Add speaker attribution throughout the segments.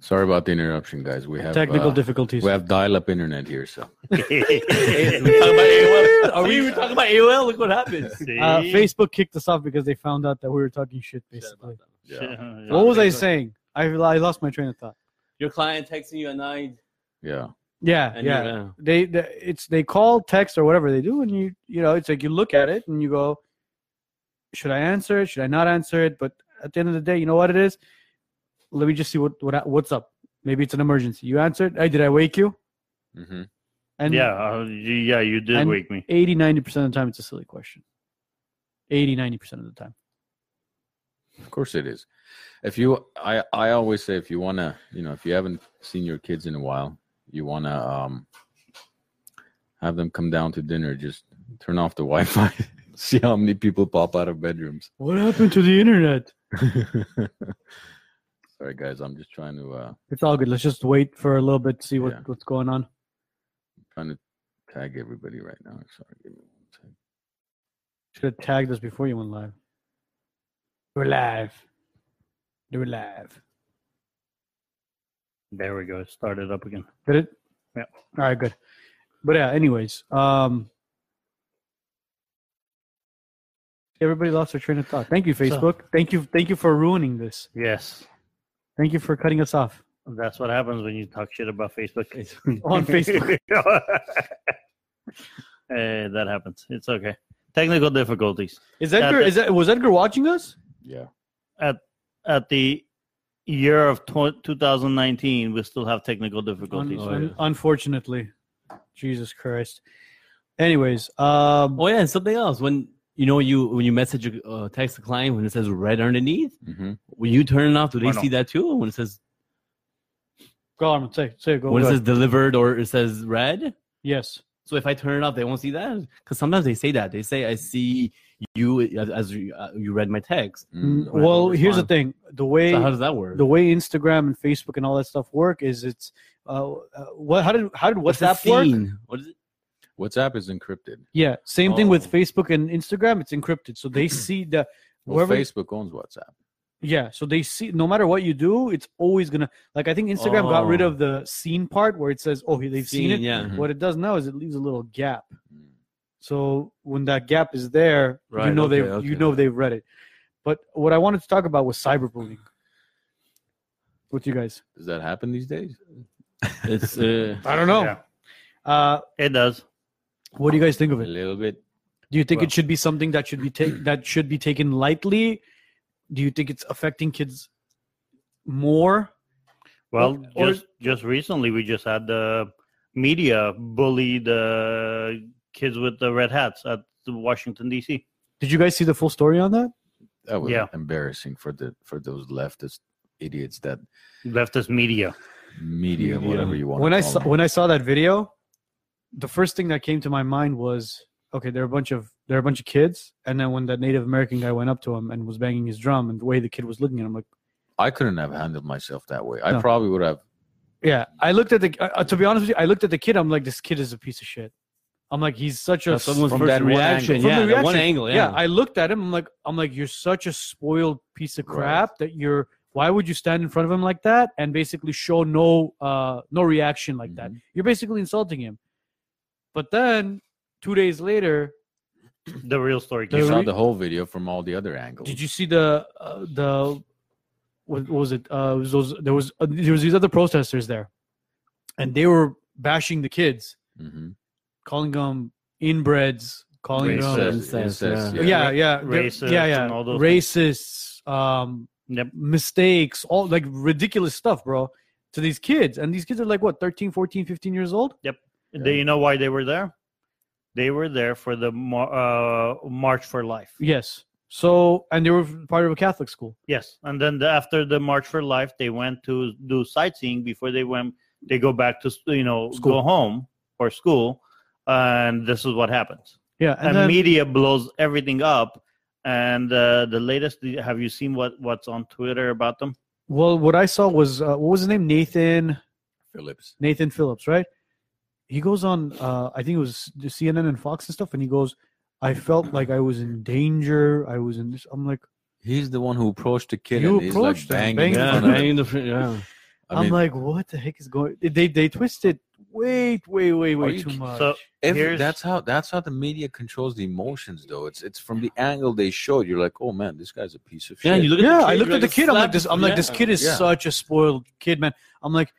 Speaker 1: Sorry about the interruption, guys. We have
Speaker 2: Technical
Speaker 1: uh,
Speaker 2: difficulties.
Speaker 1: We have dial-up internet here, so
Speaker 3: Are we even talking about AOL? Look what happens.
Speaker 2: uh, Facebook kicked us off because they found out that we were talking shit, basically.
Speaker 1: yeah,
Speaker 2: What was I saying? I, I lost my train of thought.
Speaker 3: Your client texting you at night.
Speaker 1: yeah.
Speaker 2: Yeah,
Speaker 3: And uh,
Speaker 2: yeah. They, they it's they call, text, or whatever they do, and you you know it's like you look at it and you go, should I answer it? Should I not answer it? But at the end of the day, you know what it is. Let me just see what what what's up. Maybe it's an emergency. You answered. Hey, did I wake you?
Speaker 1: Mm-hmm.
Speaker 2: And
Speaker 4: yeah, uh, you, yeah, you did
Speaker 2: And-
Speaker 4: wake me.
Speaker 2: 80 90% of the time it's a silly question 80 90% of the time
Speaker 1: Of course it is. If you, I, I always say if you wanna, you know, if you haven't seen your kids in a while, you wanna um have them come down to dinner. Just turn off the Wi-Fi. See how many people pop out of bedrooms.
Speaker 2: what happened to the internet
Speaker 1: Sorry, guys. I'm just trying to uh
Speaker 2: it's all good let's just wait for a little bit see what,
Speaker 1: Yeah.
Speaker 2: what's going on
Speaker 1: trying to tag everybody right now. Sorry, give me one second.
Speaker 2: should have tagged us before you went live we're live we're live
Speaker 4: There we go. It started up again.
Speaker 2: did it
Speaker 4: Yeah.
Speaker 2: all right good but yeah anyways um everybody lost their train of thought thank you facebook thank you thank you for ruining this
Speaker 4: Yes,
Speaker 2: thank you for cutting us off
Speaker 4: that's what happens when you talk shit about Facebook.
Speaker 2: On Facebook.
Speaker 4: Eh, that happens. It's okay. Technical difficulties
Speaker 2: is
Speaker 4: Yeah,
Speaker 2: edgar
Speaker 4: that-
Speaker 2: is that was edgar watching us
Speaker 1: Yeah.
Speaker 4: at the year of tw 2019. We still have technical difficulties.
Speaker 2: Un- un- Unfortunately, Jesus Christ. Anyways, um,
Speaker 3: Oh yeah, and something else. When you know you when you message a uh, text a client when it says red underneath,
Speaker 1: Mm-hmm.
Speaker 3: when you turn it off, do they
Speaker 2: Oh,
Speaker 4: Bueno.
Speaker 3: see that too? When it says
Speaker 2: go on, say, say, it, go.
Speaker 3: when it
Speaker 2: go
Speaker 3: says
Speaker 2: ahead.
Speaker 3: delivered or it says red.
Speaker 2: Yes,
Speaker 3: So if I turn it off, they won't see that because sometimes they say that they say I see you as, as you, uh, you read my text.
Speaker 1: mm-hmm.
Speaker 2: Mm,
Speaker 3: Whatever,
Speaker 2: well, here's the
Speaker 3: respond.
Speaker 2: thing: the way
Speaker 3: So how does that work?
Speaker 2: the way Instagram and Facebook and all that stuff work is it's uh, uh, what how did how did
Speaker 3: What's
Speaker 2: WhatsApp work?
Speaker 3: seen? What is it?
Speaker 1: WhatsApp is encrypted.
Speaker 2: Yeah, same thing
Speaker 3: Oh.
Speaker 2: with Facebook and Instagram. It's encrypted, so they see the
Speaker 1: Well,
Speaker 2: whoever.
Speaker 1: Facebook owns WhatsApp.
Speaker 2: Yeah, so they see no matter what you do, it's always gonna like I think Instagram got rid
Speaker 3: Oh.
Speaker 2: of the seen part where it says oh they've seen, it.
Speaker 3: Yeah. Mm-hmm.
Speaker 1: Mhm.
Speaker 2: What it does now is it leaves a little gap.
Speaker 1: Mm.
Speaker 2: So when that gap is there, you
Speaker 3: Right,
Speaker 2: know they
Speaker 3: okay,
Speaker 2: you
Speaker 3: okay.
Speaker 2: know they've read it. But what I wanted to talk about was cyberbullying. With you guys,
Speaker 1: Does that happen these days?
Speaker 3: It's uh,
Speaker 2: I don't know.
Speaker 4: Yeah,
Speaker 2: Uh,
Speaker 4: it does.
Speaker 2: what do you guys think of
Speaker 1: A
Speaker 2: it?
Speaker 1: little bit.
Speaker 2: Do you think
Speaker 4: Well-
Speaker 2: it should be something that should be ta- that should be taken lightly? Do you think it's affecting kids more?
Speaker 4: Well,
Speaker 2: Or-
Speaker 4: just just recently, we just had the media bully the kids with the red hats at Washington D.C.
Speaker 2: Did you guys see the full story on that?
Speaker 1: That was
Speaker 4: Yeah.
Speaker 1: embarrassing for the for those leftist idiots that
Speaker 4: Leftist media.
Speaker 1: media,
Speaker 3: Media.
Speaker 1: whatever you want.
Speaker 2: when
Speaker 1: to
Speaker 2: I
Speaker 1: call
Speaker 2: saw
Speaker 1: them.
Speaker 2: when I saw that video, the first thing that came to my mind was, okay, there are a bunch of there are a bunch of kids, and then when that Native American guy went up to him and was banging his drum, and the way the kid was looking at him, like,
Speaker 1: I couldn't have handled myself that way. I
Speaker 2: No.
Speaker 1: probably would have.
Speaker 2: yeah, I looked at the uh, uh, to be honest with you, I looked at the kid, I'm like, this kid is a piece of shit. I'm like, he's such a
Speaker 3: that's someone's
Speaker 1: from
Speaker 3: first
Speaker 1: that one
Speaker 3: reaction.
Speaker 1: angle.
Speaker 2: From
Speaker 3: yeah,
Speaker 2: the
Speaker 3: that one
Speaker 2: reaction,
Speaker 3: angle.
Speaker 2: yeah.
Speaker 3: Yeah,
Speaker 2: I looked at him, I'm like, I'm like, you're such a spoiled piece of
Speaker 1: Right.
Speaker 2: crap that you're. Why would you stand in front of him like that and basically show no uh no reaction like that?
Speaker 1: Mhm.
Speaker 2: You're basically insulting him. But then two days later,
Speaker 4: The real story.
Speaker 2: The
Speaker 1: You
Speaker 4: came
Speaker 1: saw
Speaker 2: re-
Speaker 1: the whole video from all the other angles.
Speaker 2: Did you see the uh, the what, what was it? Uh, it was those, there was uh, there was these other protesters there, and they were bashing the kids,
Speaker 1: hmm
Speaker 2: calling them inbreds, calling them
Speaker 1: Racist,
Speaker 3: Incest,
Speaker 1: incest,
Speaker 3: yeah.
Speaker 1: yeah.
Speaker 2: yeah yeah they're-
Speaker 4: Racists
Speaker 2: yeah yeah
Speaker 4: and all those
Speaker 2: racists, um,
Speaker 4: Yep.
Speaker 2: mistakes, all like ridiculous stuff, bro. To these kids, and these kids are like what 13, 14, 15 years old.
Speaker 4: Do you know why they were there? They were there for the mar- uh, March for Life.
Speaker 2: Yes. So, and they were part of a Catholic school.
Speaker 4: Yes, and then the, after the March for Life, they went to do sightseeing before they went. They go back to s- you know
Speaker 2: School.
Speaker 4: go home or school, and this is what happens.
Speaker 2: Yeah,
Speaker 4: And,
Speaker 2: and then,
Speaker 4: media blows everything up. And uh, the latest, have you seen what what's on Twitter about them?
Speaker 2: well, what I saw was uh, what was his name? Nathan.
Speaker 1: Phillips.
Speaker 2: Nathan Phillips, right? He goes on, uh, I think it was the CNN and Fox and stuff, and he goes, "I felt like I was in danger. I was in this." I'm like,
Speaker 1: He's the one who approached the kid
Speaker 2: You
Speaker 1: and he's like
Speaker 2: approached him,
Speaker 1: banging.
Speaker 2: banged
Speaker 1: in
Speaker 3: yeah,
Speaker 1: front of him.
Speaker 3: banging the fr- yeah.
Speaker 1: I
Speaker 2: am
Speaker 1: mean,
Speaker 2: like, what the heck is going? They they twisted way way way way
Speaker 1: you
Speaker 2: too
Speaker 1: ki-
Speaker 2: much.
Speaker 4: So-
Speaker 1: every-
Speaker 4: here's-
Speaker 1: that's how that's how the media controls the emotions, though. It's it's from the angle they showed. You're like, oh man, this guy's a piece of
Speaker 3: Yeah,
Speaker 1: shit.
Speaker 3: you look
Speaker 2: yeah,
Speaker 3: at the kid,
Speaker 2: I
Speaker 3: you're
Speaker 2: looked at the kid. I'm like this. I'm like this
Speaker 1: yeah,
Speaker 2: kid is
Speaker 1: yeah.
Speaker 2: such a spoiled kid, man. I'm like,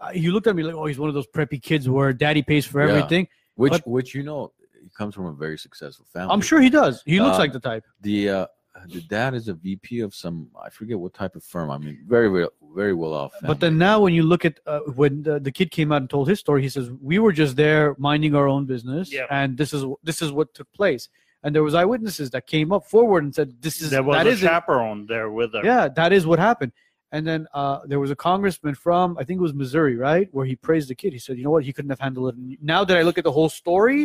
Speaker 2: uh, you looked at me like, oh, he's one of those preppy kids where daddy pays for
Speaker 1: Yeah.
Speaker 2: everything.
Speaker 1: which
Speaker 2: but-
Speaker 1: which you know, he comes from a very successful family.
Speaker 2: I'm sure he does. He looks
Speaker 1: Uh,
Speaker 2: like the type.
Speaker 1: the uh, the dad is a VP of some I forget what type of firm. I mean, very well, very well off.
Speaker 2: But
Speaker 1: family.
Speaker 2: then now, when you look at uh, when the, the kid came out and told his story, he says we were just there minding our own business,
Speaker 4: Yeah.
Speaker 2: and this is this is what took place. And there was eyewitnesses that came up forward and said, "This is
Speaker 4: there was
Speaker 2: that
Speaker 4: a
Speaker 2: is it.
Speaker 4: chaperone there with her.
Speaker 2: yeah, that is what happened." And then uh, there was a congressman from I think it was Missouri, right, where he praised the kid. He said, "You know what? He couldn't have handled it. Now that I look at the whole story,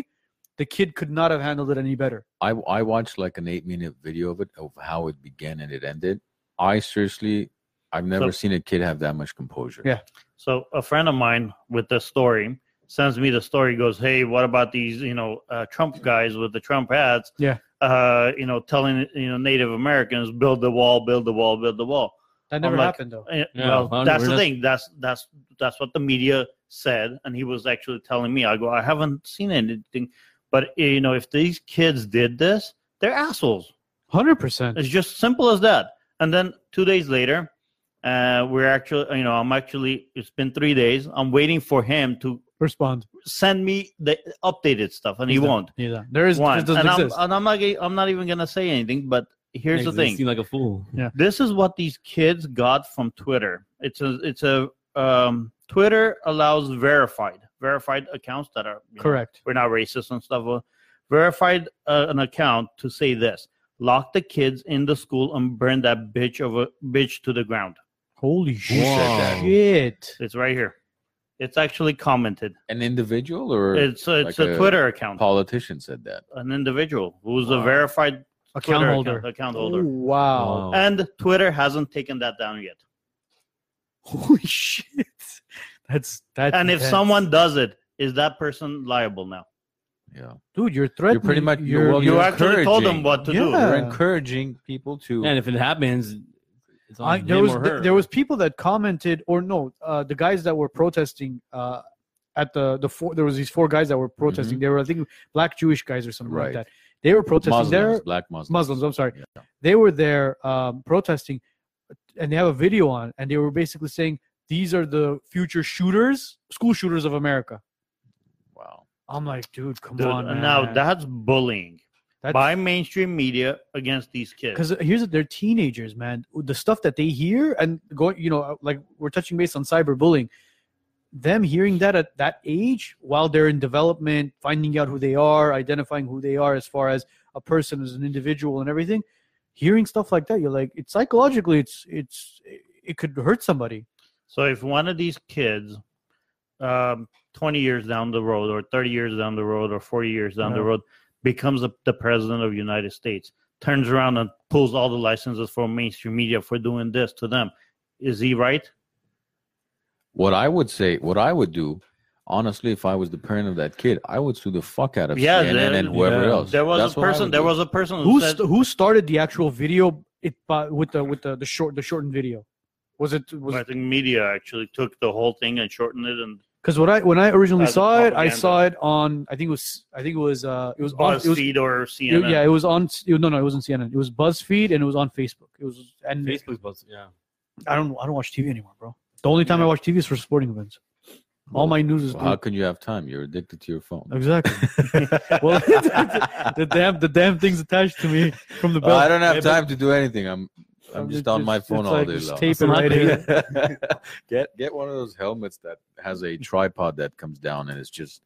Speaker 2: the kid could not have handled it any better."
Speaker 1: I I watched like an eight minute video of it of how it began and it ended. I seriously, I've never
Speaker 4: So-
Speaker 1: seen a kid have that much composure.
Speaker 2: Yeah.
Speaker 4: So a friend of mine with this story sends me the story. Goes, hey, what about these you know uh, Trump guys with the Trump hats?
Speaker 2: Yeah.
Speaker 4: Uh, you know, telling you know Native Americans build the wall, build the wall, build the wall.
Speaker 2: That never
Speaker 4: like,
Speaker 2: happened though.
Speaker 4: Eh,
Speaker 3: Yeah,
Speaker 4: well,
Speaker 3: well,
Speaker 4: that's
Speaker 3: we're
Speaker 4: the
Speaker 3: not-
Speaker 4: thing. That's that's that's what the media said, and he was actually telling me. I go, I haven't seen anything, but eh, you know, if these kids did this, they're assholes.
Speaker 2: Hundred percent.
Speaker 4: It's just simple as that. And then two days later, uh, we're actually, you know, I'm actually. It's been three days. I'm waiting for him to
Speaker 2: Respond.
Speaker 4: send me the updated stuff, and he
Speaker 2: He's not-
Speaker 4: won't.
Speaker 2: Yeah, there is.
Speaker 4: One,
Speaker 2: This doesn't
Speaker 4: and I'm,
Speaker 2: exist.
Speaker 4: and I'm not. I'm not even gonna say anything. But here's the
Speaker 3: Makes me
Speaker 4: thing:
Speaker 3: Seem like a fool.
Speaker 4: this is what these kids got from Twitter. It's a it's a um, Twitter allows verified verified accounts that are you know,
Speaker 2: Correct.
Speaker 4: we're not racist and stuff. uh, Verified uh, an account to say this: lock the kids in the school and burn that bitch of a bitch to the ground.
Speaker 2: Holy
Speaker 1: said that?
Speaker 2: shit!
Speaker 4: It's right here. It's actually commented.
Speaker 1: An individual or
Speaker 4: It's a, it's
Speaker 1: like
Speaker 4: a,
Speaker 1: a
Speaker 4: Twitter account,
Speaker 1: politician said that.
Speaker 4: an individual who's a
Speaker 1: Wow.
Speaker 4: verified
Speaker 2: Account
Speaker 4: Twitter
Speaker 2: holder.
Speaker 4: Account, account
Speaker 2: Oh,
Speaker 4: holder.
Speaker 2: wow.
Speaker 3: Wow.
Speaker 4: And Twitter hasn't taken that down yet.
Speaker 2: Holy shit! That's that's.
Speaker 4: and if
Speaker 2: intense.
Speaker 4: someone does it, is that person liable now?
Speaker 1: Yeah,
Speaker 2: dude, you're threatening.
Speaker 1: pretty much-
Speaker 2: You're,
Speaker 1: well,
Speaker 4: You
Speaker 1: You're
Speaker 4: actually told them
Speaker 1: encouraging.
Speaker 4: what to
Speaker 2: Yeah.
Speaker 1: we're encouraging people to.
Speaker 3: And if it happens, it's on
Speaker 2: I,
Speaker 3: him
Speaker 2: there was
Speaker 3: or
Speaker 2: th-
Speaker 3: her.
Speaker 2: there was people that commented or no, uh, the guys that were protesting uh, at the the four. There was these four guys that were protesting. They were I think black Jewish guys or something
Speaker 1: Right.
Speaker 2: like that. They were protesting
Speaker 1: Muslims,
Speaker 2: there.
Speaker 1: black Muslims.
Speaker 2: Muslims. I'm sorry.
Speaker 1: Yeah.
Speaker 2: They were there um, protesting, and they have a video on, and they were basically saying these are the future shooters, school shooters of America.
Speaker 1: Wow.
Speaker 2: I'm like, dude, come
Speaker 4: Dude,
Speaker 2: on, man.
Speaker 4: now that's bullying
Speaker 2: That's-
Speaker 4: by mainstream media against these kids.
Speaker 2: because uh, here's the- they're teenagers, man. The stuff that they hear and going, you know, uh, like we're touching base on cyberbullying. Them hearing that at that age, while they're in development, finding out who they are, identifying who they are as far as a person, as an individual, and everything. Hearing stuff like that, you're like, it's psychologically, it's it's it could hurt somebody.
Speaker 4: So if one of these kids, um, 20 years down the road, or 30 years down the road, or 40 years down the
Speaker 2: Yeah.
Speaker 4: road, becomes a, the president of the United States, turns around and pulls all the licenses for mainstream media for doing this to them, is he right?
Speaker 1: What I would say, what I would do, honestly, if I was the parent of that kid, I would sue the fuck out of
Speaker 4: Yeah,
Speaker 1: CNN
Speaker 4: there-
Speaker 1: and whoever
Speaker 3: yeah.
Speaker 1: else.
Speaker 4: There was
Speaker 1: That's
Speaker 4: a
Speaker 1: what I
Speaker 4: person.
Speaker 1: would
Speaker 4: There
Speaker 1: do.
Speaker 4: was a person who
Speaker 2: Who
Speaker 4: said,
Speaker 2: st- who started the actual video? It uh, with the with the, the short the shortened video. Was it was
Speaker 4: I think media actually took the whole thing and shortened it and
Speaker 2: Because when I when I originally
Speaker 4: As a
Speaker 2: saw it, I
Speaker 4: propaganda.
Speaker 2: saw it on I think it was I think it was uh it was on it was,
Speaker 4: BuzzFeed or
Speaker 2: it-
Speaker 4: CNN.
Speaker 2: yeah it was on it was- no no it wasn't CNN it was BuzzFeed and it was on Facebook it was and
Speaker 3: Facebook's both. Yeah.
Speaker 2: I don't I don't watch TV anymore, bro. The only time I watch TV is for sporting events. All my news is
Speaker 1: Well, how can you have time? You're addicted to your phone.
Speaker 2: exactly. well, the damn the damn things attached to me from the
Speaker 1: Oh, I
Speaker 2: belt.
Speaker 1: don't have
Speaker 2: Maybe-
Speaker 1: time to do anything. I'm I'm just on my
Speaker 2: It's-
Speaker 1: phone
Speaker 2: it's
Speaker 1: all
Speaker 2: like
Speaker 1: day
Speaker 2: just
Speaker 1: long.
Speaker 2: Tape it right here.
Speaker 1: get get one of those helmets that has a tripod that comes down and it's just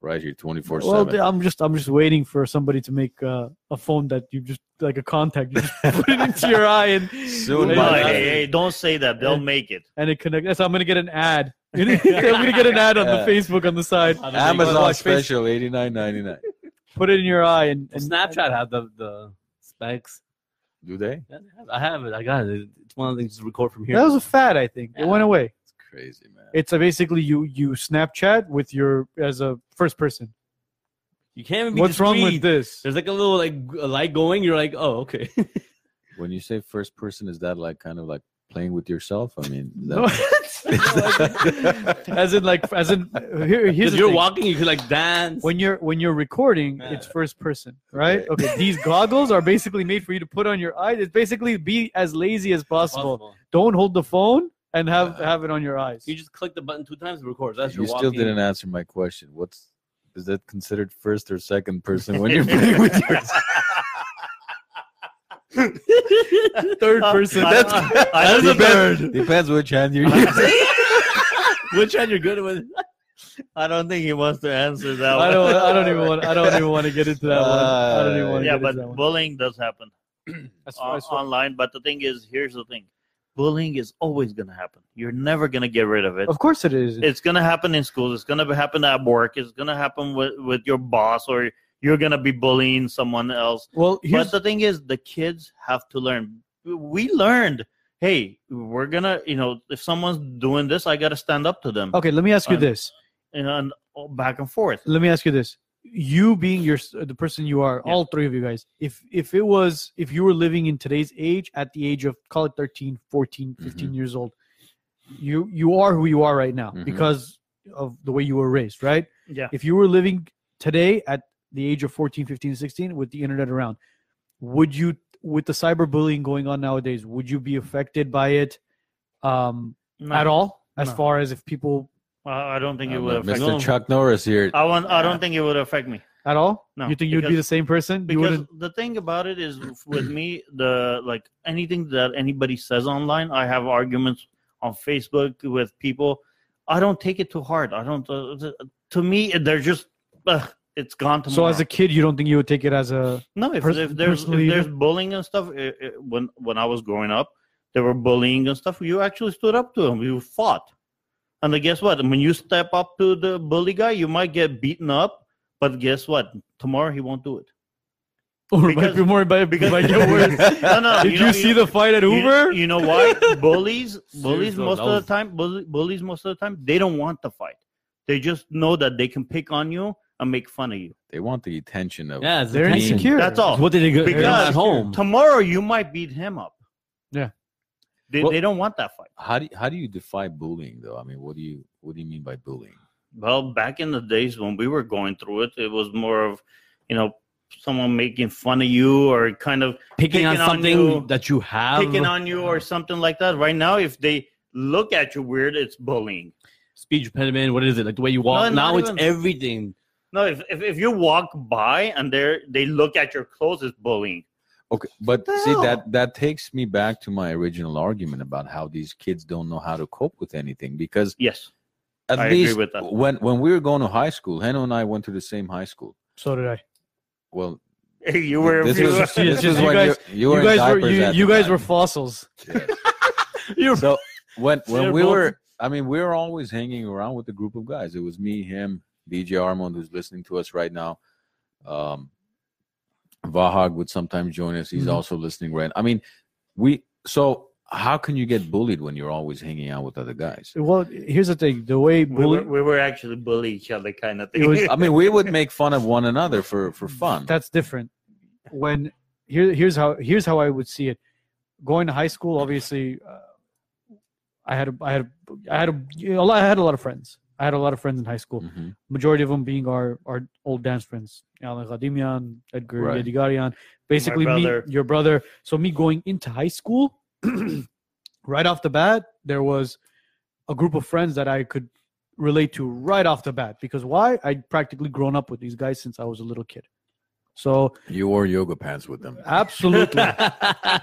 Speaker 1: right here 24
Speaker 2: Well,
Speaker 1: 7
Speaker 2: I'm just I'm just waiting for somebody to make uh, a phone that you just like a contact. You just put it into your eye and
Speaker 1: Soon,
Speaker 4: Hey,
Speaker 2: Like,
Speaker 1: my-
Speaker 4: hey, hey, don't say that. They'll make it.
Speaker 2: and it connects. That's how I'm gonna get an ad. I'm gonna get an ad on
Speaker 1: Yeah.
Speaker 2: the Facebook on the side.
Speaker 3: How do they
Speaker 1: amazon
Speaker 3: go-
Speaker 2: Watch face-
Speaker 1: special 89.99
Speaker 2: Put it in your eye and,
Speaker 3: Well,
Speaker 2: and
Speaker 3: Snapchat had the the specs.
Speaker 1: do they
Speaker 3: Yeah, they have- I have it. I got it. It's one of the things to record from here.
Speaker 2: That was a fad, I think. It
Speaker 3: Yeah.
Speaker 2: went away.
Speaker 1: it's crazy man
Speaker 2: It's a basically you you Snapchat with your as a first person.
Speaker 3: you can't even be
Speaker 2: What's wrong with
Speaker 3: discreet.
Speaker 2: this?
Speaker 3: There's like a little like a light going. You're like, oh okay.
Speaker 1: when you say first person is that like kind of like playing with yourself? I mean,
Speaker 2: No,
Speaker 1: that-
Speaker 2: as in like as in here, here's
Speaker 3: If
Speaker 2: the
Speaker 3: you're
Speaker 2: thing.
Speaker 3: walking, you could like dance.
Speaker 2: when you're when you're recording
Speaker 3: Yeah.
Speaker 2: it's first person right okay. these goggles are basically made for you to put on your eyes it's basically be as lazy as possible, don't hold the phone and have
Speaker 1: Yeah.
Speaker 2: have it on your eyes
Speaker 3: You just click the button two times, it records. That's
Speaker 1: you
Speaker 3: your
Speaker 1: still
Speaker 3: walking.
Speaker 1: didn't answer my question. What's is that considered first or second person when you're playing with yourself?
Speaker 2: third person
Speaker 4: I,
Speaker 1: That's-
Speaker 4: I, I, don't
Speaker 3: That's a
Speaker 4: think,
Speaker 3: bird.
Speaker 1: Depends which hand you're using.
Speaker 3: Which hand you're good with?
Speaker 4: I don't think he wants to answer that
Speaker 2: I
Speaker 4: one.
Speaker 2: don't. I don't even want. I don't even want to get into that one. I don't even want to
Speaker 4: Uh, yeah,
Speaker 2: get into that
Speaker 4: but
Speaker 2: one.
Speaker 4: bullying does happen
Speaker 2: That's
Speaker 4: on,
Speaker 2: what I saw.
Speaker 4: online. But the thing is, here's the thing: bullying is always going to happen. You're never going to get rid of it.
Speaker 2: of course it is.
Speaker 4: uh, It's going to happen in schools. It's going to happen at work. It's going to happen with with your boss, or you're going to be bullying someone else.
Speaker 2: well, here's
Speaker 4: but the thing is, the kids have to learn. We learned, hey, we're gonna, you know, if someone's doing this, I gotta stand up to them,
Speaker 2: okay. Let me ask you
Speaker 4: Um,
Speaker 2: this.
Speaker 4: you know, and all back and forth.
Speaker 2: Let me ask you this. You being your the person you are,
Speaker 4: Yeah.
Speaker 2: all three of you guys. If if it was if you were living in today's age at the age of call it 13, 14,
Speaker 4: Mm-hmm.
Speaker 2: 15 years old, you you are who you are right now
Speaker 4: Mm-hmm.
Speaker 1: Mhm.
Speaker 2: because of the way you were raised, right?
Speaker 4: Yeah,
Speaker 2: if you were living today at the age of 14 15 16 with the internet around would you with the cyberbullying going on nowadays would you be affected by it um at all as
Speaker 4: No.
Speaker 2: far as if people
Speaker 4: I I don't think it
Speaker 1: I'm
Speaker 4: would
Speaker 1: not
Speaker 4: affect. Uh,
Speaker 1: Mr. Uh, Chuck Norris here.
Speaker 4: I want. I don't think it would affect me.
Speaker 2: at all
Speaker 4: No,
Speaker 2: you think you would be
Speaker 4: because-
Speaker 2: the same person you
Speaker 4: because
Speaker 2: wouldn't
Speaker 4: the thing about it is with me the like anything that anybody says online i have arguments on facebook with people i don't take it too hard i don't uh, th- to me they're just ugh, it's gone
Speaker 2: so
Speaker 4: tomorrow
Speaker 2: as a kid you don't think you would take it as a
Speaker 4: no if,
Speaker 2: pers-
Speaker 4: if there's if
Speaker 2: personally-
Speaker 4: there's bullying and stuff i i when when i was growing up there were bullying and stuff you actually stood up to them you fought and then guess what when you step up to the bully guy you might get beaten up but guess what tomorrow he won't do it
Speaker 2: or it might
Speaker 4: Because-
Speaker 2: be more by,
Speaker 4: because-
Speaker 2: might get worse.
Speaker 4: no no
Speaker 2: did you,
Speaker 4: know-
Speaker 2: see the fight at
Speaker 4: You-
Speaker 2: uber
Speaker 4: You, know why? bullies, bullies
Speaker 3: Seriously,
Speaker 4: most
Speaker 3: that
Speaker 4: of
Speaker 3: was-
Speaker 4: the time, bully, bullies most of the time, they don't want to fight. They just know that they can pick on you and make fun of you.
Speaker 1: They want the attention of
Speaker 3: Yeah, it's
Speaker 2: they're
Speaker 3: attention.
Speaker 2: insecure
Speaker 4: That's all.
Speaker 3: What did they go
Speaker 4: Because-
Speaker 3: at home?
Speaker 4: Tomorrow you might beat him up.
Speaker 2: Yeah.
Speaker 4: They,
Speaker 1: Well-
Speaker 4: they don't want that fight.
Speaker 1: how do you, how do you define bullying though? I mean, what do you what do you mean by bullying?
Speaker 4: Well, back in the days when we were going through it, it was more of, you know, someone making fun of you or kind of
Speaker 3: Picking on
Speaker 4: Picking on
Speaker 3: something
Speaker 4: you.
Speaker 3: that you have.
Speaker 4: picking on you or something like that. Right now, if they look at you weird, it's bullying.
Speaker 3: speech impediment. What is it? Like the way you walk.
Speaker 4: No, not
Speaker 3: now it's
Speaker 4: even-
Speaker 3: everything.
Speaker 4: No, if, if, if you walk by and they they look at your clothes, it's bullying.
Speaker 1: Okay, but
Speaker 4: the
Speaker 1: see
Speaker 4: hell?
Speaker 1: that that takes me back to my original argument about how these kids don't know how to cope with anything because
Speaker 4: Yes.
Speaker 1: at
Speaker 4: I agree
Speaker 1: least
Speaker 4: with that.
Speaker 1: when when we were going to high school, Heno and I went to the same high school.
Speaker 2: so did i
Speaker 1: Well,
Speaker 4: you were
Speaker 1: this
Speaker 2: you
Speaker 1: was,
Speaker 2: were-
Speaker 1: this
Speaker 2: See, it's
Speaker 1: was
Speaker 2: just you
Speaker 1: when
Speaker 2: guys-
Speaker 1: you, you were
Speaker 2: you
Speaker 1: in
Speaker 2: guys were
Speaker 1: diapers
Speaker 2: you,
Speaker 1: at
Speaker 2: you
Speaker 1: the
Speaker 2: guys
Speaker 1: time.
Speaker 2: were fossils
Speaker 3: You're
Speaker 1: so when when
Speaker 3: They're
Speaker 1: we
Speaker 3: both-
Speaker 1: were i mean we were always hanging around with a group of guys it was me him dj armand who's listening to us right now um vahag would sometimes join us he's
Speaker 2: Mhm.
Speaker 1: also listening right i mean we so how can you get bullied when you're always hanging out with other guys
Speaker 2: well here's the thing the way
Speaker 4: we were,
Speaker 2: bullying
Speaker 4: we were actually bully each other kind of
Speaker 2: It
Speaker 4: thing.
Speaker 2: was-
Speaker 1: i mean we would make fun of one another for for fun
Speaker 2: That's different. When here, here's how here's how I would see it. Going to high school, obviously, uh, I had a, I had a, I had a, you know, I had a lot of friends. I had a lot of friends in high school.
Speaker 1: Mhm.
Speaker 2: Majority of them being our our old dance friends, Alan Khadimian, Edgar
Speaker 1: Right.
Speaker 2: Yedigarian, basically me,
Speaker 4: brother.
Speaker 2: your brother. So me going into high school, right off the bat, there was a group of friends that I could relate to right off the bat because why? I'd practically grown up with these guys since I was a little kid. So
Speaker 1: you wore yoga pants with them
Speaker 2: absolutely,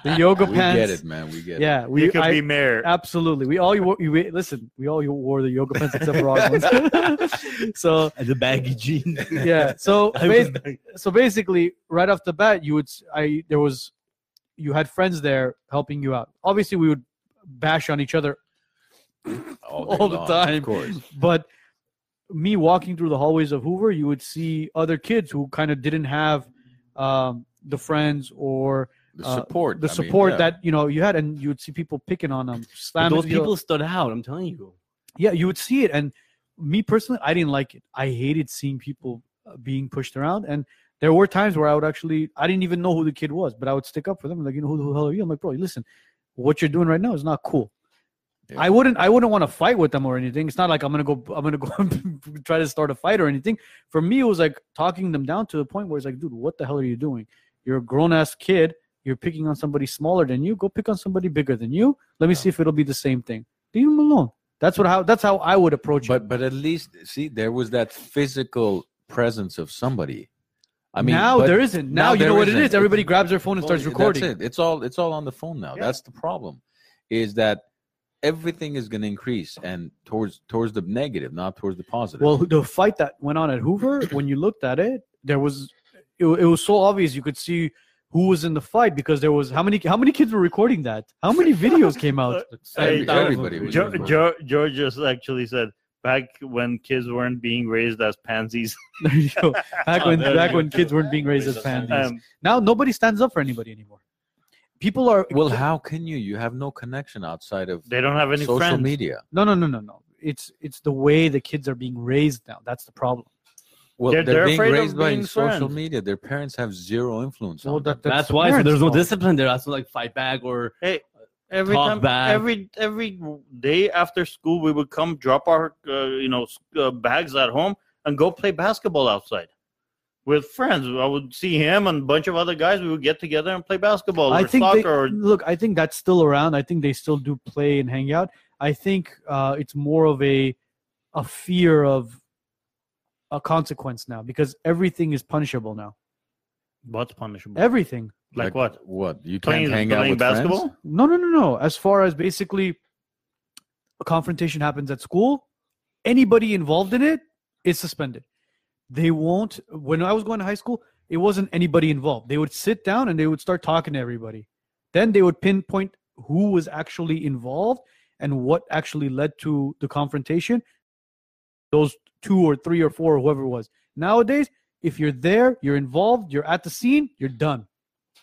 Speaker 2: the yoga
Speaker 1: we
Speaker 2: pants.
Speaker 1: get it man we get
Speaker 2: Yeah,
Speaker 4: you
Speaker 2: we
Speaker 4: could
Speaker 2: I-
Speaker 4: be mayor.
Speaker 2: absolutely. We all wore, we, listen. We all wore the yoga pants except for our ones. so
Speaker 3: the baggy jeans.
Speaker 2: yeah. So
Speaker 3: I
Speaker 2: bas-
Speaker 3: was like,
Speaker 2: so basically, right off the bat, you would s- I there was you had friends there helping you out. Obviously, we would bash on each other
Speaker 1: it all, day
Speaker 2: all the
Speaker 1: long,
Speaker 2: time.
Speaker 1: Oh, of course
Speaker 2: but me walking through the hallways of Hoover, you would see other kids who kind of didn't have um, the friends or
Speaker 1: the
Speaker 2: Uh,
Speaker 1: support
Speaker 2: the
Speaker 1: I mean,
Speaker 2: support
Speaker 1: yeah.
Speaker 2: that you know you had, and you would see people picking on them, slamming
Speaker 3: those
Speaker 2: you know.
Speaker 3: people stood out. I'm telling you.
Speaker 2: Yeah, you would see it, and me personally, I didn't like it. I hated seeing people uh, being pushed around, and there were times where I would actually, I didn't even know who the kid was, but I would stick up for them. Like, you know, who the hell are you? I'm like, bro, listen, what you're doing right now is not cool.
Speaker 1: Yeah.
Speaker 2: I wouldn't I wouldn't want to fight with them or anything. It's not like I'm gonna go I'm gonna go try to start a fight or anything. For me, it was like talking them down to the point where it's like, dude, what the hell are you doing? You're a grown ass kid. You're picking on somebody smaller than you. Go pick on somebody bigger than you. Let me see if it'll be the same thing. Leave him alone. That's what how that's how I would approach it.
Speaker 1: But but at least see there was that physical presence of somebody. I mean,
Speaker 2: now
Speaker 1: but-
Speaker 2: there isn't. Now,
Speaker 1: now
Speaker 2: you
Speaker 1: there
Speaker 2: know what it
Speaker 1: isn't.
Speaker 2: is. Everybody
Speaker 1: It's-
Speaker 2: grabs their phone and
Speaker 1: Well,
Speaker 2: starts
Speaker 1: that's
Speaker 2: recording.
Speaker 1: it. It's all it's all on the phone now.
Speaker 2: Yeah.
Speaker 1: That's the problem. Is that everything is going to increase and towards towards the negative, not towards the positive.
Speaker 2: Well, the fight that went on at Hoover, when you looked at it, there was it, wa- it was so obvious you could see who was in the fight because there was how many how many kids were recording that? How many videos came out?
Speaker 1: Every-
Speaker 4: Hey,
Speaker 3: Thousands of
Speaker 1: everybody was
Speaker 4: George,
Speaker 1: doing that.
Speaker 4: George, just actually said back when kids weren't being raised as pansies.
Speaker 2: There you go. Back
Speaker 4: Oh,
Speaker 2: when
Speaker 4: there
Speaker 2: back
Speaker 4: you
Speaker 2: when
Speaker 4: go.
Speaker 2: kids weren't being raised as pansies.
Speaker 4: Um,
Speaker 2: now nobody stands up for anybody anymore. People are
Speaker 1: Well, how can you? You have no connection outside of
Speaker 4: they don't have any
Speaker 1: social
Speaker 4: friends.
Speaker 1: media.
Speaker 2: no no no no no. It's it's the way the kids are being raised now. That's the problem.
Speaker 1: Well,
Speaker 4: They're-
Speaker 1: they're,
Speaker 4: they're
Speaker 1: being
Speaker 4: afraid of
Speaker 1: raised by
Speaker 4: being
Speaker 1: social
Speaker 4: friends.
Speaker 1: media. Their parents have zero influence on them.
Speaker 3: That's, why so
Speaker 2: parents'
Speaker 3: there's no
Speaker 2: fault.
Speaker 3: discipline there. That's like fight back or
Speaker 4: Every
Speaker 3: Talk
Speaker 4: time,
Speaker 3: back.
Speaker 4: every every day after school, we would come drop our uh, you know s- uh, bags at home and go play basketball outside with friends. I would see him and a bunch of other guys. We would get together and play basketball
Speaker 2: I
Speaker 4: or
Speaker 2: think
Speaker 4: soccer
Speaker 2: they,
Speaker 4: or
Speaker 2: look, I think that's still around. I think they still do play and hang out. I think uh, it's more of a a fear of a consequence now because everything is punishable now.
Speaker 4: what's punishable.
Speaker 2: Everything.
Speaker 4: like, what?
Speaker 1: What you can't
Speaker 4: Playing,
Speaker 1: hang out
Speaker 4: playing
Speaker 1: with
Speaker 4: basketball.
Speaker 1: friends?
Speaker 2: No, no, no, no. As far as basically a confrontation happens at school, anybody involved in it is suspended. They won't. When I was going to high school, it wasn't anybody involved. They would sit down and they would start talking to everybody. Then they would pinpoint who was actually involved and what actually led to the confrontation. Those two or three or four, or whoever it was. Nowadays, if you're there, you're involved, you're at the scene, you're done.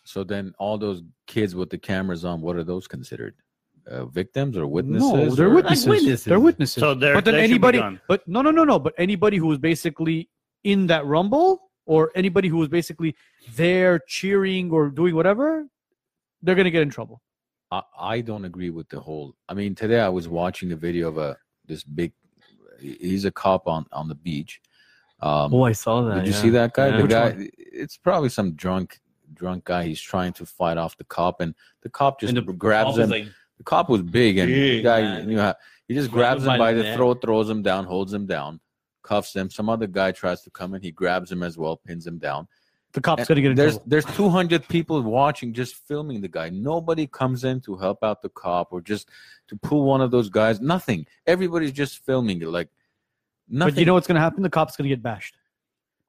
Speaker 1: So then, all those kids with the cameras on, what are those considered? Uh, victims or witnesses?
Speaker 2: No, they're
Speaker 1: or-
Speaker 2: witnesses.
Speaker 3: witnesses.
Speaker 2: They're witnesses.
Speaker 4: So there,
Speaker 2: but then
Speaker 4: that should be
Speaker 2: anybody,
Speaker 4: done.
Speaker 2: but no, no, no, no. But anybody who was basically in that rumble, or anybody who was basically there cheering or doing whatever, they're gonna get in trouble.
Speaker 1: I, I don't agree with the whole. I mean, today I was watching a video of a this big. he- He's a cop on on the beach. Um,
Speaker 3: oh, I saw that.
Speaker 1: did you
Speaker 3: yeah.
Speaker 1: see that guy?
Speaker 3: Yeah.
Speaker 1: The
Speaker 3: Which
Speaker 1: guy. It's probably some drunk drunk guy. He's trying to fight off the cop, and the cop just
Speaker 3: And
Speaker 1: grabs
Speaker 3: Always
Speaker 1: him.
Speaker 3: like,
Speaker 1: the cop was big, and the
Speaker 4: Big,
Speaker 1: guy
Speaker 3: man.
Speaker 1: you know, he just
Speaker 3: Grabbed
Speaker 1: grabs him by the
Speaker 3: neck.
Speaker 1: throat, throws him down, holds him down, cuffs him. Some other guy tries to come in, he grabs him as well, pins him down.
Speaker 2: The cops
Speaker 1: And
Speaker 2: gonna get in
Speaker 1: there's
Speaker 2: trouble.
Speaker 1: there's 200 people watching just filming the guy nobody comes in to help out the cop or just to pull one of those guys nothing everybody's just filming it like nothing
Speaker 2: But you know what's gonna happen? The cops gonna get bashed.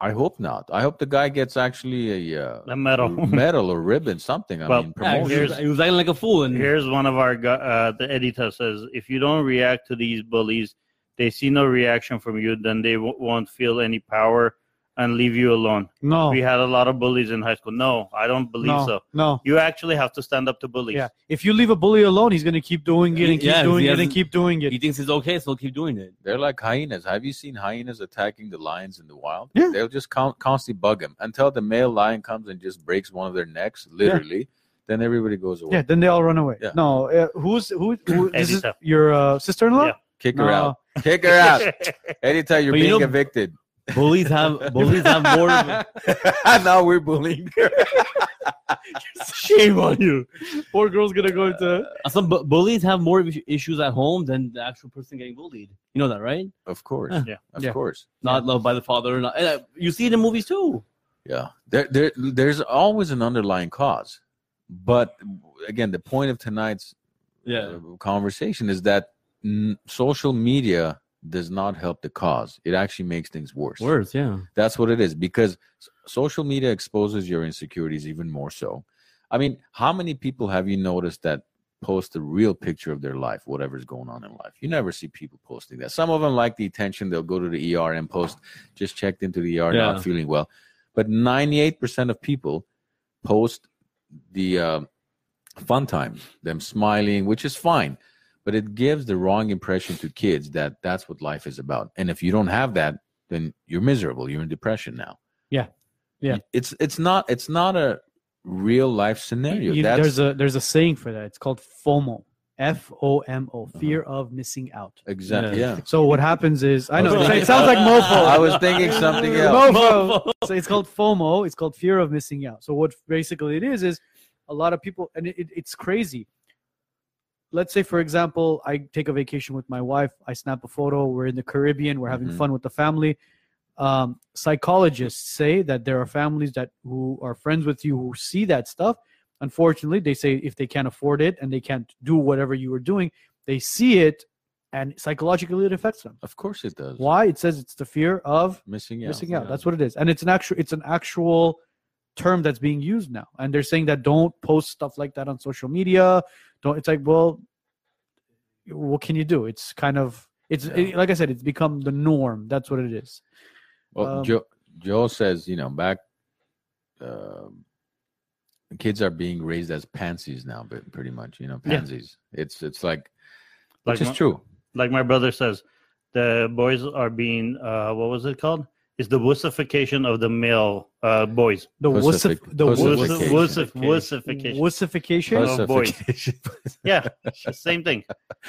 Speaker 1: i hope not i hope the guy gets actually a uh,
Speaker 4: The medal.
Speaker 1: medal or ribbon something i
Speaker 4: Well,
Speaker 1: mean
Speaker 3: yeah, he,
Speaker 1: promotion
Speaker 3: was, he was acting like a fool. And
Speaker 4: Here's one of our gu- uh, the editor says, if you don't react to these bullies, they see no reaction from you, then they w- won't feel any power and leave you alone.
Speaker 2: No,
Speaker 4: We had a lot of bullies in high school. No, I don't believe
Speaker 2: no,
Speaker 4: so.
Speaker 2: no.
Speaker 4: You actually have to stand up to bullies.
Speaker 2: Yeah, if you leave a bully alone, he's gonna keep doing it and keep
Speaker 3: Yeah,
Speaker 2: doing
Speaker 3: he
Speaker 2: it and
Speaker 3: hasn't-
Speaker 2: keep doing
Speaker 3: he
Speaker 2: it.
Speaker 3: thinks it's okay, so he'll keep doing it.
Speaker 1: they're like hyenas have you seen hyenas attacking the lions in the wild
Speaker 2: Yeah.
Speaker 1: they'll just con- constantly bug them until the male lion comes and just breaks one of their necks literally then everybody goes away
Speaker 2: Yeah, then they all run away.
Speaker 1: Yeah.
Speaker 2: No, uh, who's who? who this is
Speaker 4: Edita.
Speaker 2: your uh, sister-in-law.
Speaker 4: Yeah.
Speaker 1: kick
Speaker 2: No.
Speaker 1: her out kick her out anytime you're
Speaker 3: But you
Speaker 1: being
Speaker 3: know-
Speaker 1: evicted
Speaker 3: Bullies have bullies have more. Of a,
Speaker 1: now we're bullying.
Speaker 3: shame on you.
Speaker 2: Poor girl's gonna go into.
Speaker 3: Some bu- bullies have more issu- issues at home than the actual person getting bullied. You know that, right?
Speaker 1: Of course.
Speaker 3: Huh.
Speaker 4: Yeah.
Speaker 1: Of
Speaker 2: Yeah.
Speaker 1: course.
Speaker 3: Not loved by the father. Not, and, uh, you see it in movies too.
Speaker 1: Yeah. There, there, there's always an underlying cause. But again, the point of tonight's uh, conversation is that n- social media does not help the cause. It actually makes things worse.
Speaker 3: worse. Yeah,
Speaker 1: That's what it is because s- social media exposes your insecurities even more so. I mean, how many people have you noticed that post a real picture of their life, whatever's going on in life? You never see people posting that. Some of them like the attention, they'll go to the ER and post, just checked into the ER,
Speaker 3: Yeah.
Speaker 1: not feeling well. But 98% of people post the uh, fun time, them smiling, which is fine. But it gives the wrong impression to kids that that's what life is about. And if you don't have that, then you're miserable. You're in depression now.
Speaker 2: Yeah. Yeah.
Speaker 1: It's it's not it's not a real life scenario.
Speaker 2: You-
Speaker 1: That's
Speaker 2: there's a there's a saying for that. It's called FOMO. F O M O, fear of missing out.
Speaker 1: exactly yeah.
Speaker 2: So what happens is I know
Speaker 1: was
Speaker 2: it
Speaker 1: thinking-
Speaker 2: sounds like mofo.
Speaker 1: I was thinking something else.
Speaker 2: Mofo. So it's called FOMO. It's called fear of missing out. So what basically it is is a lot of people, and it, it- it's crazy. Let's say, for example, I take a vacation with my wife. I snap a photo. We're in the Caribbean. We're having
Speaker 1: Mhm.
Speaker 2: fun with the family. Um, psychologists say that there are families that who are friends with you who see that stuff. Unfortunately, they say if they can't afford it and they can't do whatever you were doing, they see it, and psychologically it affects them.
Speaker 1: Of course it does.
Speaker 2: Why? It says it's the fear of
Speaker 1: Missing out.
Speaker 2: missing out.
Speaker 1: yeah.
Speaker 2: That's what it is, and it's an actual it's an actual term that's being used now, and they're saying that don't post stuff like that on social media. Don't. It's like, well, what can you do? It's kind of it's
Speaker 1: Yeah.
Speaker 2: it- like I said, it's become the norm. That's what it is.
Speaker 1: Well,
Speaker 2: Um,
Speaker 1: Joe, Joe says, you know, back uh, kids are being raised as pansies now, but pretty much, you know,
Speaker 4: Yeah.
Speaker 1: pansies. It's it's like,
Speaker 4: Like
Speaker 1: which is
Speaker 4: my-
Speaker 1: true.
Speaker 4: like my brother says, the boys are being uh, what was it called? It's the wussification of the male uh, boys.
Speaker 2: The wussif,
Speaker 1: Pussific-
Speaker 2: the
Speaker 1: pussific-
Speaker 2: wussif,
Speaker 4: Wussi- wussi-
Speaker 2: wussification.
Speaker 4: Wussification.
Speaker 2: wussification.
Speaker 4: Oh, boy. Yeah, it's the same thing.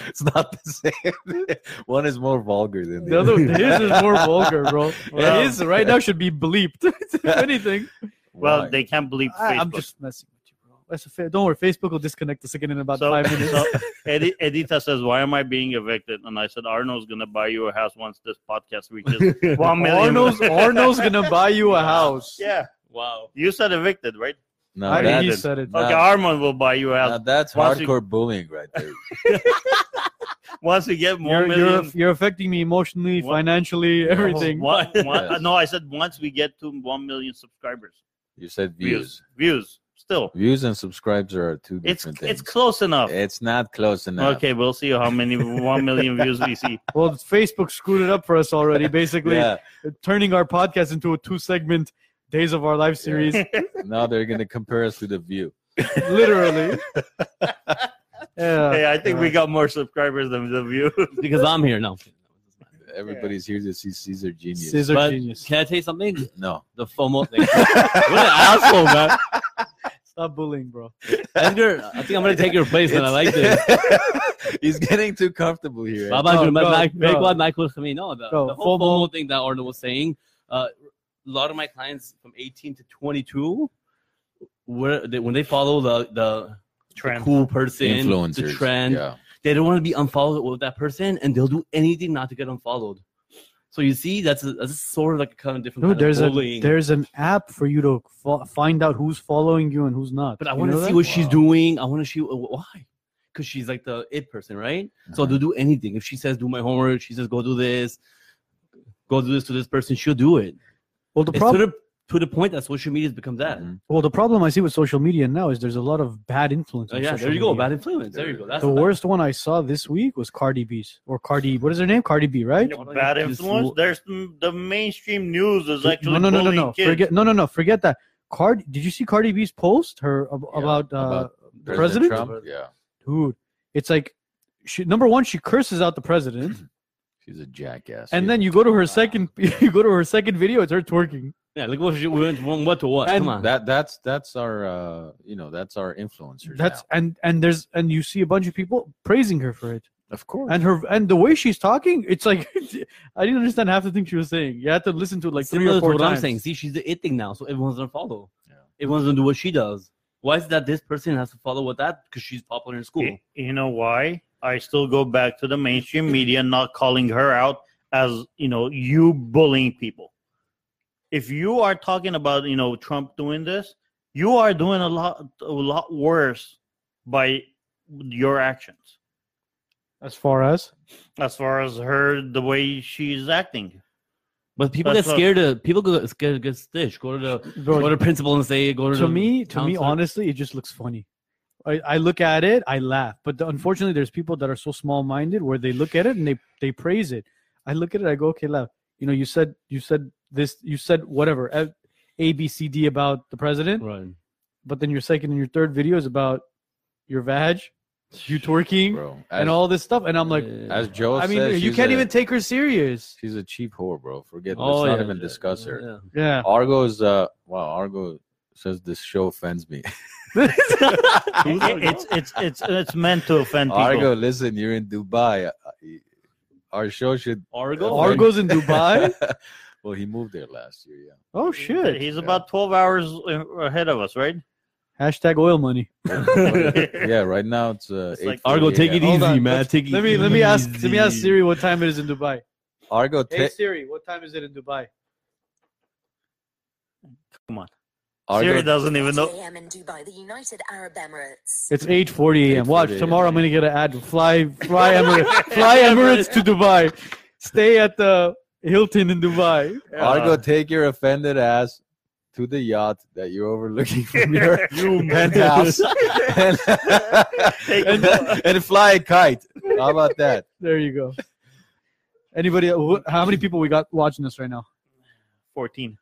Speaker 1: it's not the same. One is more vulgar than
Speaker 2: The other his is more vulgar, bro.
Speaker 4: Well-
Speaker 2: his right now should be bleeped. if anything,
Speaker 4: Well,
Speaker 1: Why?
Speaker 4: they can't believe
Speaker 2: I,
Speaker 4: Facebook.
Speaker 2: I'm just messing with you, bro. That's a fa- don't worry, Facebook will disconnect us again in about
Speaker 4: so,
Speaker 2: five minutes.
Speaker 4: so Edi- Edita says, "Why am I being evicted?" And I said, "Arno's gonna buy you a house once this podcast reaches one million.
Speaker 2: Arno's, Arno's gonna buy you a house.
Speaker 4: yeah,
Speaker 3: Wow.
Speaker 4: you said evicted, right?
Speaker 1: now
Speaker 2: I
Speaker 1: that-
Speaker 2: think he
Speaker 4: is-
Speaker 2: said it.
Speaker 1: No.
Speaker 4: Okay, Armand will buy you a
Speaker 1: now
Speaker 4: house
Speaker 1: that's
Speaker 4: Once you-
Speaker 1: hardcore bullying right there.
Speaker 4: once you get more
Speaker 2: You're, you're,
Speaker 4: million.
Speaker 2: you're affecting me emotionally,
Speaker 4: What? Oh,
Speaker 2: financially, everything.
Speaker 4: One- one-
Speaker 1: Yes.
Speaker 4: No, I said once we get to one million subscribers,
Speaker 1: You said views.
Speaker 4: views still.
Speaker 1: Views and subscribers are two
Speaker 4: It's
Speaker 1: different things.
Speaker 4: it's
Speaker 1: Eh,
Speaker 4: close enough.
Speaker 1: It's not close enough.
Speaker 4: Okay, we'll see how many one million views we see.
Speaker 2: Well, Facebook screwed it up for us already, basically
Speaker 1: Yeah.
Speaker 2: turning our podcast into a two-segment Days of Our Life series,
Speaker 1: Now they're gonna compare us to the view.
Speaker 2: literally. yeah.
Speaker 4: Hey, I think
Speaker 2: uh,
Speaker 4: we got more subscribers than the view.
Speaker 3: Because I'm here now.
Speaker 1: Everybody's here to see Caesar genius.
Speaker 2: Caesar
Speaker 3: But
Speaker 2: genius.
Speaker 3: Can I tell you something?
Speaker 1: No.
Speaker 3: The FOMO thing. what an asshole, man.
Speaker 2: Stop bullying, bro.
Speaker 3: Edgar, I think I'm gonna take your place, man. I like this.
Speaker 1: He's getting too comfortable here.
Speaker 3: Baba
Speaker 2: No,
Speaker 3: Jun,
Speaker 2: no,
Speaker 3: Mike-
Speaker 2: no.
Speaker 3: Mike- Mike was coming. No, the,
Speaker 2: No,
Speaker 3: the whole
Speaker 2: FOMO.
Speaker 3: FOMO thing that Arnold was saying. Uh, a lot of my clients from 18 to 22, where they, when they follow the the cool person,
Speaker 1: Influencers.
Speaker 3: the trend,
Speaker 1: Yeah.
Speaker 3: they don't want to be unfollowed with that person, and they'll do anything not to get unfollowed. So you see, that's, a, that's sort of like a kind of different
Speaker 2: Dude,
Speaker 3: kind
Speaker 2: there's
Speaker 3: of
Speaker 2: a
Speaker 3: bullying.
Speaker 2: there's an app for you to fo- find out who's following you and who's not.
Speaker 3: But I
Speaker 2: You
Speaker 3: want
Speaker 2: know
Speaker 3: to see
Speaker 2: that?
Speaker 3: what she's
Speaker 1: Wow.
Speaker 3: doing. I want to see uh, why, because she's like the it person, right? So
Speaker 1: Uh-huh.
Speaker 3: they'll do anything. If she says do my homework, she says go do this, go do this to this person, she'll do it.
Speaker 2: Well, the
Speaker 3: It's
Speaker 2: problem
Speaker 3: to the to the point that social media has become that.
Speaker 1: Mhm.
Speaker 2: Well, the problem I see with social media now is there's a lot of bad influence.
Speaker 3: So
Speaker 2: on
Speaker 3: yeah,
Speaker 2: social
Speaker 3: there you go.
Speaker 2: media.
Speaker 3: Bad influence. There you go. That's
Speaker 2: The worst one I saw this week was Cardi B's or Cardi. What is her name? Cardi B, right?
Speaker 4: Bad influence. There's the mainstream news is actually
Speaker 2: no, no, no, no,
Speaker 4: bullying
Speaker 2: no.
Speaker 4: kids.
Speaker 2: Forget. No, no, no. Forget that. Cardi. Did you see Cardi B's post? Her ab-
Speaker 1: Yeah,
Speaker 2: about, uh,
Speaker 1: about
Speaker 2: the president.
Speaker 1: Trump? Yeah.
Speaker 2: Dude, it's like she. Number one, she curses out the president,
Speaker 1: She's a jackass.
Speaker 2: and then you go to her second. You go to her second video. It's her twerking.
Speaker 3: Yeah, look what she went from what to what.
Speaker 2: And
Speaker 3: Come on.
Speaker 1: that that's that's our uh you know that's our influencers.
Speaker 2: That's
Speaker 1: now.
Speaker 2: and and there's and you see a bunch of people praising her for it.
Speaker 1: of course.
Speaker 2: and her and the way she's talking, it's like I didn't understand half the thing she was saying. You had to listen to it like three
Speaker 3: Similar
Speaker 2: or
Speaker 3: to
Speaker 2: four
Speaker 3: what
Speaker 2: times.
Speaker 3: I'm saying. See, she's the it thing now, so everyone's gonna follow.
Speaker 1: Yeah.
Speaker 3: Everyone's gonna do what she does. Why is it that this person has to follow with that? Because she's popular in school.
Speaker 4: Y- You know why? I still go back to the mainstream media not calling her out as, you know, you bullying people. If you are talking about, you know, Trump doing this, you are doing a lot a lot worse by your actions.
Speaker 2: As far as
Speaker 4: As far as her the way she's acting.
Speaker 3: But people
Speaker 4: That's
Speaker 3: get
Speaker 4: what-
Speaker 3: scared of people get scared to get stitched. Go to the
Speaker 2: Bro,
Speaker 3: go to the principal and say go to,
Speaker 2: to
Speaker 3: the
Speaker 2: me, to me,
Speaker 3: counselor.
Speaker 2: honestly, it just looks funny. I, I look at it, I laugh. But the, unfortunately, there's people that are so small-minded where they look at it and they they praise it. I look at it, I go, okay, laugh. You know, you said you said this, you said whatever, A- A, B, C, D about the president.
Speaker 3: right.
Speaker 2: But then your second and your third video is about your vag, you twerking,
Speaker 1: bro. As,
Speaker 2: and all this stuff. And I'm like,
Speaker 3: Yeah.
Speaker 1: as Joe
Speaker 2: I mean,
Speaker 1: says,
Speaker 2: you
Speaker 1: she's
Speaker 2: can't
Speaker 1: a-
Speaker 2: even take her serious.
Speaker 1: she's a cheap whore, bro. Forget it.
Speaker 3: Oh,
Speaker 1: Let's not
Speaker 3: yeah,
Speaker 1: even
Speaker 3: yeah,
Speaker 1: discuss her.
Speaker 3: yeah.
Speaker 2: Yeah.
Speaker 1: Argo's uh wow, Argo says this show offends me.
Speaker 4: It- it's it's it's it's meant to offend people.
Speaker 1: Argo, listen, you're in Dubai. Our show should.
Speaker 3: Argo.
Speaker 2: Argo's in Dubai.
Speaker 1: well, he moved there last year. Yeah.
Speaker 2: Oh
Speaker 4: Yeah,
Speaker 2: shit!
Speaker 4: He's about twelve hours uh, ahead of us, right?
Speaker 2: Hashtag oil money.
Speaker 1: yeah, right now it's uh,
Speaker 4: It's like-
Speaker 1: 8:48
Speaker 3: Argo, take
Speaker 1: a.m.
Speaker 3: it
Speaker 2: Hold
Speaker 3: easy,
Speaker 2: on,
Speaker 3: man.
Speaker 2: let's-
Speaker 3: Take it
Speaker 2: Let me let me ask let me ask Siri what time it is in Dubai.
Speaker 1: Argo,
Speaker 2: Hey
Speaker 1: take
Speaker 2: Siri, what time is it in Dubai?
Speaker 4: Come on, Siri
Speaker 1: Argo,
Speaker 4: doesn't even know.
Speaker 5: 2 a.m. in Dubai, the United Arab Emirates.
Speaker 2: It's eight forty a.m. Watch
Speaker 1: 8:40 a.m.
Speaker 2: tomorrow. I'm gonna get an ad. Fly fly Emirates fly Emirates to Dubai. Stay at the Hilton in Dubai.
Speaker 4: uh,
Speaker 1: Argo, take your offended ass to the yacht that you're overlooking from your penthouse and,
Speaker 4: Take
Speaker 1: and,
Speaker 4: one.
Speaker 1: and fly a kite. How about that?
Speaker 2: There you go. Anybody? wh- How many people we got watching this right now?
Speaker 4: fourteen.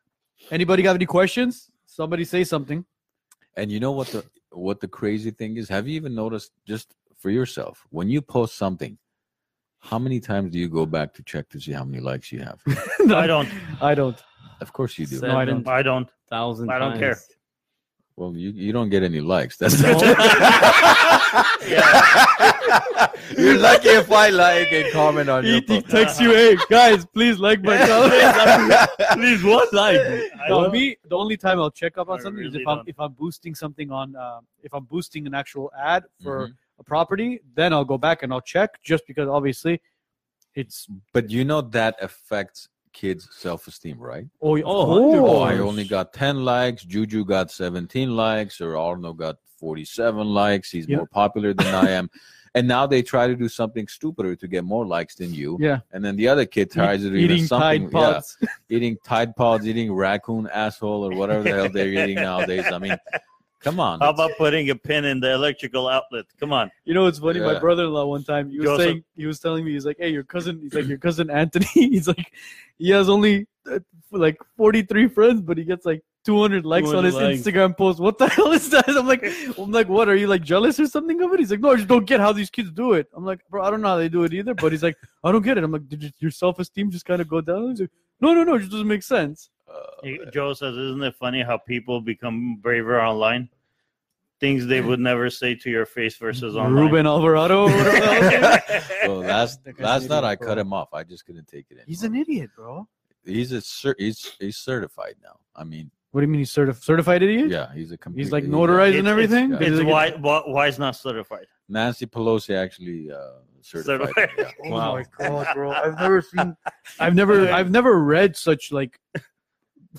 Speaker 2: Anybody got any questions? Somebody say something.
Speaker 1: And you know what the what the crazy thing is? Have you even noticed just for yourself when you post something? How many times do you go back to check to see how many likes you have?
Speaker 4: I don't.
Speaker 2: I don't.
Speaker 1: Of course you do.
Speaker 2: No, I don't.
Speaker 4: I don't.
Speaker 3: Thousand.
Speaker 4: I don't care.
Speaker 1: Well, you, you don't get any likes. That's
Speaker 2: No.
Speaker 1: You're lucky if I like and comment on your
Speaker 2: He
Speaker 1: post.
Speaker 2: texts you, hey guys, please like my comment.
Speaker 3: Please, what like?
Speaker 2: no, me. The only time I'll check up on
Speaker 4: I
Speaker 2: something is
Speaker 4: really
Speaker 2: if I'm
Speaker 4: don't.
Speaker 2: if I'm boosting something on um, if I'm boosting an actual ad for
Speaker 1: Mm-hmm.
Speaker 4: Mm-hmm.
Speaker 2: a property, then I'll go back and I'll check just because obviously it's
Speaker 1: But you know that affects kids' self-esteem, right?
Speaker 2: oh of
Speaker 3: Oh,
Speaker 1: Oh, I
Speaker 2: course.
Speaker 1: only got 10 likes. Juju got 17 likes, or Arno got 47 likes. He's
Speaker 2: Yeah.
Speaker 1: more popular than I am. And now they try to do something stupider to get more likes than you.
Speaker 2: Yeah.
Speaker 1: And then the other kid tries to do even
Speaker 2: eating
Speaker 1: something.
Speaker 2: Tide Pods.
Speaker 1: Yeah, eating Tide Pods, eating raccoon asshole, or whatever the hell they're eating nowadays. I mean, come on.
Speaker 4: How
Speaker 1: it's-
Speaker 4: about putting a pin in the electrical outlet? Come on.
Speaker 2: You know, it's funny. My
Speaker 1: Yeah.
Speaker 2: brother-in-law one time he was
Speaker 4: Joseph.
Speaker 2: saying he was telling me he's like, "Hey, your cousin." He's like, "Your cousin Anthony." He's like, he has only uh, like forty-three friends, but he gets like two hundred likes on
Speaker 3: 200
Speaker 2: his
Speaker 3: likes.
Speaker 2: Instagram post. What the hell is that? I'm like, I'm like, what are you like jealous or something of it? He's like, no, I just don't get how these kids do it. I'm like, bro, I don't know how they do it either. But he's like, I don't get it. I'm like, did you, your self-esteem just kind of go down? He's like, no, no, no, it just doesn't make sense.
Speaker 1: uh,
Speaker 4: Joe says, "Isn't it funny how people become braver online? Things they would never say to your face versus online."
Speaker 2: Ruben Alvarado. or whatever the hell his name is.
Speaker 1: Well, last
Speaker 2: That guy's
Speaker 1: last
Speaker 2: an
Speaker 1: night
Speaker 2: idiot,
Speaker 1: I
Speaker 2: bro.
Speaker 1: cut him off. I just couldn't take it anymore.
Speaker 2: he's an idiot, bro.
Speaker 1: He's a cer- he's he's certified now. I mean,
Speaker 2: What do you mean he's certi- certified idiot?
Speaker 1: yeah, he's a complete.
Speaker 2: He's like
Speaker 1: idiot.
Speaker 2: notarized
Speaker 4: It's-
Speaker 2: and everything.
Speaker 1: it's-
Speaker 2: Did he,
Speaker 4: It's
Speaker 2: like,
Speaker 4: why, why why it's not certified.
Speaker 1: Nancy Pelosi actually uh, certified.
Speaker 4: Certified.
Speaker 1: him, yeah.
Speaker 2: Oh
Speaker 3: Wow.
Speaker 2: my god, bro! I've never seen, I've never, I've never read such like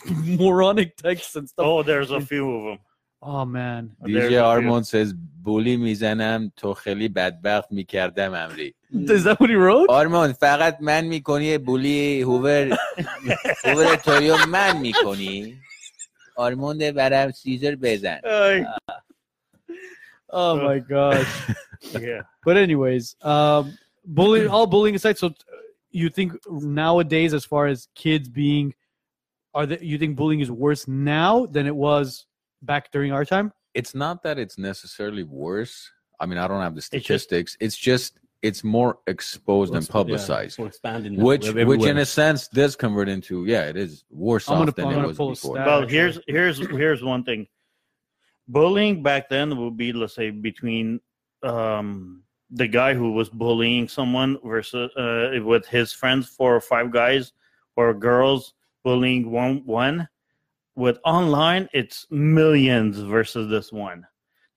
Speaker 2: moronic texts and stuff.
Speaker 4: Oh, there's a few of them.
Speaker 2: Oh man,
Speaker 4: There's
Speaker 1: DJ
Speaker 4: a few.
Speaker 1: Armon says, بولی میزنم تو خیلی بدبخت میکردم امری
Speaker 3: Mm.
Speaker 2: is that what he
Speaker 3: Oh.
Speaker 2: wrote?
Speaker 1: آرمان فقط من میکنی بولی هوور هوور تویو من میکنی آرمان برم سیزر بزن
Speaker 2: Oh my gosh!
Speaker 4: yeah.
Speaker 2: But anyways, um, bullying, all bullying aside, so uh, you think nowadays, as far as kids being, are the, you think bullying is worse now than it was back during our time?
Speaker 1: It's not that it's necessarily worse. I mean, I don't have the
Speaker 4: just-
Speaker 1: statistics. It's just it's more exposed and publicized.
Speaker 3: We're expanding. now.
Speaker 1: Which,
Speaker 3: We're
Speaker 1: which in
Speaker 3: everywhere.
Speaker 1: a sense, does convert into yeah, it is worse
Speaker 2: I'm gonna-
Speaker 1: off than
Speaker 2: I'm
Speaker 1: it
Speaker 2: gonna
Speaker 1: was
Speaker 2: pull a
Speaker 1: before.
Speaker 2: stat.
Speaker 4: Well,
Speaker 2: actually.
Speaker 4: here's here's here's one thing. Bullying back then would be let's say between um, the guy who was bullying someone versus uh, with his friends, four or five guys or girls bullying one one. With online, it's millions versus this one.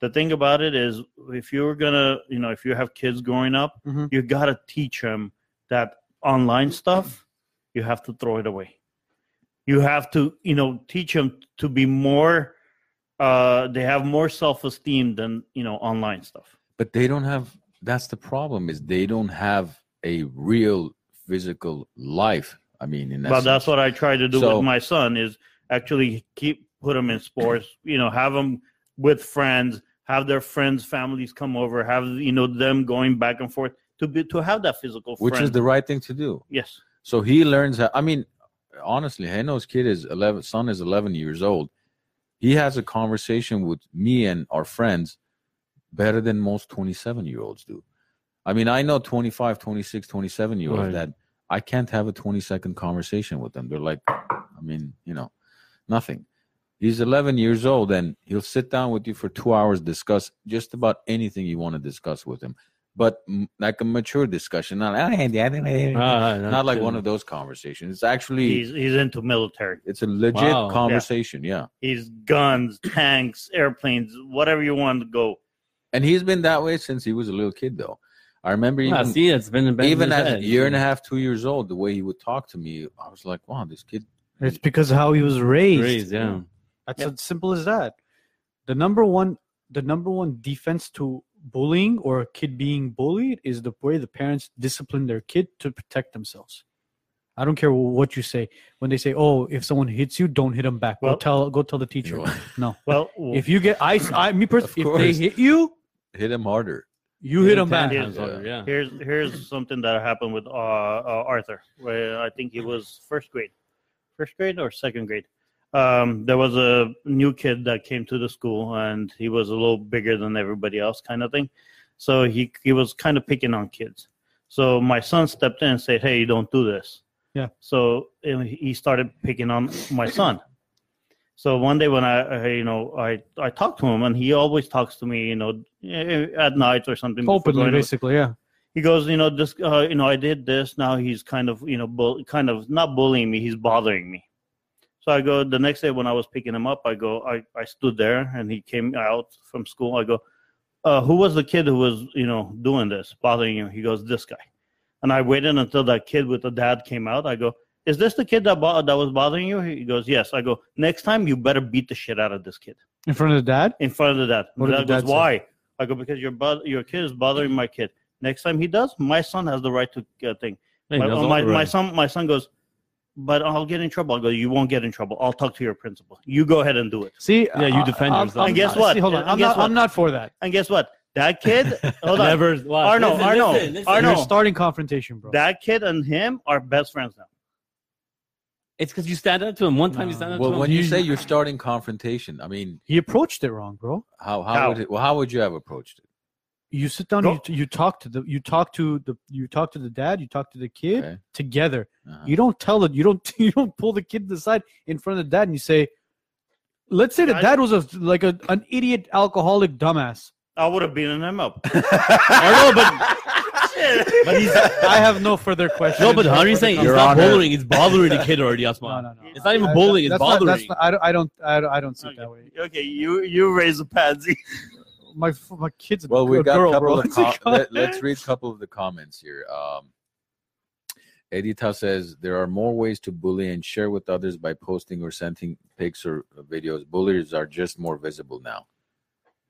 Speaker 4: The thing about it is, if you're gonna, you know, if you have kids growing up,
Speaker 2: Mhm.
Speaker 4: you gotta teach them that online stuff. You have to throw it away you have to you know teach them to be more uh they have more self-esteem than you know online stuff
Speaker 1: but they don't have that's the problem is they don't have a real physical life i mean in that
Speaker 4: but that's
Speaker 1: sense.
Speaker 4: what i try to do
Speaker 1: So-
Speaker 4: with my son is actually keep put him in sports you know have them with friends have their friends families come over have you know them going back and forth to be to have that physical
Speaker 1: which
Speaker 4: friend.
Speaker 1: is the right thing to do
Speaker 4: yes
Speaker 1: so he learns how, i mean honestly heno's kid is 11 son is 11 years old he has a conversation with me and our friends better than most 27 year olds do i mean i know 25 26 27 year olds
Speaker 3: Right.
Speaker 1: that i can't have a 20 second conversation with them they're like i mean you know nothing He's 11 years old, and he'll sit down with you for two hours, discuss just about anything you want to discuss with him, but m- like a mature discussion, not "Ah, yeah, yeah, yeah, yeah."
Speaker 3: Ah,
Speaker 1: not like one of those conversations. It's actually
Speaker 4: He's he's into military.
Speaker 1: it's a legit
Speaker 3: Wow. Yeah.
Speaker 1: conversation, yeah.
Speaker 4: He's guns, tanks, airplanes, whatever you want to go.
Speaker 1: And he's been that way since he was a little kid, though. I remember even,
Speaker 3: Yeah, Ah, see, it's been, been
Speaker 1: even
Speaker 3: his
Speaker 1: at a
Speaker 3: head.
Speaker 1: year and a half, two years old, the way he would talk to me, I was like, wow, this kid.
Speaker 2: It's because of how he was raised.
Speaker 3: Raised, yeah.
Speaker 2: That's as simple as that. The number one, the number one defense to bullying or a kid being bullied is the way the parents discipline their kid to protect themselves. I don't care wh- what you say when they say, "Oh, if someone hits you, don't hit them back."
Speaker 4: Well-
Speaker 2: go tell, go tell the teacher. No,
Speaker 4: Well,
Speaker 2: if you get, I, I me
Speaker 1: Of
Speaker 2: personally, if
Speaker 1: course.
Speaker 2: they hit you,
Speaker 1: Hit him harder.
Speaker 2: you hit them back.
Speaker 4: Yeah.
Speaker 3: Times over, yeah.
Speaker 4: Here's here's something that happened with uh, uh, Arthur. Where I think he was first grade, first grade or second grade. Um, there was a new kid that came to the school, and he was a little bigger than everybody else, kind of thing. So he he was kind of picking on kids. So my son stepped in and said, "Hey, you don't do this."
Speaker 2: Yeah.
Speaker 4: So and he started picking on my son. So one day when I, I you know I I talked to him and he always talks to me you know eh, at night or something before
Speaker 2: Openly,
Speaker 4: going to-
Speaker 2: basically, yeah.
Speaker 4: he goes, you know, this, uh, you know, I did this. Now he's kind of, you know, bull- kind of not bullying me. He's bothering me. So I go the next day when I was picking him up. I go, I, I stood there and he came out from school. I go, uh, who was the kid who was, you know, doing this, bothering you? He goes, this guy. And I waited until that kid with the dad came out. I go, is this the kid that bo- that was bothering you? He goes, yes. I go, next time you better beat the shit out of this kid
Speaker 2: In front of the dad,
Speaker 4: in front of that.
Speaker 2: What did
Speaker 4: that
Speaker 2: the
Speaker 4: goes,
Speaker 2: dad say?
Speaker 4: why? I go because your bo- your kid is bothering my kid. Next time he does, my son has the right to uh, thing.
Speaker 3: Hey,
Speaker 4: my,
Speaker 3: that's all
Speaker 4: my, my
Speaker 3: right.
Speaker 4: son my son goes, but I'll get in trouble. I go, you won't get in trouble. I'll talk to your principal. You go ahead and do it.
Speaker 2: see,
Speaker 3: Yeah, you
Speaker 2: I-
Speaker 3: defend
Speaker 2: I'm-
Speaker 3: yourself.
Speaker 2: I'm-
Speaker 3: And
Speaker 4: guess what?
Speaker 2: See, hold on,
Speaker 4: And
Speaker 2: I'm
Speaker 4: guess
Speaker 2: not,
Speaker 4: what?
Speaker 2: I'm not for that.
Speaker 4: And guess what? That kid, hold on,
Speaker 3: Never. Wow.
Speaker 4: Arno, Arno, Arno.
Speaker 2: You're starting confrontation, bro.
Speaker 4: that kid and him are best friends now.
Speaker 3: It's because you stand up to him. One time you
Speaker 2: No.
Speaker 3: stand up to
Speaker 1: Well,
Speaker 3: him.
Speaker 1: when you say you're starting confrontation, I mean,
Speaker 2: he approached it wrong, bro.
Speaker 1: how, how,
Speaker 4: How?
Speaker 1: Would, it, well, how would you have approached it?
Speaker 2: you sit down
Speaker 4: Go-
Speaker 2: you, t- you talk to the you talk to the you talk to the dad you talk to the kid
Speaker 1: Okay.
Speaker 2: together
Speaker 1: Uh-huh.
Speaker 2: you don't tell it you don't you don't pull the kid to the side in front of the dad and you say let's say the
Speaker 4: I-
Speaker 2: dad was a like a, an idiot alcoholic dumbass
Speaker 4: I would have beaten him up.
Speaker 3: Arno, but
Speaker 4: Shit.
Speaker 3: but he's
Speaker 2: i have no further questions
Speaker 3: no, but Henry's saying it's
Speaker 1: Your
Speaker 3: not
Speaker 1: Honor.
Speaker 3: bullying. It's bothering the kid already. That's
Speaker 2: no,
Speaker 3: why.
Speaker 2: no, no.
Speaker 3: It's not even
Speaker 2: I-
Speaker 3: bullying, it's
Speaker 2: that's not- that's
Speaker 3: bothering.
Speaker 2: not- I, don't, I don't i don't i don't see it
Speaker 4: Okay.
Speaker 2: that way
Speaker 4: okay, you you raise a pansy.
Speaker 2: my f- my kid's a
Speaker 1: Well, we
Speaker 2: good
Speaker 1: got
Speaker 2: girl,
Speaker 1: a couple
Speaker 2: bro.
Speaker 1: of
Speaker 2: It's a
Speaker 1: com-
Speaker 2: girl.
Speaker 1: let, let's read a couple of the comments here. Um, Edita says there are more ways to bully and share with others by posting or sending pics or videos. Bullies are just more visible now.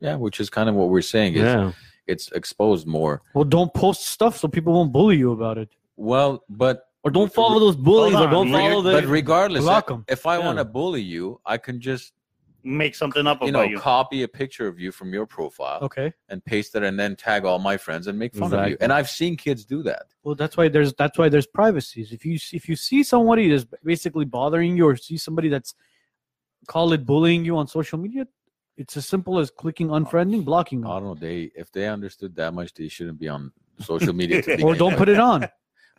Speaker 1: Yeah, which is kind of what we're saying. Is It's exposed more.
Speaker 2: well don't post stuff so people won't bully you about it
Speaker 1: Well, but
Speaker 3: Or don't follow those bullies.
Speaker 4: Hold
Speaker 3: Or
Speaker 4: on.
Speaker 3: don't
Speaker 4: Re-
Speaker 3: follow
Speaker 1: but
Speaker 3: the.
Speaker 1: regardless,
Speaker 2: block 'em.
Speaker 1: if I
Speaker 3: Yeah.
Speaker 1: want to bully you, I can just
Speaker 4: Make something up
Speaker 1: you
Speaker 4: about
Speaker 1: know
Speaker 4: you.
Speaker 1: copy a picture of you from your profile
Speaker 2: okay
Speaker 1: and paste it, and then tag all my friends and make fun of you.
Speaker 3: Exactly.
Speaker 1: And I've seen kids do that.
Speaker 2: Well, that's why there's that's why there's privacies. If you if you see somebody that's basically bothering you, or see somebody that's call it bullying you on social media, it's as simple as clicking
Speaker 1: Oh.
Speaker 2: unfriending,
Speaker 1: I
Speaker 2: blocking them,
Speaker 1: don't know. They if they understood that much, they shouldn't be on social media. To begin
Speaker 2: or don't
Speaker 1: with.
Speaker 2: put it on.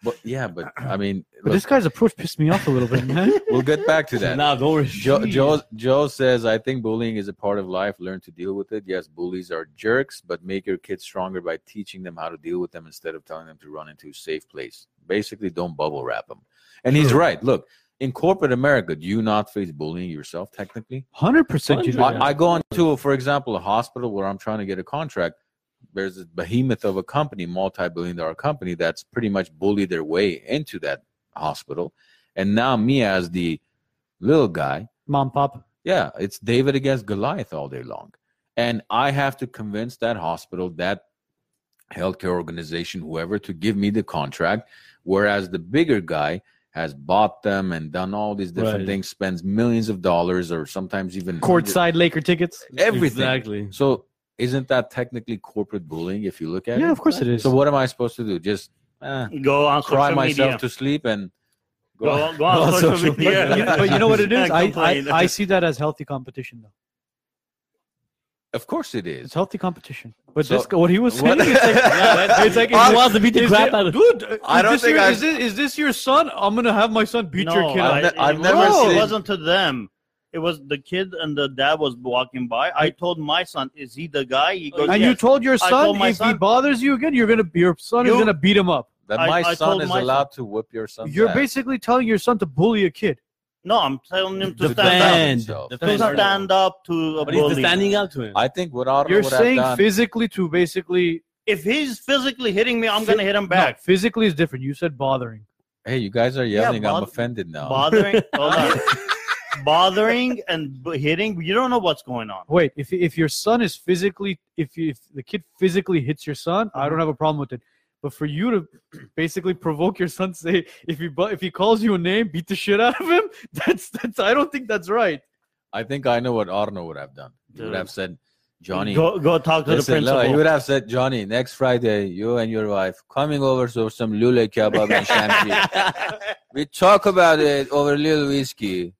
Speaker 1: But yeah, but I mean,
Speaker 2: But
Speaker 1: look,
Speaker 2: this guy's approach pissed me off a little bit, man.
Speaker 1: we'll get back to that.
Speaker 3: Nah, don't worry.
Speaker 1: Joe, Joe Joe says, I think bullying is a part of life. Learn to deal with it. Yes, bullies are jerks, but make your kids stronger by teaching them how to deal with them instead of telling them to run into a safe place. Basically, don't bubble wrap them. And he's right. Look, in corporate America, do you not face bullying yourself technically?
Speaker 2: Hundred percent, you do.
Speaker 1: I, I go on to, for example, a hospital where I'm trying to get a contract. There's a behemoth of a company, multi-billion dollar company, that's pretty much bullied their way into that hospital. And now me as the little guy,
Speaker 2: Mom, pop.
Speaker 1: yeah, it's David against Goliath all day long. And I have to convince that hospital, that healthcare organization, whoever, to give me the contract. Whereas the bigger guy has bought them and done all these different
Speaker 3: Right.
Speaker 1: things, spends millions of dollars or sometimes even hundreds-
Speaker 2: Courtside Laker tickets.
Speaker 1: everything.
Speaker 3: Exactly.
Speaker 1: So isn't that technically corporate bullying if you look at it?
Speaker 2: Yeah, of course it is.
Speaker 1: So what am I supposed to do? Just eh,
Speaker 4: Go on
Speaker 1: cry
Speaker 4: social
Speaker 1: myself
Speaker 4: media.
Speaker 1: to sleep and
Speaker 4: Go on, go on social, media.
Speaker 2: But you, but you know what it is?
Speaker 4: And
Speaker 2: I, I,
Speaker 4: complain.
Speaker 2: I see that as healthy competition, though.
Speaker 1: Of course it is.
Speaker 2: It's healthy competition. But
Speaker 1: So-
Speaker 2: this guy- what he was saying,
Speaker 1: What-
Speaker 2: it's like, it's like
Speaker 3: He wants to beat the
Speaker 2: Is
Speaker 3: crap
Speaker 2: it-
Speaker 3: out of.
Speaker 2: dude.
Speaker 1: I
Speaker 2: is
Speaker 1: don't
Speaker 2: this
Speaker 1: think
Speaker 2: your,
Speaker 1: I-
Speaker 2: is, this, is this your son? I'm gonna have my son beat
Speaker 4: No,
Speaker 2: your kid.
Speaker 1: I-
Speaker 2: up.
Speaker 1: I've ne- I've
Speaker 4: it
Speaker 1: never
Speaker 4: wasn't-
Speaker 1: seen-
Speaker 4: It wasn't to them. It was the kid and the dad was walking by. I told my son, "Is he the guy?" He goes,
Speaker 2: And you
Speaker 4: "Yes."
Speaker 2: told your
Speaker 4: I
Speaker 2: son
Speaker 4: told my
Speaker 2: if he
Speaker 4: son-
Speaker 2: bothers you again, you're gonna your son is
Speaker 4: You-
Speaker 2: gonna beat him up.
Speaker 1: That
Speaker 4: I-
Speaker 1: my
Speaker 4: I
Speaker 1: son
Speaker 4: told
Speaker 1: is
Speaker 4: my son-
Speaker 1: allowed to whip your son.
Speaker 2: You're basically telling your son to bully a kid.
Speaker 4: No, I'm telling him to stand
Speaker 1: Defend.
Speaker 4: up.
Speaker 3: Defend.
Speaker 1: himself.
Speaker 4: To
Speaker 3: Defend.
Speaker 4: stand up to a
Speaker 3: But he's
Speaker 4: bully.
Speaker 3: standing up to him.
Speaker 1: I think what Ottawa
Speaker 2: You're
Speaker 1: would have
Speaker 2: saying
Speaker 1: done.
Speaker 2: physically to basically
Speaker 4: If he's physically hitting me, I'm
Speaker 2: Phy-
Speaker 4: gonna hit him
Speaker 2: no,
Speaker 4: back.
Speaker 2: physically is different. You said bothering.
Speaker 1: hey, you guys are yelling. I'm
Speaker 4: bother-
Speaker 1: offended now.
Speaker 4: Bothering, hold on. bothering and b- hitting. You don't know what's going on.
Speaker 2: Wait, if if your son is physically if you, if the kid physically hits your son, I don't have a problem with it. But for you to basically provoke your son, say if he bu- if he calls you a name, beat the shit out of him. That's that's I don't think that's right.
Speaker 1: I think I know what Arno would have done. He would
Speaker 4: Dude.
Speaker 1: have said, Johnny.
Speaker 4: go go talk to the
Speaker 1: Listen, no,
Speaker 4: principal.
Speaker 1: he would have said, Johnny, next Friday, you and your wife coming over to some lule kebab and champagne. we talk about it over a little whiskey.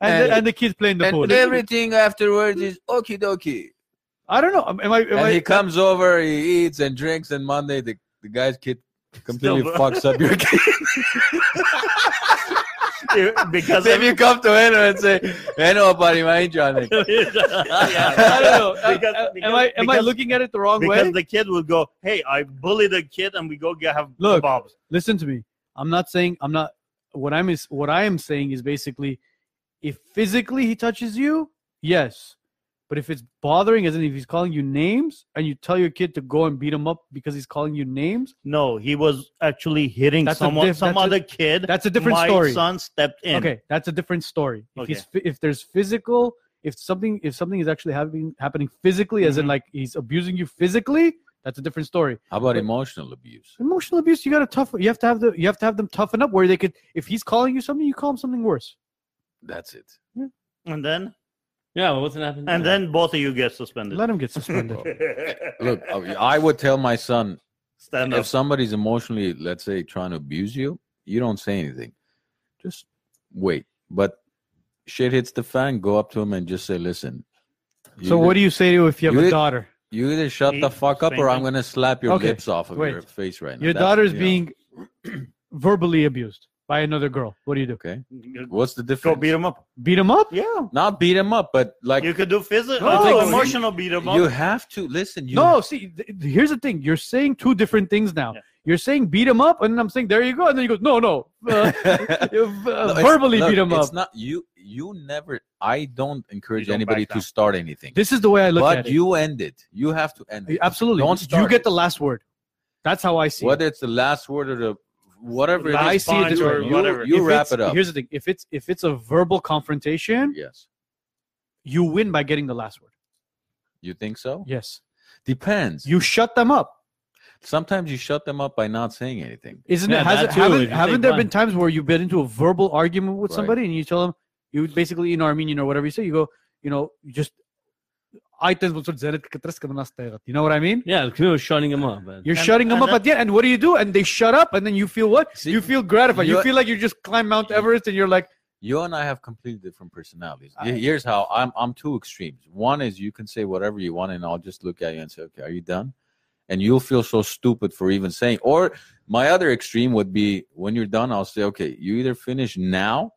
Speaker 2: And
Speaker 1: And-
Speaker 2: the, and the kid's playing the fool.
Speaker 1: And everything afterwards is okie dokie.
Speaker 2: I don't know. Am am I? Am
Speaker 1: And
Speaker 2: I
Speaker 1: he comes over, he eats and drinks, and Monday the, the guy's kid completely
Speaker 4: Still-
Speaker 1: fucks up your kid.
Speaker 4: because
Speaker 1: if you come to him and say, Hey nobody, my Johnny.
Speaker 2: I
Speaker 4: yeah.
Speaker 2: don't know. Am-
Speaker 4: Because-
Speaker 2: am, I am I
Speaker 4: because-
Speaker 2: looking at it the wrong way?
Speaker 4: Because the kid would go, "Hey, I bullied a kid, and we go get have
Speaker 2: Look.
Speaker 4: kebabs."
Speaker 2: listen to me. I'm not saying I'm not. What I'm is what I am saying is basically, if physically he touches you, yes. But if it's bothering, as in if he's calling you names, and you tell your kid to go and beat him up because he's calling you names,
Speaker 4: No, he was actually hitting
Speaker 2: That's a
Speaker 4: someone,
Speaker 2: diff-
Speaker 4: some
Speaker 2: that's a-
Speaker 4: other kid.
Speaker 2: that's a different
Speaker 4: My
Speaker 2: story.
Speaker 4: son stepped in.
Speaker 2: Okay, that's a different story. If he's phy- if there's physical, if something if something is actually happening happening physically, as in like he's abusing you physically, that's a different story.
Speaker 1: How about emotional abuse?
Speaker 2: Emotional abuse, you gotta tough. You have to have the you have to have them toughen up where they could. If he's calling you something, you call him something worse.
Speaker 1: That's it.
Speaker 4: and then
Speaker 3: yeah, well, what's gonna happen?
Speaker 4: and then both of you get suspended.
Speaker 2: Let him get suspended.
Speaker 1: Oh. Look, uh, I would tell my son,
Speaker 4: stand up.
Speaker 1: if somebody's emotionally, let's say, trying to abuse you, you don't say anything. Just wait. But shit hits the fan, go up to him and just say, listen.
Speaker 2: So what do you say to if you have
Speaker 1: you
Speaker 2: a
Speaker 1: did-
Speaker 2: daughter?
Speaker 1: you either shut the
Speaker 4: Hey,
Speaker 1: fuck up or I'm
Speaker 4: Spank.
Speaker 1: gonna slap your
Speaker 2: Okay,
Speaker 1: lips off of
Speaker 2: wait.
Speaker 1: your face right now.
Speaker 2: Your
Speaker 1: That's-
Speaker 2: daughter's
Speaker 1: you know.
Speaker 2: being verbally abused by another girl. What do you do?
Speaker 1: okay. What's the
Speaker 4: go
Speaker 1: difference?
Speaker 4: beat him up.
Speaker 2: Beat him up?
Speaker 4: Yeah,
Speaker 1: Not beat him up, but like
Speaker 4: you could do physical,
Speaker 2: No,
Speaker 4: oh,
Speaker 2: like-
Speaker 4: emotional beat him up.
Speaker 1: you have to listen. You,
Speaker 2: no, see, th- th- here's the thing. You're saying two different things now.
Speaker 4: Yeah.
Speaker 2: You're saying beat him up, and I'm saying there you go, and then you go, no, no, uh, you, uh,
Speaker 1: No, it's-
Speaker 2: verbally
Speaker 1: look,
Speaker 2: beat him
Speaker 1: It's
Speaker 2: up.
Speaker 1: not you. You never. I don't encourage
Speaker 4: don't
Speaker 1: anybody
Speaker 4: back
Speaker 1: to
Speaker 4: down.
Speaker 1: start anything.
Speaker 2: This is the way I look
Speaker 1: but
Speaker 2: at
Speaker 1: you end it. You have to end
Speaker 2: it.
Speaker 1: it.
Speaker 2: Absolutely,
Speaker 1: don't
Speaker 2: you
Speaker 1: start
Speaker 2: get
Speaker 1: it.
Speaker 2: the last word. That's how I see it.
Speaker 1: whether it's the last word or the whatever it
Speaker 4: Last
Speaker 2: I
Speaker 1: is,
Speaker 2: see it
Speaker 1: punch
Speaker 2: this way.
Speaker 1: or
Speaker 4: You-
Speaker 1: whatever. You,
Speaker 2: If
Speaker 1: wrap
Speaker 2: it's-
Speaker 1: it up.
Speaker 2: Here's the thing: if it's if it's a verbal confrontation,
Speaker 1: Yes,
Speaker 2: you win by getting the last word.
Speaker 1: you think so?
Speaker 2: Yes,
Speaker 1: Depends.
Speaker 2: you shut them up.
Speaker 1: Sometimes you shut them up by not saying anything.
Speaker 2: Isn't
Speaker 3: Yeah,
Speaker 2: it? Has,
Speaker 3: that too, if
Speaker 2: haven't
Speaker 3: you
Speaker 2: haven't
Speaker 3: take
Speaker 2: there
Speaker 3: one.
Speaker 2: been times where you've been into a verbal argument with
Speaker 1: Right.
Speaker 2: somebody and you tell them, you basically in Armenian or whatever you say, you go, you know, you just, I tend to Zeret Katraska Manastegat. You know what I mean?
Speaker 3: yeah, Camille was shutting him up. man.
Speaker 2: You're
Speaker 4: And-
Speaker 2: shutting them
Speaker 4: and
Speaker 2: up at the end, and what do you do? And they shut up, and then you feel what?
Speaker 1: See,
Speaker 2: you feel gratified. You
Speaker 1: you-
Speaker 2: feel like you just climbed Mount Everest, and you're like,
Speaker 1: You and I have completely different personalities.
Speaker 2: I-
Speaker 1: Here's how I'm. I'm two extremes. One is you can say whatever you want, and I'll just look at you and say, "Okay, are you done?" And you'll feel so stupid for even saying. Or my other extreme would be when you're done, I'll say, "Okay, you either finish now."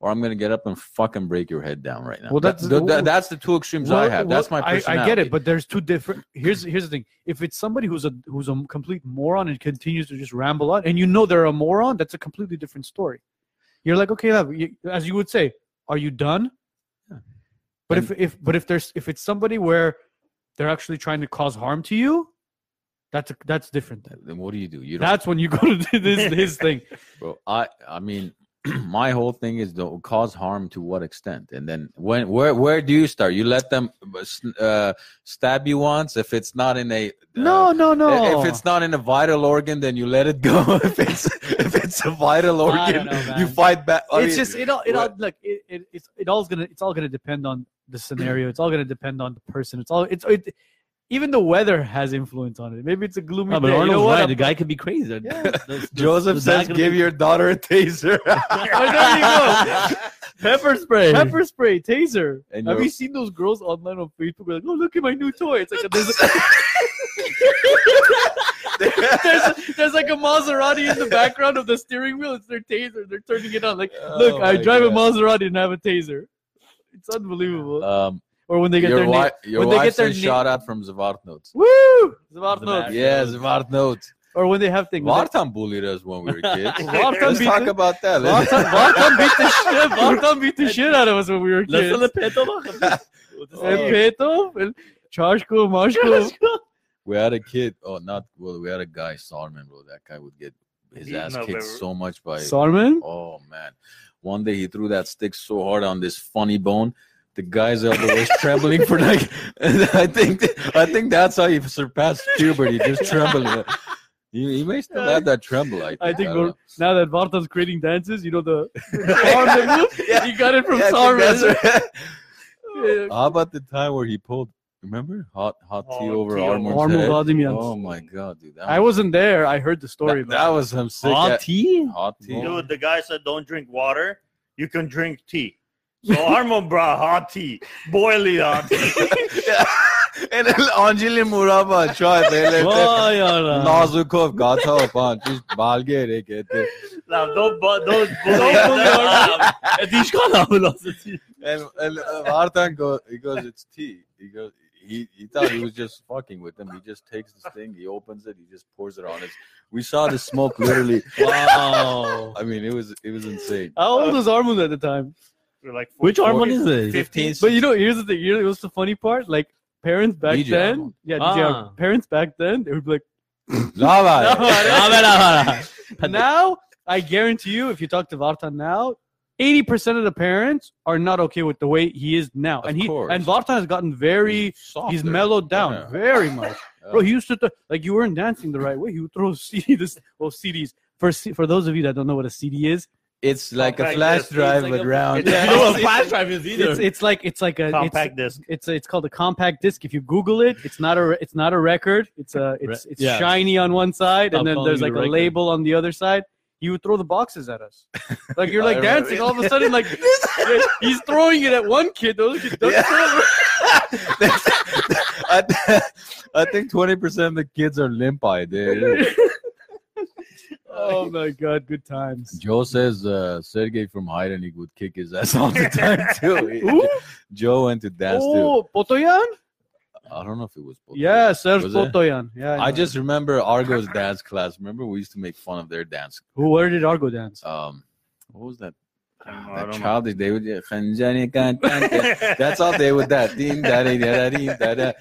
Speaker 1: Or I'm gonna get up and fucking break your head down right now.
Speaker 2: Well,
Speaker 1: That-
Speaker 2: that's-
Speaker 1: th- th- that's the two extremes I
Speaker 2: well-
Speaker 1: have.
Speaker 2: well,
Speaker 1: That's my
Speaker 2: I,
Speaker 1: personality.
Speaker 2: I get it, but there's two different. Here's here's the thing: if it's somebody who's a who's a complete moron and continues to just ramble on, and you know they're a moron, that's a completely different story. You're like, okay, love, you, as you would say, are you done? But if if but if there's if it's somebody where they're actually trying to cause harm to you, that's a, that's different. Then.
Speaker 1: then what do you do? You don't
Speaker 2: That's when you go to this his thing.
Speaker 1: Well, I I mean, my whole thing is don't cause harm to what extent, and then when where where do you start? You let them uh, stab you once if it's not in a uh,
Speaker 2: No, no, no.
Speaker 1: If it's not in a vital organ, then you let it go. if it's if it's a vital
Speaker 2: I
Speaker 1: organ,
Speaker 2: don't know,
Speaker 1: you
Speaker 2: man.
Speaker 1: fight back. I
Speaker 2: it's
Speaker 1: mean,
Speaker 2: just it all it
Speaker 1: what-
Speaker 2: all look it, it it's it all's gonna it's all gonna depend on the scenario. It's all gonna depend on the person. It's all it's it, even the weather has influence on it. Maybe it's a gloomy
Speaker 3: No,
Speaker 2: day.
Speaker 3: but
Speaker 2: You
Speaker 3: Arnold's
Speaker 2: know what?
Speaker 3: right.
Speaker 2: I'm-
Speaker 3: The guy could be crazy. The-
Speaker 2: Yeah.
Speaker 3: the- the-
Speaker 1: Joseph
Speaker 3: the
Speaker 1: says,
Speaker 3: dad
Speaker 1: "Give
Speaker 3: could
Speaker 1: your daughter a taser."
Speaker 2: there you go.
Speaker 3: pepper spray.
Speaker 2: Pepper spray, taser.
Speaker 1: And
Speaker 2: Have
Speaker 1: you're-
Speaker 2: you seen those girls online on Facebook? Like, oh look at my new toy. It's like a, there's, there's there's like a Maserati in the background of the steering wheel. It's their taser. They're turning it on. Like, look,
Speaker 1: Oh
Speaker 2: I
Speaker 1: my
Speaker 2: drive a
Speaker 1: God.
Speaker 2: Maserati and I have a taser. It's unbelievable.
Speaker 1: Um,
Speaker 2: or when they get
Speaker 1: your
Speaker 2: their
Speaker 1: wi-
Speaker 2: name.
Speaker 1: your
Speaker 2: when they
Speaker 1: wife
Speaker 2: get their
Speaker 1: says
Speaker 2: na-
Speaker 1: shout out from Zvartnots.
Speaker 2: Woo! Zvartnots.
Speaker 1: Yeah, Zvartnots.
Speaker 2: Or when they have things. like-
Speaker 1: Vartan bullied us when we were kids.
Speaker 2: Vartan
Speaker 1: Let's
Speaker 2: beat
Speaker 1: talk
Speaker 2: the-
Speaker 1: about that. Let's-
Speaker 2: Vartan Vartan beat the shit. Vartan beat the shit out of us when we were
Speaker 3: Let's
Speaker 2: kids.
Speaker 3: tell the pedo look.
Speaker 2: El Peto, el Chashko, Mashko.
Speaker 1: we had a kid. Oh, not well. We had a guy, Sarman, bro. That guy would get his
Speaker 4: Beaten
Speaker 1: ass
Speaker 4: up
Speaker 1: kicked
Speaker 4: every-
Speaker 1: so much by.
Speaker 2: Sarman?
Speaker 1: Oh man! One day he threw that stick so hard on this funny bone, the guy's elbow was trembling for like. and I think I think that's how he surpassed puberty, just trembling. You, you may still have that tremble. I think.
Speaker 2: I think
Speaker 1: don't
Speaker 2: we're-
Speaker 1: know.
Speaker 2: Now that Vartan's creating dances, you know the, the arm that moves?
Speaker 1: Yeah.
Speaker 2: You got it from
Speaker 1: Yeah, I think that's
Speaker 2: Sarman.
Speaker 1: right.
Speaker 2: Yeah.
Speaker 1: How about the time where he pulled? Remember, hot hot tea
Speaker 4: Hot
Speaker 1: over
Speaker 4: tea
Speaker 1: Armor's
Speaker 4: over-
Speaker 2: Armor
Speaker 1: head?
Speaker 2: Vladimian.
Speaker 1: Oh my god, dude! That
Speaker 2: I wasn't there. I heard the story.
Speaker 1: That, that
Speaker 2: about
Speaker 1: was some sick.
Speaker 3: Hot tea?
Speaker 1: hot tea.
Speaker 4: Dude, the guy said don't drink water. You can drink tea. So Armo brought hot tea, boiling hot tea.
Speaker 1: and then Anjali Muraba tried. They left
Speaker 3: Vay ana.
Speaker 1: Nazukov got up on just balgere get there.
Speaker 4: now don't bu- don't bully.
Speaker 3: Don't bully
Speaker 4: us.
Speaker 3: Armo. Het is gewoon allemaal als het is.
Speaker 1: And and uh, Vartan goes, he goes, it's tea. He goes, he, he thought he was just fucking with him. He just takes this thing, he opens it, he just pours it on us. We saw the smoke literally.
Speaker 3: Wow.
Speaker 1: I mean, it was it was insane.
Speaker 2: How old was Armand at the time?
Speaker 4: We're like,
Speaker 3: Which
Speaker 4: four-
Speaker 3: Armand is this?
Speaker 2: But you know, here's the thing. You know, what's the funny part? Like parents back
Speaker 1: DJ
Speaker 2: then,
Speaker 1: Armand.
Speaker 2: yeah, DJ
Speaker 3: Ah.
Speaker 2: Armand. parents back then, they would be like.
Speaker 1: Lava.
Speaker 3: Abel, abel.
Speaker 2: now, I guarantee you, if you talk to Vartan now, eighty percent of the parents are not okay with the way he is now,
Speaker 1: Of
Speaker 2: and he
Speaker 1: course.
Speaker 2: and Vartan has gotten very. He's
Speaker 1: softer.
Speaker 2: mellowed down
Speaker 1: Yeah.
Speaker 2: very much,
Speaker 1: Yeah.
Speaker 2: bro. He used to th- like you weren't dancing the right way. He would throw CD this, well, CDs for C- for those of you that don't know what a CD is.
Speaker 1: It's like a
Speaker 4: Compact
Speaker 1: flash
Speaker 4: disc.
Speaker 1: drive,
Speaker 3: It's like
Speaker 1: but
Speaker 3: a-
Speaker 1: round.
Speaker 3: You know what flash drive is
Speaker 2: It's
Speaker 3: either.
Speaker 2: it's like it's like a it's-
Speaker 4: compact disc.
Speaker 2: it's a, it's called a compact disc. If you Google it, it's not a it's not a record. It's a it's it's
Speaker 3: yeah.
Speaker 2: shiny on one side,
Speaker 3: Stop
Speaker 2: and then
Speaker 3: calling
Speaker 2: there's
Speaker 3: it a
Speaker 2: like a,
Speaker 3: record.
Speaker 2: label on the other side. You would throw the boxes at us, like you're
Speaker 1: I
Speaker 2: like
Speaker 1: remember.
Speaker 2: dancing. All of a sudden, like he's throwing it at one kid. Those kid doesn't
Speaker 1: Yeah.
Speaker 2: throw it.
Speaker 1: I, th- I think twenty percent of the kids are limp eyed.
Speaker 2: Oh my god, good times.
Speaker 1: Joe says uh, Sergey from Hayden he would kick his ass all the time too.
Speaker 2: Who?
Speaker 1: He- Joe went to dance too.
Speaker 2: Oh, Potoyan?
Speaker 1: I don't know if it was. Potoyan.
Speaker 2: Yeah, Serge
Speaker 1: Was it?
Speaker 2: Potoyan. Yeah,
Speaker 1: I
Speaker 2: know.
Speaker 1: just remember Argo's dance class. Remember we used to make fun of their dance.
Speaker 2: who? Where did Argo dance?
Speaker 1: Um, what was that?
Speaker 4: Oh, I
Speaker 1: that
Speaker 4: don't
Speaker 1: childish. They would. That's how they would that. Ding, da, ding, da, da, ding, da, da.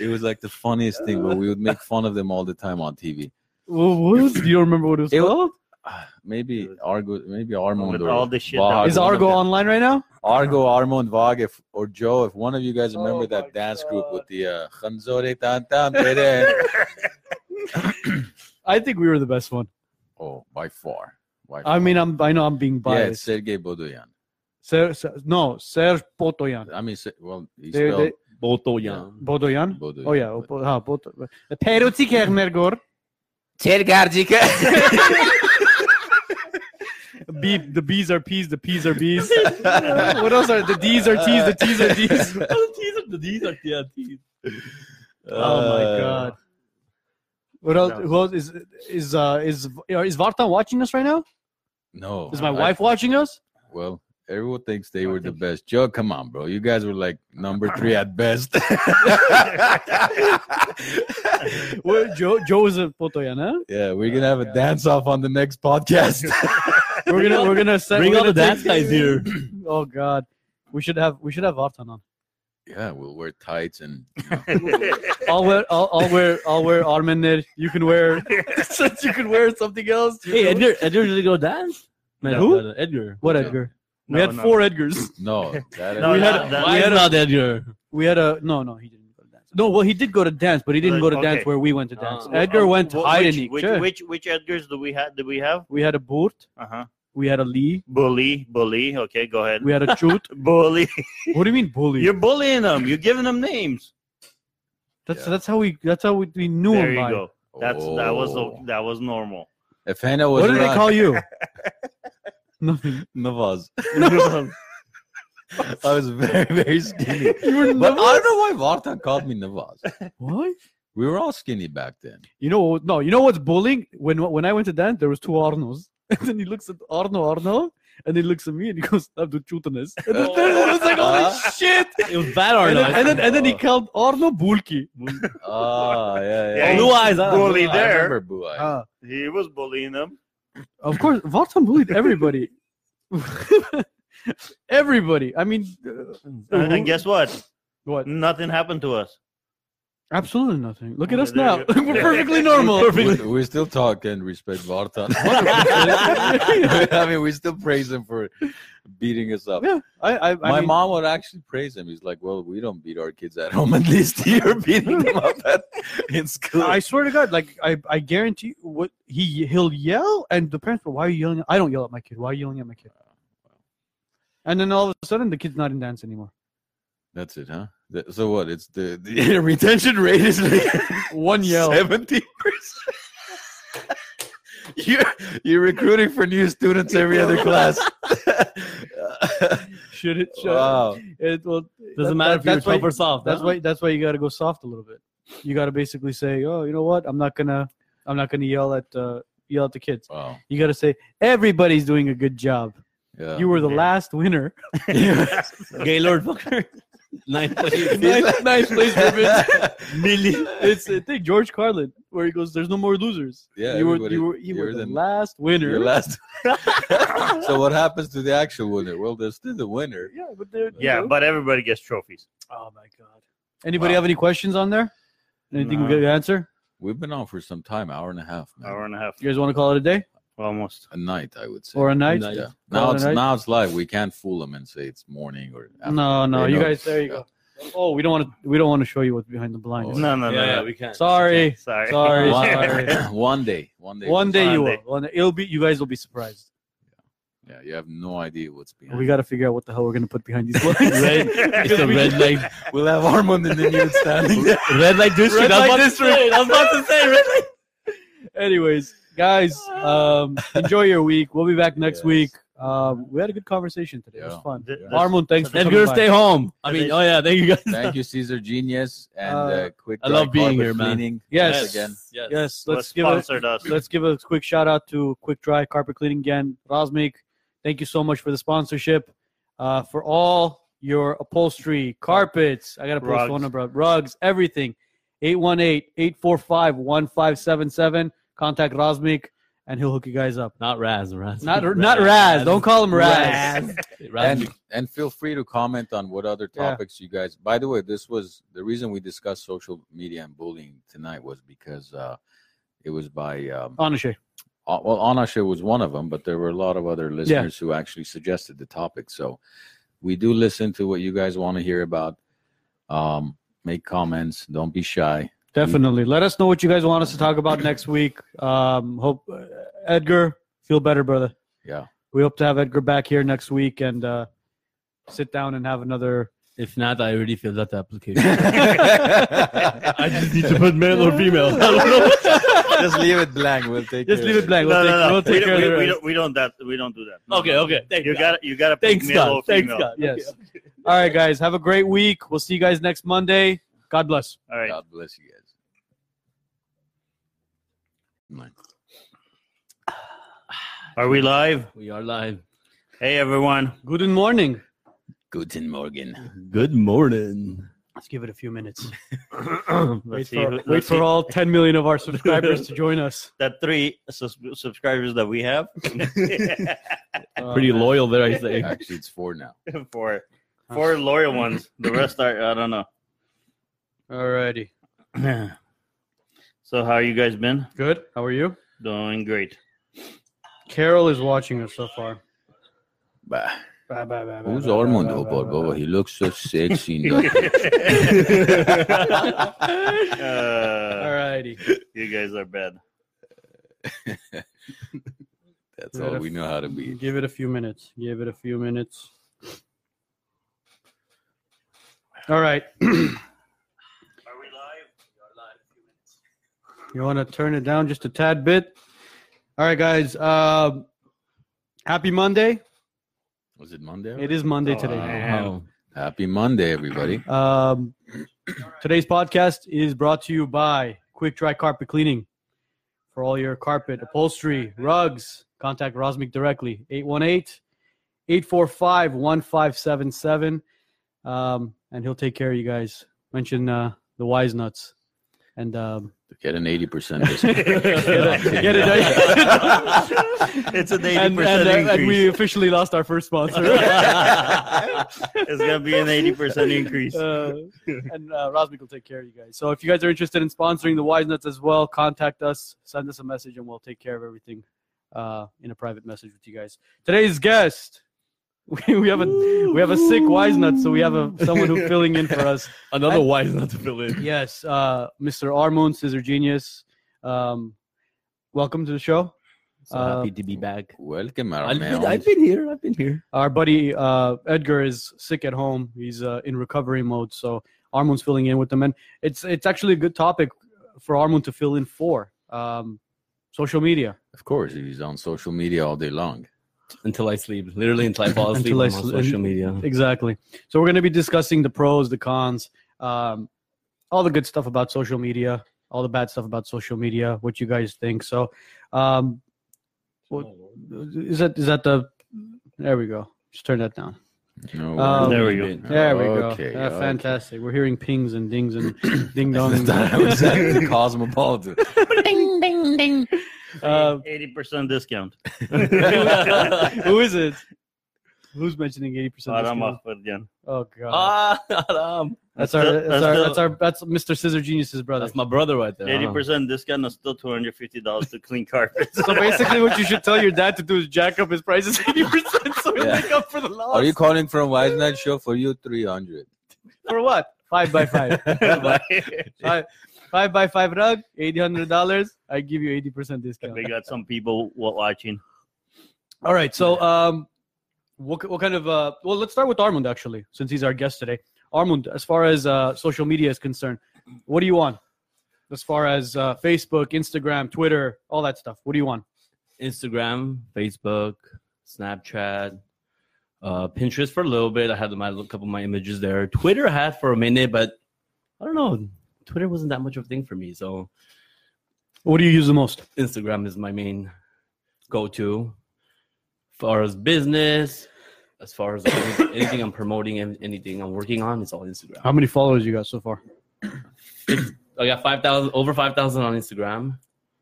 Speaker 1: It was like the funniest thing, but we would make fun of them all the time on TV.
Speaker 2: Wh- what? Do you remember what it was
Speaker 1: It was-
Speaker 2: called?
Speaker 1: Ah, maybe Argo, maybe Armand
Speaker 4: With
Speaker 1: or
Speaker 4: all the shit
Speaker 1: Vague.
Speaker 4: that-
Speaker 2: Is Argo
Speaker 4: one of
Speaker 2: online right now?
Speaker 1: Argo, Armand, Vag, if or Joe, if one of you guys remember
Speaker 4: Oh my
Speaker 1: that dance group
Speaker 4: God.
Speaker 1: with the uh, Khanzore tan tan tere.
Speaker 2: I think we were the best one.
Speaker 1: oh, by far, by far.
Speaker 2: I mean, I'm I know I'm being
Speaker 1: yeah,
Speaker 2: biased.
Speaker 1: it's Sergei Bodoyan.
Speaker 2: Ser, Ser, no, Serge Potoyan.
Speaker 1: I mean, Se- well, he
Speaker 2: They-
Speaker 1: spelled
Speaker 3: Botoyan.
Speaker 2: Bodoyan?
Speaker 1: Bodoyan,
Speaker 2: Oh, yeah.
Speaker 1: but-
Speaker 2: Bo- ha, Boto- Peruti Kernergor. B, the B's are P's, the P's are B's. what else are the D's are T's, the T's are D's?
Speaker 3: Oh, these are- these are- yeah, these.
Speaker 2: Oh my
Speaker 1: Uh,
Speaker 2: god. What else? Who else is is uh, is is Vartan watching us right now?
Speaker 1: No,
Speaker 2: Is my
Speaker 1: I-
Speaker 2: wife watching us?
Speaker 1: Well, everyone thinks they were the best. Joe, come on, bro. You guys were like number three at best.
Speaker 2: Well, Joe Joe is a Potoyan, huh?
Speaker 1: yeah, we're
Speaker 4: Oh,
Speaker 1: gonna have a dance off on the next podcast.
Speaker 2: We're gonna we're gonna set,
Speaker 3: Bring
Speaker 2: we're
Speaker 3: all the
Speaker 2: gonna
Speaker 3: dance
Speaker 2: take-
Speaker 3: guys here.
Speaker 2: Oh god, we should have we should have Vartan on.
Speaker 1: yeah, we'll wear tights and
Speaker 2: I'll wear, I'll, I'll wear, I'll wear Armenir. You can wear, since you can wear something else. you
Speaker 3: Hey,
Speaker 2: know.
Speaker 3: Edgar, Edgar really go dance? Man,
Speaker 2: Who?
Speaker 3: no, no, Edgar.
Speaker 2: What
Speaker 1: Yeah.
Speaker 2: Edgar?
Speaker 4: No,
Speaker 2: we had
Speaker 4: no,
Speaker 2: four Edgars.
Speaker 1: no, that is
Speaker 4: No,
Speaker 2: we
Speaker 4: no,
Speaker 2: had,
Speaker 4: that-
Speaker 2: we
Speaker 3: Why
Speaker 2: had,
Speaker 3: is
Speaker 2: a,
Speaker 3: not Edgar?
Speaker 2: we had a, no, no, he didn't go to dance. Uh, No, well, he did go to dance, but he didn't go
Speaker 4: Like,
Speaker 2: to
Speaker 4: okay.
Speaker 2: dance where we went to dance.
Speaker 3: Ah.
Speaker 2: Edgar went to
Speaker 4: Wh-
Speaker 2: Irony.
Speaker 4: Which,
Speaker 2: sure.
Speaker 4: which, which which Edgars do we have? Do we have?
Speaker 2: we had a Burt,
Speaker 4: Uh huh.
Speaker 2: we had a Lee,
Speaker 4: Bully, bully. Okay, go ahead.
Speaker 2: we had a Chut.
Speaker 4: bully.
Speaker 2: what do you mean bully?
Speaker 4: You're bullying them. You're giving them names.
Speaker 2: That's
Speaker 1: Yeah.
Speaker 2: that's how we that's how we, we knew
Speaker 4: There
Speaker 2: him
Speaker 4: you
Speaker 2: by.
Speaker 4: go. That's that was
Speaker 1: Oh.
Speaker 4: that was normal.
Speaker 1: If Hannah was
Speaker 2: What did they
Speaker 1: around-
Speaker 2: call you? Nothing.
Speaker 1: Navaz? I was very very skinny.
Speaker 2: You were
Speaker 1: But I
Speaker 2: never-
Speaker 1: don't know why Vartan called me Navaz.
Speaker 2: what?
Speaker 1: We were all skinny back then.
Speaker 2: You know, no, you know what's bullying? When when I went to dance, there was two Arnos. And then he looks at Arno, Arno, and he looks at me and he goes, Abdul Chutaness. And then it was like, oh. holy
Speaker 4: Uh-huh.
Speaker 2: shit!
Speaker 3: It was bad
Speaker 2: And
Speaker 3: Arno.
Speaker 2: then, and then, and then he called Arno Bulki.
Speaker 1: Ah, yeah,
Speaker 4: Yeah,
Speaker 1: yeah.
Speaker 3: blue eyes.
Speaker 1: Ah,
Speaker 3: huh?
Speaker 1: Blue
Speaker 4: bully
Speaker 1: Eye. I
Speaker 4: there. Oh,
Speaker 1: remember Blue Eye.
Speaker 2: Ah,
Speaker 4: He was bullying them.
Speaker 2: of course, Vartan bullied everybody. everybody. I mean, uh,
Speaker 4: And, and guess what?
Speaker 2: what?
Speaker 4: Nothing happened to us.
Speaker 2: Absolutely nothing. Look at
Speaker 4: Yeah,
Speaker 2: us
Speaker 4: Uh, there
Speaker 2: now.
Speaker 4: you go.
Speaker 2: We're perfectly normal.
Speaker 1: we, we still talk and respect Vartan. I mean, we still praise him for beating us up.
Speaker 2: Yeah, I, I, I
Speaker 1: My
Speaker 2: mean,
Speaker 1: mom would actually praise him. He's like, "Well, we don't beat our kids at home. At least you're beating them up at, in school."
Speaker 2: I swear to God, like I, I guarantee you, what he he'll yell, and the parents, will, why are you yelling? I don't yell at my kid. Why are you yelling at my kid? And then all of a sudden, the kid's not in dance anymore.
Speaker 1: That's it, huh? Th- So what? It's the, the retention rate is like
Speaker 2: One yell.
Speaker 1: seventy percent. You're you're recruiting for new students every other class.
Speaker 2: Should it? Should
Speaker 1: wow.
Speaker 2: it? Well,
Speaker 3: Doesn't
Speaker 2: that-
Speaker 3: matter
Speaker 2: that-
Speaker 3: if you're
Speaker 2: that's why-
Speaker 3: soft or soft.
Speaker 2: That's
Speaker 3: huh?
Speaker 2: why. That's why you got to go soft a little bit. You got to basically say, oh, you know what? I'm not gonna. I'm not gonna yell at uh, yell at the kids.
Speaker 1: Wow.
Speaker 2: You got to say everybody's doing a good job.
Speaker 1: Yeah.
Speaker 2: you were the
Speaker 4: Yeah.
Speaker 2: last winner.
Speaker 3: Gaylord Booker. Ninth place.
Speaker 1: He's
Speaker 2: nice,
Speaker 1: like-
Speaker 2: nice place, Ruben.
Speaker 1: Millie.
Speaker 2: it's I think George Carlin where he goes, "There's no more losers."
Speaker 1: Yeah,
Speaker 2: you were
Speaker 1: everybody-
Speaker 2: you were you were
Speaker 1: you're
Speaker 2: the
Speaker 1: the-
Speaker 2: last winner.
Speaker 1: Your last. so what happens to the actual winner? Well, there's still the winner.
Speaker 2: yeah, but they're,
Speaker 4: Yeah,
Speaker 2: they're-
Speaker 4: but everybody gets trophies.
Speaker 2: oh my god. Anybody
Speaker 1: Wow.
Speaker 2: have any questions on there? Anything
Speaker 4: No.
Speaker 2: we could answer?
Speaker 1: We've been on for some time, hour and a half, man.
Speaker 4: Hour and a half,
Speaker 2: You guys want to call it a day
Speaker 4: almost.
Speaker 1: a night, I would say.
Speaker 2: or a night?
Speaker 1: yeah.
Speaker 2: Call
Speaker 1: Now
Speaker 2: it a
Speaker 1: it's
Speaker 2: night?
Speaker 1: now it's live. We can't fool them and say it's morning or afternoon.
Speaker 2: No, no,
Speaker 1: They
Speaker 2: you
Speaker 1: know.
Speaker 2: guys. There you go. Oh, we don't want to. We don't want to show you what's behind the blinds.
Speaker 1: Oh,
Speaker 4: No, no,
Speaker 3: Yeah,
Speaker 4: no,
Speaker 3: yeah,
Speaker 4: no.
Speaker 3: we can't.
Speaker 2: Sorry,
Speaker 4: Sorry.
Speaker 2: sorry,
Speaker 1: One,
Speaker 2: sorry.
Speaker 1: one day, one day.
Speaker 2: One day you will.
Speaker 4: Sunday.
Speaker 2: One day, it'll be. You guys will be surprised.
Speaker 1: Yeah, you have no idea what's behind.
Speaker 2: We got to figure out what the hell we're gonna put behind these blinds.
Speaker 3: Red, it's a red light.
Speaker 1: it. We'll have Armand in the nude standing there.
Speaker 3: Red light district.
Speaker 2: Red
Speaker 3: I was
Speaker 2: light
Speaker 3: about to
Speaker 2: district.
Speaker 3: say- I was about to say red light.
Speaker 2: Anyways, guys, um, enjoy your week. We'll be back next
Speaker 1: Yes.
Speaker 2: week. Um, we had a good conversation today. It was
Speaker 1: Yeah.
Speaker 2: fun.
Speaker 4: Th-
Speaker 1: Yeah.
Speaker 2: Armand, thanks for
Speaker 3: And
Speaker 2: coming
Speaker 3: girl,
Speaker 2: by.
Speaker 3: stay home. I mean,
Speaker 4: Thank
Speaker 3: oh yeah, thank you guys.
Speaker 1: Thank you, Caesar Genius, and
Speaker 2: Uh,
Speaker 1: uh, quick.
Speaker 3: I love
Speaker 1: dry
Speaker 3: being
Speaker 1: carpet
Speaker 3: here, man.
Speaker 1: cleaning.
Speaker 2: Yes.
Speaker 1: Once again.
Speaker 3: Yes.
Speaker 2: Yes,
Speaker 4: let
Speaker 2: let's give a,
Speaker 4: sponsored us.
Speaker 2: let's give a quick shout out to Quick Dry Carpet Cleaning again. Rosmik, thank you so much for the sponsorship, uh, for all your upholstery, carpets. I got to post
Speaker 4: Rugs.
Speaker 2: phone number, rugs, everything. 818-845-1577. Contact Rosmik, and he'll hook you guys up.
Speaker 3: Not Raz, Raz.
Speaker 2: Not not Raz. Don't call him Raz.
Speaker 3: Raz.
Speaker 1: and and feel free to comment on what other
Speaker 2: Yeah.
Speaker 1: topics you guys by the way this was the reason we discussed social media and bullying tonight was because uh it was by um
Speaker 2: Anushe.
Speaker 1: uh, well anasha was one of them but there were a lot of other listeners who actually suggested the topic so we do listen to what you guys want to hear about um make comments don't be shy
Speaker 2: Definitely. Let us know what you guys want us to talk about next week. Um, hope uh, Edgar feel better, brother.
Speaker 1: yeah
Speaker 2: We hope to have Edgar back here next week and uh, sit down and have another.
Speaker 3: If not, I already filled out the application.
Speaker 1: I
Speaker 3: put male or female.
Speaker 1: just leave it blank. We'll take
Speaker 2: Just
Speaker 1: care
Speaker 2: leave
Speaker 1: of
Speaker 2: it blank.
Speaker 4: no,
Speaker 2: We'll take, We'll take care of the
Speaker 4: no, no. we, don't, we, we,
Speaker 2: rest.
Speaker 4: don't, we don't that. We don't do that. No,
Speaker 3: okay,
Speaker 4: no.
Speaker 3: okay. Thank
Speaker 4: You
Speaker 3: God.
Speaker 4: got you got to pick
Speaker 3: Thanks,
Speaker 4: male
Speaker 3: God.
Speaker 4: or
Speaker 3: Thanks,
Speaker 4: female.
Speaker 3: God.
Speaker 2: Yes. All right, guys. Have a great week. We'll see you guys next Monday. God bless.
Speaker 4: All right.
Speaker 1: God bless you guys. Mine.
Speaker 4: Are we live?
Speaker 3: We are live.
Speaker 4: Hey everyone.
Speaker 2: Good morning.
Speaker 1: Guten Morgen.
Speaker 3: Good morning.
Speaker 2: Let's give it a few minutes. Wait
Speaker 4: Let's see.
Speaker 2: for,
Speaker 4: who-
Speaker 2: wait
Speaker 4: let's see
Speaker 2: for all 10 million of our subscribers to join us.
Speaker 4: that three sus- subscribers that we have.
Speaker 2: Uh,
Speaker 3: Pretty
Speaker 2: man.
Speaker 3: loyal there, I say.
Speaker 1: Actually, it's four now.
Speaker 4: four, four loyal ones. The rest are I don't
Speaker 2: Alrighty.
Speaker 4: know. so how you guys been?
Speaker 2: Good. How are you?
Speaker 4: Doing great.
Speaker 2: Carol is watching us so far.
Speaker 1: Bah.
Speaker 2: Bye, bye, bye, bye,
Speaker 1: Who's Oh,
Speaker 2: bye,
Speaker 1: Armando,
Speaker 2: bye, bye,
Speaker 1: but
Speaker 2: bye,
Speaker 1: Baba?
Speaker 2: bye.
Speaker 1: He looks so sexy. in that-
Speaker 4: uh,
Speaker 2: Alrighty.
Speaker 4: you guys are bad.
Speaker 1: That's all we know how to be.
Speaker 2: Give it a few minutes. Give it a few minutes. All right.
Speaker 4: Are we live?
Speaker 2: You want to turn it down just a tad bit? All right, guys. Um, happy Monday.
Speaker 1: Was it Monday?
Speaker 2: It is Monday
Speaker 4: Oh,
Speaker 2: today.
Speaker 4: man.
Speaker 1: Happy Monday, everybody.
Speaker 2: Um, today's podcast is brought to you by Quick Dry Carpet Cleaning for all your carpet, upholstery, rugs, contact Rosmic directly 818-845-1577 um, and he'll take care of you guys. Mention uh, the Wise Nuts and um,
Speaker 1: Get an eighty percent discount.
Speaker 2: get it. Get it
Speaker 4: it's an 80%
Speaker 2: and, and, uh,
Speaker 4: increase.
Speaker 2: and we officially lost our first sponsor.
Speaker 4: it's going to be an 80% increase.
Speaker 2: Uh, and uh, Rosmic will take care of you guys. So if you guys are interested in sponsoring the Wise Nuts as well, contact us, send us a message, and we'll take care of everything uh, in a private message with you guys. Today's guest, we, we have a we have a sick Wise Nut, so we have a someone who's filling in for us.
Speaker 3: Another
Speaker 2: And-
Speaker 3: wise not to fill in.
Speaker 2: Yes, uh, Mr. Armon, Scissor Genius. Um, welcome to the show.
Speaker 3: So
Speaker 2: Uh,
Speaker 3: happy to be back.
Speaker 1: Welcome,
Speaker 3: I've
Speaker 1: Armel.
Speaker 3: been, I've been here. I've been here.
Speaker 2: Our buddy uh, Edgar is sick at home. He's uh, in recovery mode, so Armon's filling in with him, and it's it's actually a good topic for Armon to fill in for um, social media.
Speaker 1: Of course, he's on social media all day long.
Speaker 3: Until I sleep. Literally until I fall asleep
Speaker 2: Until I
Speaker 3: I'm on
Speaker 2: sl-
Speaker 3: social media.
Speaker 2: Exactly. So we're going to be discussing the pros, the cons, um, all the good stuff about social media, all the bad stuff about social media, what you guys think. So, um, what, is that is that the? There we go. Just turn that down.
Speaker 1: No
Speaker 2: Um,
Speaker 4: There
Speaker 1: worries.
Speaker 4: we go.
Speaker 2: There we go.
Speaker 1: Okay,
Speaker 2: Ah,
Speaker 1: okay.
Speaker 2: Fantastic. We're hearing pings and dings and ding dong.
Speaker 1: That's not how it sounds. The Cosmopolitan.
Speaker 5: ding, ding, ding.
Speaker 2: Uh,
Speaker 4: 80% discount.
Speaker 2: who is it? Who's mentioning eighty percent?
Speaker 4: Haram Ahmad again.
Speaker 2: Oh god.
Speaker 3: Ah, Adam.
Speaker 2: that's, our, that's,
Speaker 4: that's
Speaker 2: our,
Speaker 4: the-
Speaker 2: that's our that's Mr. Scissor Genius's brother.
Speaker 3: That's my brother right there.
Speaker 4: Eighty percent discount is still two hundred fifty dollars to clean carpets.
Speaker 2: So basically, what you should tell your dad to do is jack up his prices eighty percent, so he'll
Speaker 1: Yeah.
Speaker 2: make up for the loss.
Speaker 1: Are you calling from Wise Night Show for you? Three hundred.
Speaker 2: for what? Five by five, five, five by five rug, eight hundred dollars. I give you eighty percent discount.
Speaker 4: we got some people wa- watching.
Speaker 2: All right. So, um, what what kind of? Uh, well, let's start with Armand actually, since he's our guest today. Armand, as far as uh, social media is concerned, what do you want? As far as uh, Facebook, Instagram, Twitter, all that stuff, what do you want?
Speaker 3: Instagram, Facebook, Snapchat, uh, Pinterest for a little bit. I had my a couple of my images there. Twitter I had for a minute, but I don't know. Twitter wasn't that much of a thing for me, so
Speaker 2: What do you use the most?
Speaker 3: Instagram is my main go-to. As far as business, as far as anything, anything I'm promoting and anything I'm working on, it's all Instagram.
Speaker 2: How many followers you got so far?
Speaker 3: I got five thousand, over five thousand on Instagram.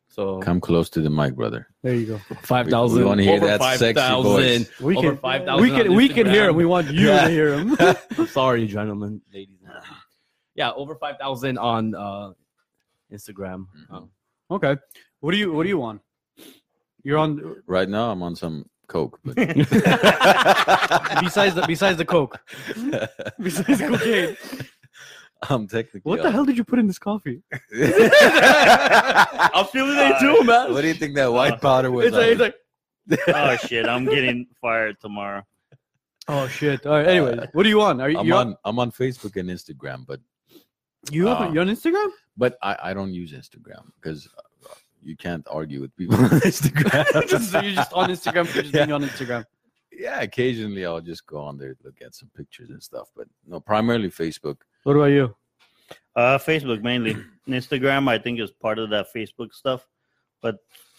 Speaker 3: So
Speaker 1: Come close to the mic, brother.
Speaker 2: There you go.
Speaker 3: five thousand.
Speaker 1: We wanna hear
Speaker 3: over
Speaker 1: that
Speaker 3: five
Speaker 1: sexy
Speaker 3: thousand.
Speaker 1: voice.
Speaker 2: We
Speaker 3: Over
Speaker 2: can,
Speaker 3: 5,000
Speaker 2: we can,
Speaker 3: on
Speaker 2: we can hear him.
Speaker 3: Instagram.
Speaker 2: We want you
Speaker 3: Yeah.
Speaker 2: to hear him.
Speaker 3: I'm sorry, gentlemen, ladies. and gentlemen. Yeah, over five thousand on uh, Instagram.
Speaker 4: Mm-hmm.
Speaker 3: Um,
Speaker 2: okay. What do you What do you want? You're on.
Speaker 1: Right now, I'm on some coke, but
Speaker 2: Besides the besides the coke, besides cocaine.
Speaker 1: I'm technically.
Speaker 2: What the hell did you put in this coffee?
Speaker 1: hell?
Speaker 4: I'm feeling it too, man.
Speaker 1: what do you think that white powder was?
Speaker 2: Uh, It's like, it's like
Speaker 4: oh shit! I'm getting fired tomorrow.
Speaker 2: oh shit. All right. Anyway, what do you want? Are you
Speaker 1: Uh, I'm
Speaker 2: you're on,
Speaker 1: on I'm on Facebook and Instagram, but
Speaker 2: you up,
Speaker 1: uh,
Speaker 2: you on Instagram?
Speaker 1: but I, I don't use Instagram because you can't argue with people on Instagram.
Speaker 2: just, you're just on Instagram for just being
Speaker 1: Yeah.
Speaker 2: on Instagram.
Speaker 1: yeah, occasionally I'll just go on there look at some pictures and stuff, but no, primarily Facebook.
Speaker 2: What about you?
Speaker 4: Uh, Facebook mainly. Instagram, I think, is part of that Facebook stuff. But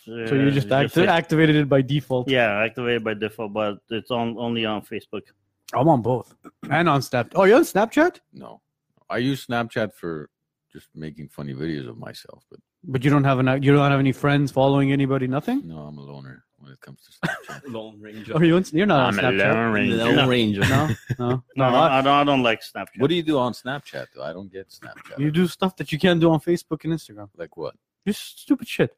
Speaker 4: uh,
Speaker 2: So you just
Speaker 4: it's
Speaker 2: acti- activated it by default.
Speaker 4: yeah, activated by default, but it's on only on Facebook.
Speaker 2: I'm on both and on Snapchat. Oh, you're on Snapchat,
Speaker 1: No, I use Snapchat for just making funny videos of myself, but
Speaker 2: but you don't have an you don't have any friends following anybody. Nothing.
Speaker 1: no, I'm a loner when it comes to Snapchat.
Speaker 3: Lone Ranger.
Speaker 2: Are you on, you're not on Snapchat.
Speaker 3: Oh, Lone
Speaker 4: Uh, No,
Speaker 3: Ranger.
Speaker 2: No, no,
Speaker 4: no, I don't. I don't like Snapchat.
Speaker 1: what do you do on Snapchat? Though? I don't get Snapchat.
Speaker 2: You do stuff that you can't do on Facebook and Instagram.
Speaker 1: like what?
Speaker 2: Just stupid shit.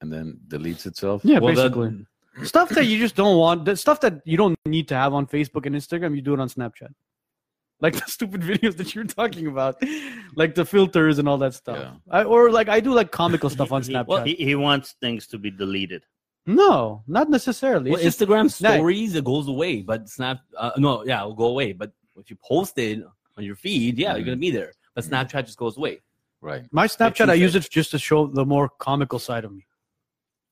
Speaker 1: And then deletes itself.
Speaker 2: Yeah,
Speaker 3: Well, that-
Speaker 2: basically. stuff that you just don't want, that stuff that you don't need to have on Facebook and Instagram, you do it on Snapchat. Like the stupid videos that you're talking about, like the filters and all that stuff. I, or like I do like comical stuff on
Speaker 4: He-
Speaker 2: Snapchat.
Speaker 4: He, he wants things to be deleted.
Speaker 2: no, not necessarily.
Speaker 3: Well,
Speaker 2: It's just-
Speaker 3: Instagram
Speaker 2: no.
Speaker 3: stories it goes away, but Snap. Uh, no, yeah, it'll go away. But if you post it on your feed, yeah, you're gonna be there. But
Speaker 4: Mm-hmm.
Speaker 1: Mhm.
Speaker 3: Snapchat just goes away.
Speaker 1: Right.
Speaker 2: my Snapchat, I
Speaker 3: Tuesday.
Speaker 2: use it just to show the more comical side of me,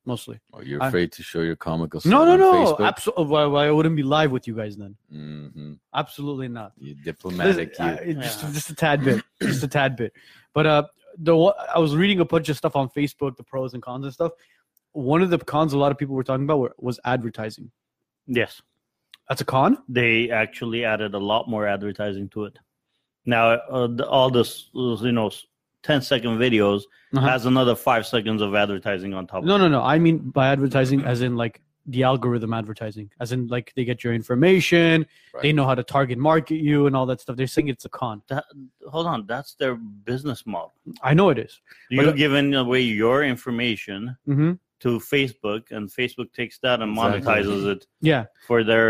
Speaker 2: mostly.
Speaker 1: Or you're
Speaker 2: I-
Speaker 1: afraid to show your comical side
Speaker 2: No, no,
Speaker 1: on
Speaker 2: no.
Speaker 1: Facebook?
Speaker 2: Absolutely. Well, I wouldn't be live with you guys then.
Speaker 1: hmm
Speaker 2: Absolutely not.
Speaker 1: You diplomatic,
Speaker 2: Listen,
Speaker 1: you.
Speaker 2: uh, it- just,
Speaker 4: Yeah.
Speaker 2: just a tad bit, just a tad bit. But uh, the wa- I was reading a bunch of stuff on Facebook, the pros and cons and stuff. one of the cons a lot of people were talking about were, was advertising.
Speaker 4: Yes.
Speaker 2: That's a con.
Speaker 4: they actually added a lot more advertising to it. Now, uh, the, all this, uh, you know, s- 10 second videos
Speaker 2: Uh-huh.
Speaker 4: has another five seconds of advertising on top
Speaker 2: No,
Speaker 4: of
Speaker 2: no, no. I mean by advertising, as in like the algorithm advertising, as in like they get your information, they
Speaker 1: Right.
Speaker 2: know how to target market you and all that stuff. They're saying it's a con.
Speaker 4: it. Hold on, that's their business model.
Speaker 2: I know it is.
Speaker 4: You're
Speaker 2: uh,
Speaker 4: giving away your information
Speaker 2: Mm-hmm.
Speaker 4: to Facebook, and Facebook takes that and
Speaker 3: Exactly.
Speaker 4: monetizes it
Speaker 2: Yeah.
Speaker 4: for their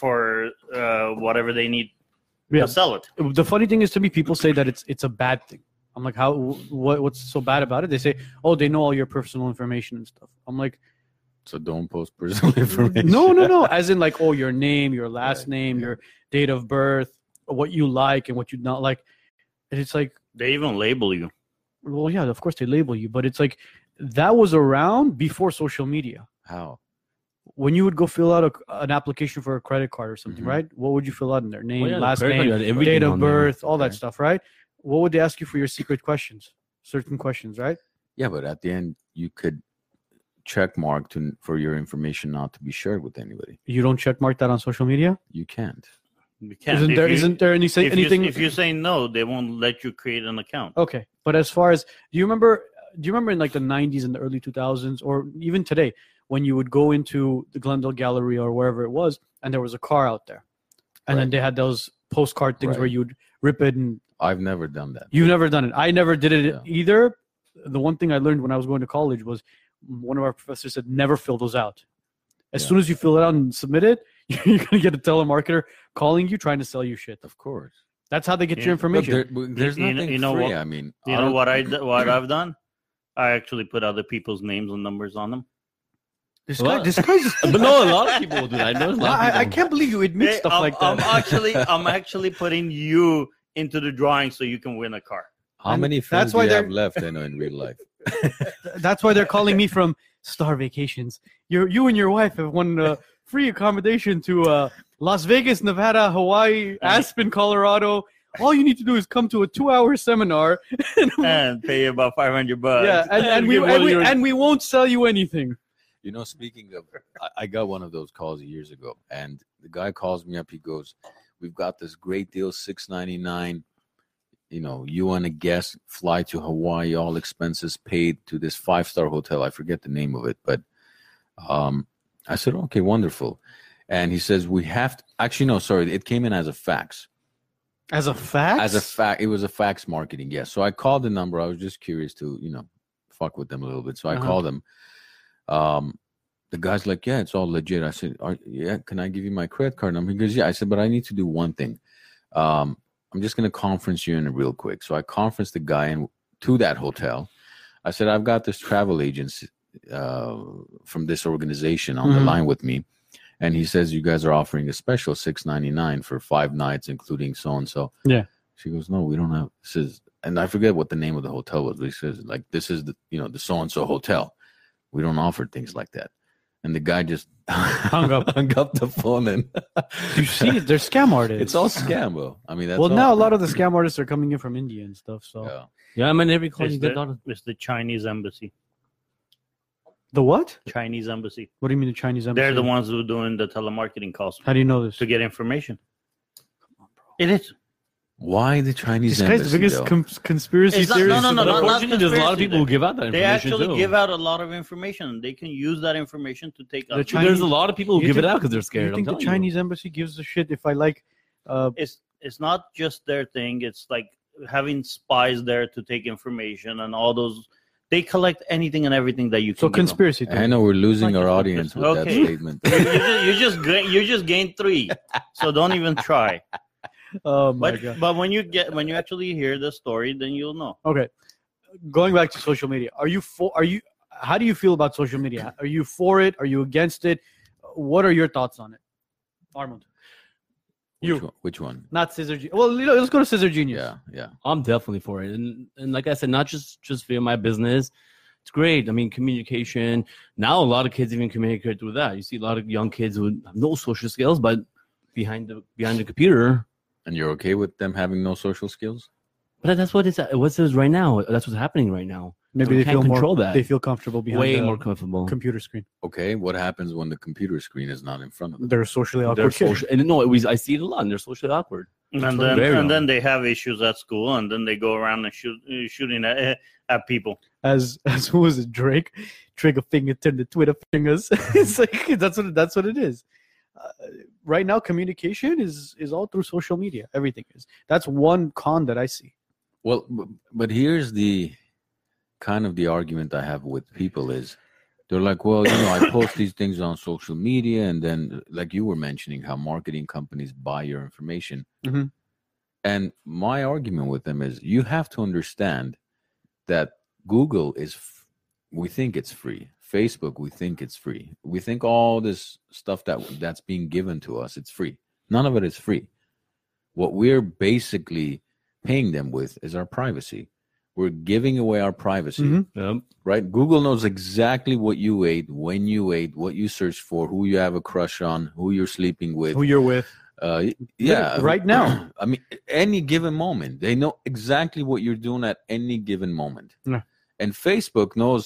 Speaker 4: for uh, whatever they need
Speaker 2: Yeah.
Speaker 4: to sell it.
Speaker 2: The funny thing is to me, people say that it's it's a bad thing. I'm like, how? What? What's so bad about it? They say, oh, they know all your personal information and stuff. I'm like,
Speaker 1: So don't post personal information.
Speaker 2: no, no, no. As in like, oh, your name, your last
Speaker 1: Right,
Speaker 2: name,
Speaker 1: yeah.
Speaker 2: your date of birth, what you like and what you not like. And it's like,
Speaker 4: They even label you.
Speaker 2: well, yeah, of course they label you, but it's like that was around before social media.
Speaker 1: How?
Speaker 2: when you would go fill out a, an application for a credit card or something,
Speaker 1: Mhm.
Speaker 2: right? What would you fill out in there? Name,
Speaker 3: Mm-hmm. yeah, the
Speaker 2: last
Speaker 3: credit card,
Speaker 2: name,
Speaker 3: you had everything
Speaker 2: date of
Speaker 3: on there.
Speaker 2: birth, all that
Speaker 1: Okay.
Speaker 2: stuff, right? What would they ask you for your secret questions? Certain questions, right?
Speaker 1: Yeah, but at the end you could check mark to for your information not to be shared with anybody.
Speaker 2: You don't check mark that on social media.
Speaker 1: You can't.
Speaker 4: You can't.
Speaker 2: isn't
Speaker 4: If
Speaker 2: there?
Speaker 4: you-
Speaker 2: not there any say,
Speaker 4: if
Speaker 2: anything?
Speaker 4: You, if you say no, they won't let you create an account.
Speaker 2: okay, but as far as do you remember? Do you remember in like the '90s and the early 2000s, or even today, when you would go into the Glendale Gallery or wherever it was, and there was a car out there, and then
Speaker 1: Right.
Speaker 2: they had those postcard things where
Speaker 1: Right.
Speaker 2: you'd rip it and
Speaker 1: I've never done that.
Speaker 2: You've never done it. I never did it
Speaker 1: Yeah.
Speaker 2: either. The one thing I learned when I was going to college was one of our professors said never fill those out. As
Speaker 1: Yeah.
Speaker 2: soon as you fill it out and submit it, you're gonna get a telemarketer calling you trying to sell you shit.
Speaker 1: Of course.
Speaker 2: That's how they get your
Speaker 1: But
Speaker 4: Yeah.
Speaker 2: information.
Speaker 1: there- but there's
Speaker 4: you know-
Speaker 1: nothing
Speaker 4: you know
Speaker 1: free.
Speaker 4: what-
Speaker 1: I mean,
Speaker 4: You know
Speaker 1: don't-
Speaker 4: what I d- what I've done? I actually put other people's names and numbers on them.
Speaker 2: this
Speaker 3: Well,
Speaker 2: guy, this guy's.
Speaker 3: but no, a lot of people do that. I know a lot
Speaker 2: I,
Speaker 3: of
Speaker 2: I
Speaker 3: people.
Speaker 2: can't believe you admit
Speaker 4: Hey, um,
Speaker 2: stuff
Speaker 4: I'm,
Speaker 2: like
Speaker 4: I'm
Speaker 2: that.
Speaker 4: actually I'm actually putting you into the drawing so you can win a car.
Speaker 1: How
Speaker 2: And
Speaker 1: many
Speaker 2: that's
Speaker 1: friends
Speaker 2: why
Speaker 1: do you
Speaker 2: they're-
Speaker 1: have left? I know in real life.
Speaker 2: That's why they're calling me from Star Vacations. You, you and your wife have won uh, free accommodation to uh, Las Vegas, Nevada, Hawaii, Aspen, Colorado. All you need to do is come to a two-hour seminar, and
Speaker 4: and pay you about five hundred bucks.
Speaker 2: yeah, and, and we
Speaker 3: Give one
Speaker 2: and
Speaker 3: of
Speaker 2: we,
Speaker 3: your-
Speaker 2: and we won't sell you anything.
Speaker 1: You know, speaking of, I, I got one of those calls years ago, and the guy calls me up. He goes, "We've got this great deal, six ninety nine. You know, you and a guest fly to Hawaii, all expenses paid to this five star hotel. I forget the name of it, but um, I said, okay, wonderful. And he says, we have to, actually no, sorry, it came in as a fax.
Speaker 2: As a fact,
Speaker 1: As a fact, it was a fax marketing, yes. So I called the number. I was just curious to, you know, fuck with them a little bit. So I
Speaker 2: Uh-huh.
Speaker 1: called them. Um, the guy's like, yeah, it's all legit. I said, Are, yeah, can I give you my credit card number? He goes, yeah. I said, but I need to do one thing. Um, I'm just gonna conference you in real quick. So I conferenced the guy in to that hotel. I said, I've got this travel agency uh, from this organization on the
Speaker 2: Mhm.
Speaker 1: line with me. And he says, You guys are offering a special six ninety nine for five nights, including so and so.
Speaker 2: Yeah.
Speaker 1: She goes, No, we don't have this is and I forget what the name of the hotel was, but he says, like, this is the you know, the so and so hotel. We don't offer things like that. And the guy just hung
Speaker 2: up.
Speaker 1: hung up the phone and
Speaker 2: you see, they're scam artists.
Speaker 1: it's all scam, bro. I mean that's
Speaker 2: well,
Speaker 1: all-
Speaker 2: now a lot of the scam artists are coming in from India and stuff. So
Speaker 1: yeah.
Speaker 3: Yeah, I mean, every call
Speaker 4: Is
Speaker 3: you get
Speaker 4: the-
Speaker 3: out of
Speaker 4: It's the Chinese embassy.
Speaker 2: the what?
Speaker 4: Chinese embassy.
Speaker 2: What do you mean the Chinese embassy?
Speaker 4: They're the ones who are doing the telemarketing calls
Speaker 2: How do you know this?
Speaker 4: to get information. It is.
Speaker 1: Why the Chinese
Speaker 2: This guy's the
Speaker 1: embassy,
Speaker 2: biggest
Speaker 1: though?
Speaker 2: com- conspiracy
Speaker 4: It's not-
Speaker 2: theorist.
Speaker 4: no, no, no,
Speaker 2: of
Speaker 4: no,
Speaker 2: all-
Speaker 4: not
Speaker 3: unfortunately, there's a lot of
Speaker 4: conspiracy
Speaker 3: people who
Speaker 4: there.
Speaker 3: give out that
Speaker 4: They
Speaker 3: information
Speaker 4: actually
Speaker 3: too.
Speaker 4: give out a lot of information. They can use that information to take.
Speaker 2: The
Speaker 4: other-
Speaker 2: Chinese-
Speaker 3: There's a lot of people who
Speaker 2: You
Speaker 3: give it
Speaker 2: think-
Speaker 3: out because they're scared.
Speaker 2: you think
Speaker 3: I'm
Speaker 2: the
Speaker 3: telling you.
Speaker 2: Chinese embassy gives a shit if I like? Uh,
Speaker 4: it's it's not just their thing. It's like having spies there to take information and all those. They collect anything and everything that you can.
Speaker 2: so
Speaker 4: give them.
Speaker 2: conspiracy.
Speaker 1: I
Speaker 2: Theory.
Speaker 1: know we're losing
Speaker 4: Like
Speaker 1: our
Speaker 4: a-
Speaker 1: audience with that
Speaker 4: Okay.
Speaker 1: statement.
Speaker 4: you just you just, gain, you just gained three, so don't even try.
Speaker 2: Oh my
Speaker 4: But
Speaker 2: god.
Speaker 4: but when you get when you actually hear the story, then you'll know.
Speaker 2: Okay, going back to social media. Are you for? Are you? How do you feel about social media? Are you for it? Are you against it? What are your thoughts on it, Armand?
Speaker 1: Which one? Which one?
Speaker 2: Not Scissor. Gen- well, you know, let's go to Scissor Genius.
Speaker 1: Yeah, yeah.
Speaker 3: I'm definitely for it, and and like I said, not just just via my business. It's great. I mean, communication. Now a lot of kids even communicate through that. You see a lot of young kids with no social skills, but behind the behind the computer.
Speaker 1: And you're okay with them having no social skills?
Speaker 3: But that's what it's what's it is right now. That's what's happening right now.
Speaker 2: Maybe
Speaker 3: We
Speaker 2: they
Speaker 3: can't
Speaker 2: feel
Speaker 3: control
Speaker 2: more.
Speaker 3: that.
Speaker 2: They feel comfortable behind
Speaker 3: way
Speaker 2: the
Speaker 3: more comfortable.
Speaker 2: computer screen.
Speaker 1: Okay, what happens when the computer screen is not in front of them?
Speaker 2: They're socially awkward.
Speaker 3: they're
Speaker 2: kids.
Speaker 3: social, and no, it was, I see it a lot. And they're socially awkward.
Speaker 4: and
Speaker 3: very
Speaker 4: then and
Speaker 3: wrong.
Speaker 4: then they have issues at school, and then they go around and shoot uh, shooting at, eh, at people.
Speaker 2: as as who was it drake trigger finger turn to twitter fingers it's
Speaker 3: Mm-hmm.
Speaker 2: like that's what that's what it is uh, right now communication is is all through social media everything is that's one con that i see
Speaker 1: Well, b- but here's the kind of the argument I have with people is they're like, well, you know, I post these things on social media, and then like you were mentioning how marketing companies buy your information.
Speaker 2: Mhm.
Speaker 1: And my argument with them is you have to understand that Google is, f- we think it's free. Facebook, we think it's free. We think all this stuff that that's being given to us, it's free. None of it is free. What we're basically paying them with is our privacy. We're giving away our privacy,
Speaker 2: Mhm.
Speaker 3: Yep.
Speaker 1: right? Google knows exactly what you ate, when you ate, what you searched for, who you have a crush on, who you're sleeping with.
Speaker 2: who you're with
Speaker 1: uh, y- yeah,
Speaker 2: right now.
Speaker 1: I mean, any given moment, they know exactly what you're doing at any given moment.
Speaker 2: Yeah.
Speaker 1: And Facebook knows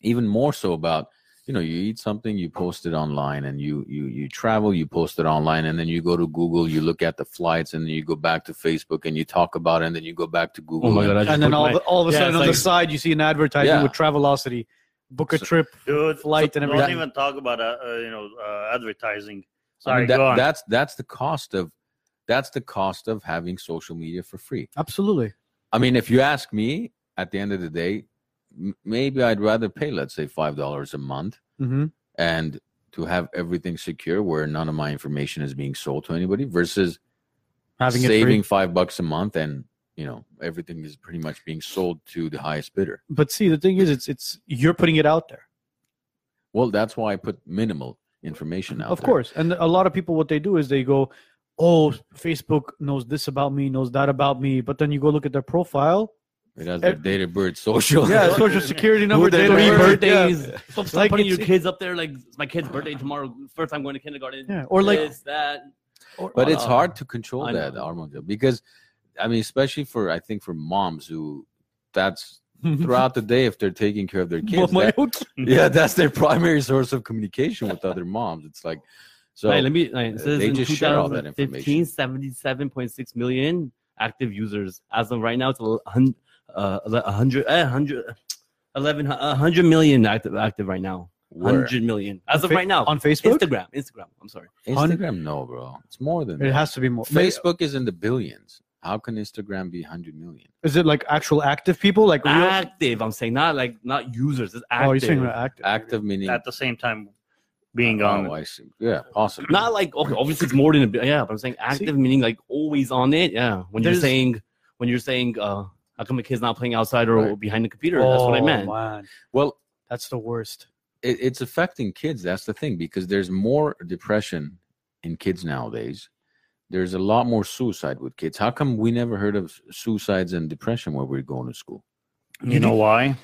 Speaker 1: even more so about you know you eat something you post it online and you you you travel you post it online and then you go to google you look at the flights and then you go back to facebook and you talk about it and then you go back to google
Speaker 3: Oh my
Speaker 1: and-
Speaker 3: god! I just
Speaker 2: and then
Speaker 3: put
Speaker 2: all,
Speaker 3: my-
Speaker 2: the, all of a
Speaker 3: Yeah,
Speaker 2: sudden
Speaker 3: it's
Speaker 2: on the
Speaker 3: like-
Speaker 2: side you see an advertisement
Speaker 1: Yeah.
Speaker 2: with travelocity book a
Speaker 1: So-
Speaker 2: trip
Speaker 4: Dude,
Speaker 2: Flight and
Speaker 4: don't
Speaker 2: everything.
Speaker 4: even talk about uh, uh, you know uh, advertising.
Speaker 1: I
Speaker 4: Sorry,
Speaker 1: mean, that-
Speaker 4: go on.
Speaker 1: that's that's the cost of that's the cost of having social media for free
Speaker 2: absolutely
Speaker 1: I mean, if you ask me, at the end of the day, m- maybe I'd rather pay, let's say, five dollars a month,
Speaker 2: hmm
Speaker 1: and to have everything secure where none of my information is being sold to anybody, versus
Speaker 2: having it
Speaker 1: saving
Speaker 2: free.
Speaker 1: five bucks a month and you know everything is pretty much being sold to the highest bidder.
Speaker 2: but see the thing is it's it's you're putting it out there
Speaker 1: Well, that's why I put minimal information out.
Speaker 2: of
Speaker 1: there.
Speaker 2: course and a lot of people what they do is they go oh facebook knows this about me knows that about me but then you go look at their profile
Speaker 1: it has their
Speaker 2: Ev-
Speaker 1: data bird social.
Speaker 2: Eh, Yeah, social security number,
Speaker 1: Who they
Speaker 2: date of
Speaker 1: know.
Speaker 3: Three
Speaker 1: Happy
Speaker 2: birth, yeah.
Speaker 3: birthdays. So stop
Speaker 2: Like
Speaker 3: putting your
Speaker 2: it's-
Speaker 3: kids up there. Like it's my kid's birthday tomorrow. First time going to kindergarten.
Speaker 2: Yeah, or like-
Speaker 3: this, that.
Speaker 1: but it's
Speaker 3: Uh,
Speaker 1: hard to control
Speaker 3: I
Speaker 1: that,
Speaker 3: know.
Speaker 1: Armando, because I mean, especially for I think for moms who that's throughout the day if they're taking care of their kids.
Speaker 2: Well, my
Speaker 1: that-
Speaker 2: own-
Speaker 1: yeah, that's their primary source of communication with other moms. It's like, so
Speaker 3: Right, let me. Right, it
Speaker 1: uh,
Speaker 3: says
Speaker 1: they
Speaker 3: in
Speaker 1: just share all that
Speaker 3: 2015, 77.6 million active users. As of right now, it's a hun- uh, ele- a hundred, eh, hundred- 11 a hundred million active, active right now.
Speaker 1: where?
Speaker 3: Hundred million as of
Speaker 2: Fa-
Speaker 3: right now.
Speaker 2: on Facebook,
Speaker 3: Instagram, Instagram. I'm sorry.
Speaker 1: Instagram, no, bro. It's more than
Speaker 2: it
Speaker 1: that.
Speaker 2: has to be more.
Speaker 1: Facebook is in the billions. How can Instagram be 100 million?
Speaker 2: Is it like actual active people, like real?
Speaker 3: Active. I'm saying not like not users. It's active.
Speaker 2: Oh, you're saying they're active.
Speaker 1: Active meaning.
Speaker 4: At the same time, being on.
Speaker 1: Oh,
Speaker 4: it.
Speaker 1: I see. Yeah, possibly.
Speaker 3: not like okay, obviously it's more than a bit. Yeah, but I'm saying active meaning like always on it. Yeah, when
Speaker 2: There's-
Speaker 3: you're saying when you're saying uh, how come my kid's not playing outside or
Speaker 1: Right.
Speaker 3: behind the computer? That's what I
Speaker 2: Oh,
Speaker 3: meant.
Speaker 2: man.
Speaker 1: well,
Speaker 2: that's the worst.
Speaker 1: it, it's affecting kids. That's the thing because there's more depression in kids nowadays. There's a lot more suicide with kids. How come we never heard of suicides and depression when we were going to school?
Speaker 4: You know why?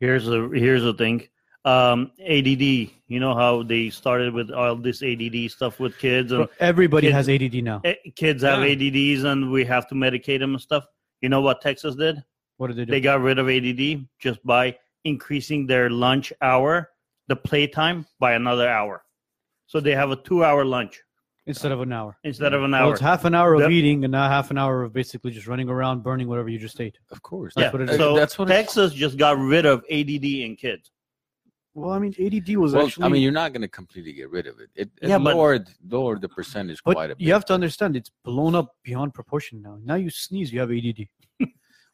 Speaker 4: Here's the here's the thing. Um, ADD. You know how they started with all this ADD stuff with kids, and
Speaker 2: Bro, Everybody
Speaker 4: Kids-
Speaker 2: has ADD now.
Speaker 4: eh, kids have
Speaker 3: Yeah.
Speaker 4: ADDs, and we have to medicate them and stuff. You know what Texas did?
Speaker 2: What did they do?
Speaker 4: They got rid of ADD just by increasing their lunch hour, the playtime, by another hour. So they have a two-hour lunch
Speaker 2: Instead of an hour.
Speaker 4: instead of an
Speaker 2: Well,
Speaker 4: hour.
Speaker 2: it's half an hour of
Speaker 4: That-
Speaker 2: eating and now half an hour of basically just running around, burning whatever you just ate.
Speaker 1: Of course.
Speaker 4: yeah.
Speaker 2: that's what it is.
Speaker 4: so
Speaker 1: that's what it-
Speaker 4: Texas just got rid of ADD in kids.
Speaker 2: Well, I mean, ADD was
Speaker 1: Well,
Speaker 2: actually.
Speaker 1: I mean, you're not going to completely get rid of it. It, it
Speaker 4: Yeah, but-
Speaker 1: lowered lowered the percentage
Speaker 2: but
Speaker 1: quite a bit.
Speaker 2: you have to understand, it's blown up beyond proportion now. Now you sneeze, you have ADD.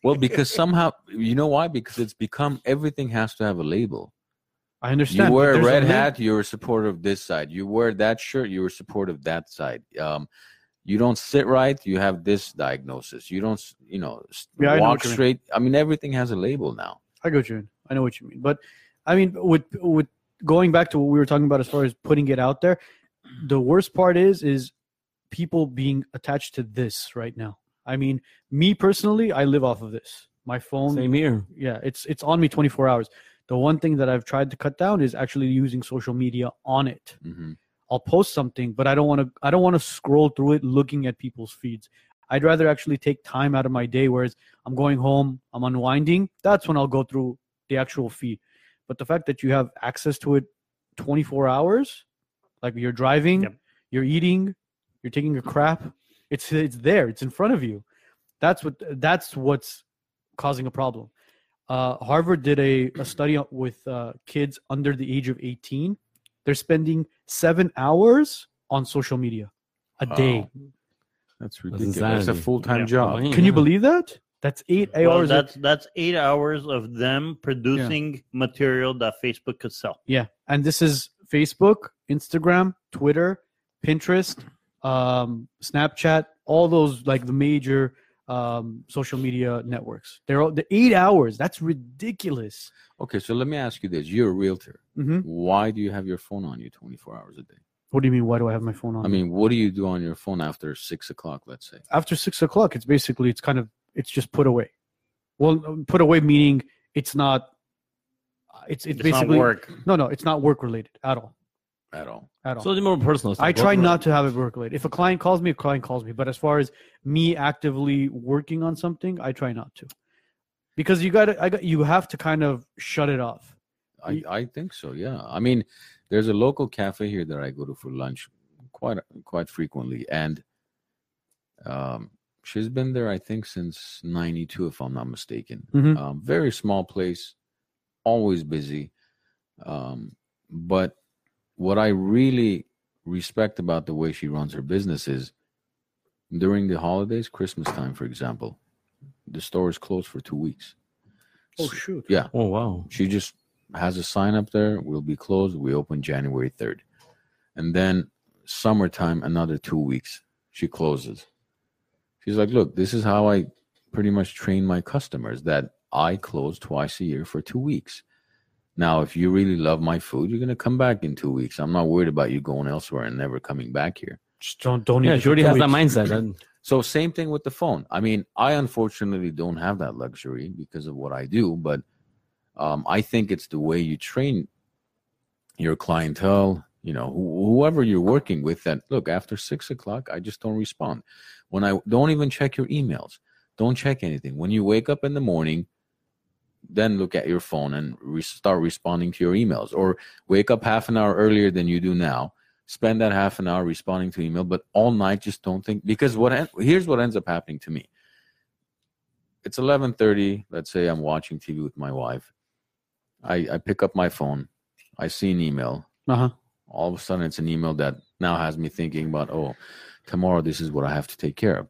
Speaker 1: well, because somehow you know why? Because it's become everything has to have a label.
Speaker 2: I understand.
Speaker 1: you
Speaker 2: but
Speaker 1: wear a
Speaker 2: there's
Speaker 1: red
Speaker 2: limit.
Speaker 1: hat, you're a supporter of this side. You wear that shirt, you're a supporter of that side. Um, you don't sit right, you have this diagnosis. You don't, s- you know, s-
Speaker 2: Yeah, I know
Speaker 1: walk
Speaker 2: what you mean.
Speaker 1: straight. I mean, everything has a label now.
Speaker 2: I go, June. I know what you mean, but I mean, with with going back to what we were talking about as far as putting it out there, the worst part is is people being attached to this right now. I mean, me personally, I live off of this. My phone,
Speaker 3: Same here.
Speaker 2: yeah, it's it's on me twenty four hours. The one thing that I've tried to cut down is actually using social media on it.
Speaker 1: Mhm.
Speaker 2: I'll post something, but I don't want to. I don't want to scroll through it looking at people's feeds. I'd rather actually take time out of my day. Whereas I'm going home, I'm unwinding. That's when I'll go through the actual feed. But the fact that you have access to it 24 hours, like you're driving,
Speaker 4: Yep.
Speaker 2: you're eating, you're taking a crap, it's it's there, it's in front of you. That's what that's what's causing a problem. Uh, Harvard did a, a study with uh, kids under the age of 18. They're spending seven hours on social media a
Speaker 1: Wow.
Speaker 2: day.
Speaker 1: That's
Speaker 3: That's
Speaker 1: ridiculous. That's a
Speaker 3: insanity.
Speaker 1: full time
Speaker 4: Yeah.
Speaker 1: job.
Speaker 2: Can you believe that? That's eight
Speaker 4: Well,
Speaker 2: hours. of-
Speaker 4: that's that's eight hours of them producing material that Facebook could sell.
Speaker 2: yeah, and this is Facebook, Instagram, Twitter, Pinterest, um, Snapchat, all those like the major um, social media networks. They're all the eight hours. That's ridiculous.
Speaker 1: Okay, so let me ask you this: You're a realtor.
Speaker 2: hmm
Speaker 1: Why do you have your phone on you 24 hours a day?
Speaker 2: What do you mean? Why do I have my phone on?
Speaker 1: I mean, what do you do on your phone after six o'clock? Let's say.
Speaker 2: after six o'clock, it's basically it's kind of it's just put away. Well, put away meaning it's not. It's it's,
Speaker 4: It's
Speaker 2: basically
Speaker 4: not work.
Speaker 2: no no it's not work related at all
Speaker 1: At all.
Speaker 2: at all.
Speaker 3: So it's more personal. It's
Speaker 2: I
Speaker 3: like
Speaker 2: try
Speaker 3: work-
Speaker 2: not to have it work related. If a client calls me, a client calls me. But as far as me actively working on something, I try not to, because you got to I got you have to kind of shut it off.
Speaker 1: I,
Speaker 2: Ye-
Speaker 1: I think so. Yeah. I mean, there's a local cafe here that I go to for lunch quite quite frequently, and um, she's been there I think since '92, if I'm not mistaken.
Speaker 2: Mhm.
Speaker 1: Um, very small place, always busy. Um, but what I really respect about the way she runs her business is during the holidays, Christmas time, for example, the store is closed for two weeks.
Speaker 2: Oh shoot!
Speaker 1: Yeah.
Speaker 3: Oh wow.
Speaker 1: She just has a sign up there. We'll be closed. We open January 3rd. And then summertime, another two weeks, she closes. She's like, look, this is how I pretty much train my customers that I close twice a year for two weeks. Now, if you really love my food, you're going to come back in two weeks. I'm not worried about you going elsewhere and never coming back here.
Speaker 2: Just don't don't.
Speaker 3: Yeah,
Speaker 2: eat it
Speaker 3: she already
Speaker 2: for
Speaker 3: has
Speaker 2: two
Speaker 3: that
Speaker 2: weeks.
Speaker 3: mindset. and-
Speaker 1: So same thing with the phone. I mean, I unfortunately don't have that luxury because of what I do, but um, I think it's the way you train your clientele, you know, wh- whoever you're working with. That look after six o'clock, I just don't respond. When I don't even check your emails, don't check anything. When you wake up in the morning, then look at your phone and re- start responding to your emails, or wake up half an hour earlier than you do now spend that half an hour responding to email, but all night just don't think because what en- here's what ends up happening to me. It's eleven thirty. Let's say I'm watching TV with my wife. I, I pick up my phone. I see an email.
Speaker 2: Uh-huh.
Speaker 1: All of a sudden, it's an email that now has me thinking about oh, tomorrow this is what I have to take care of.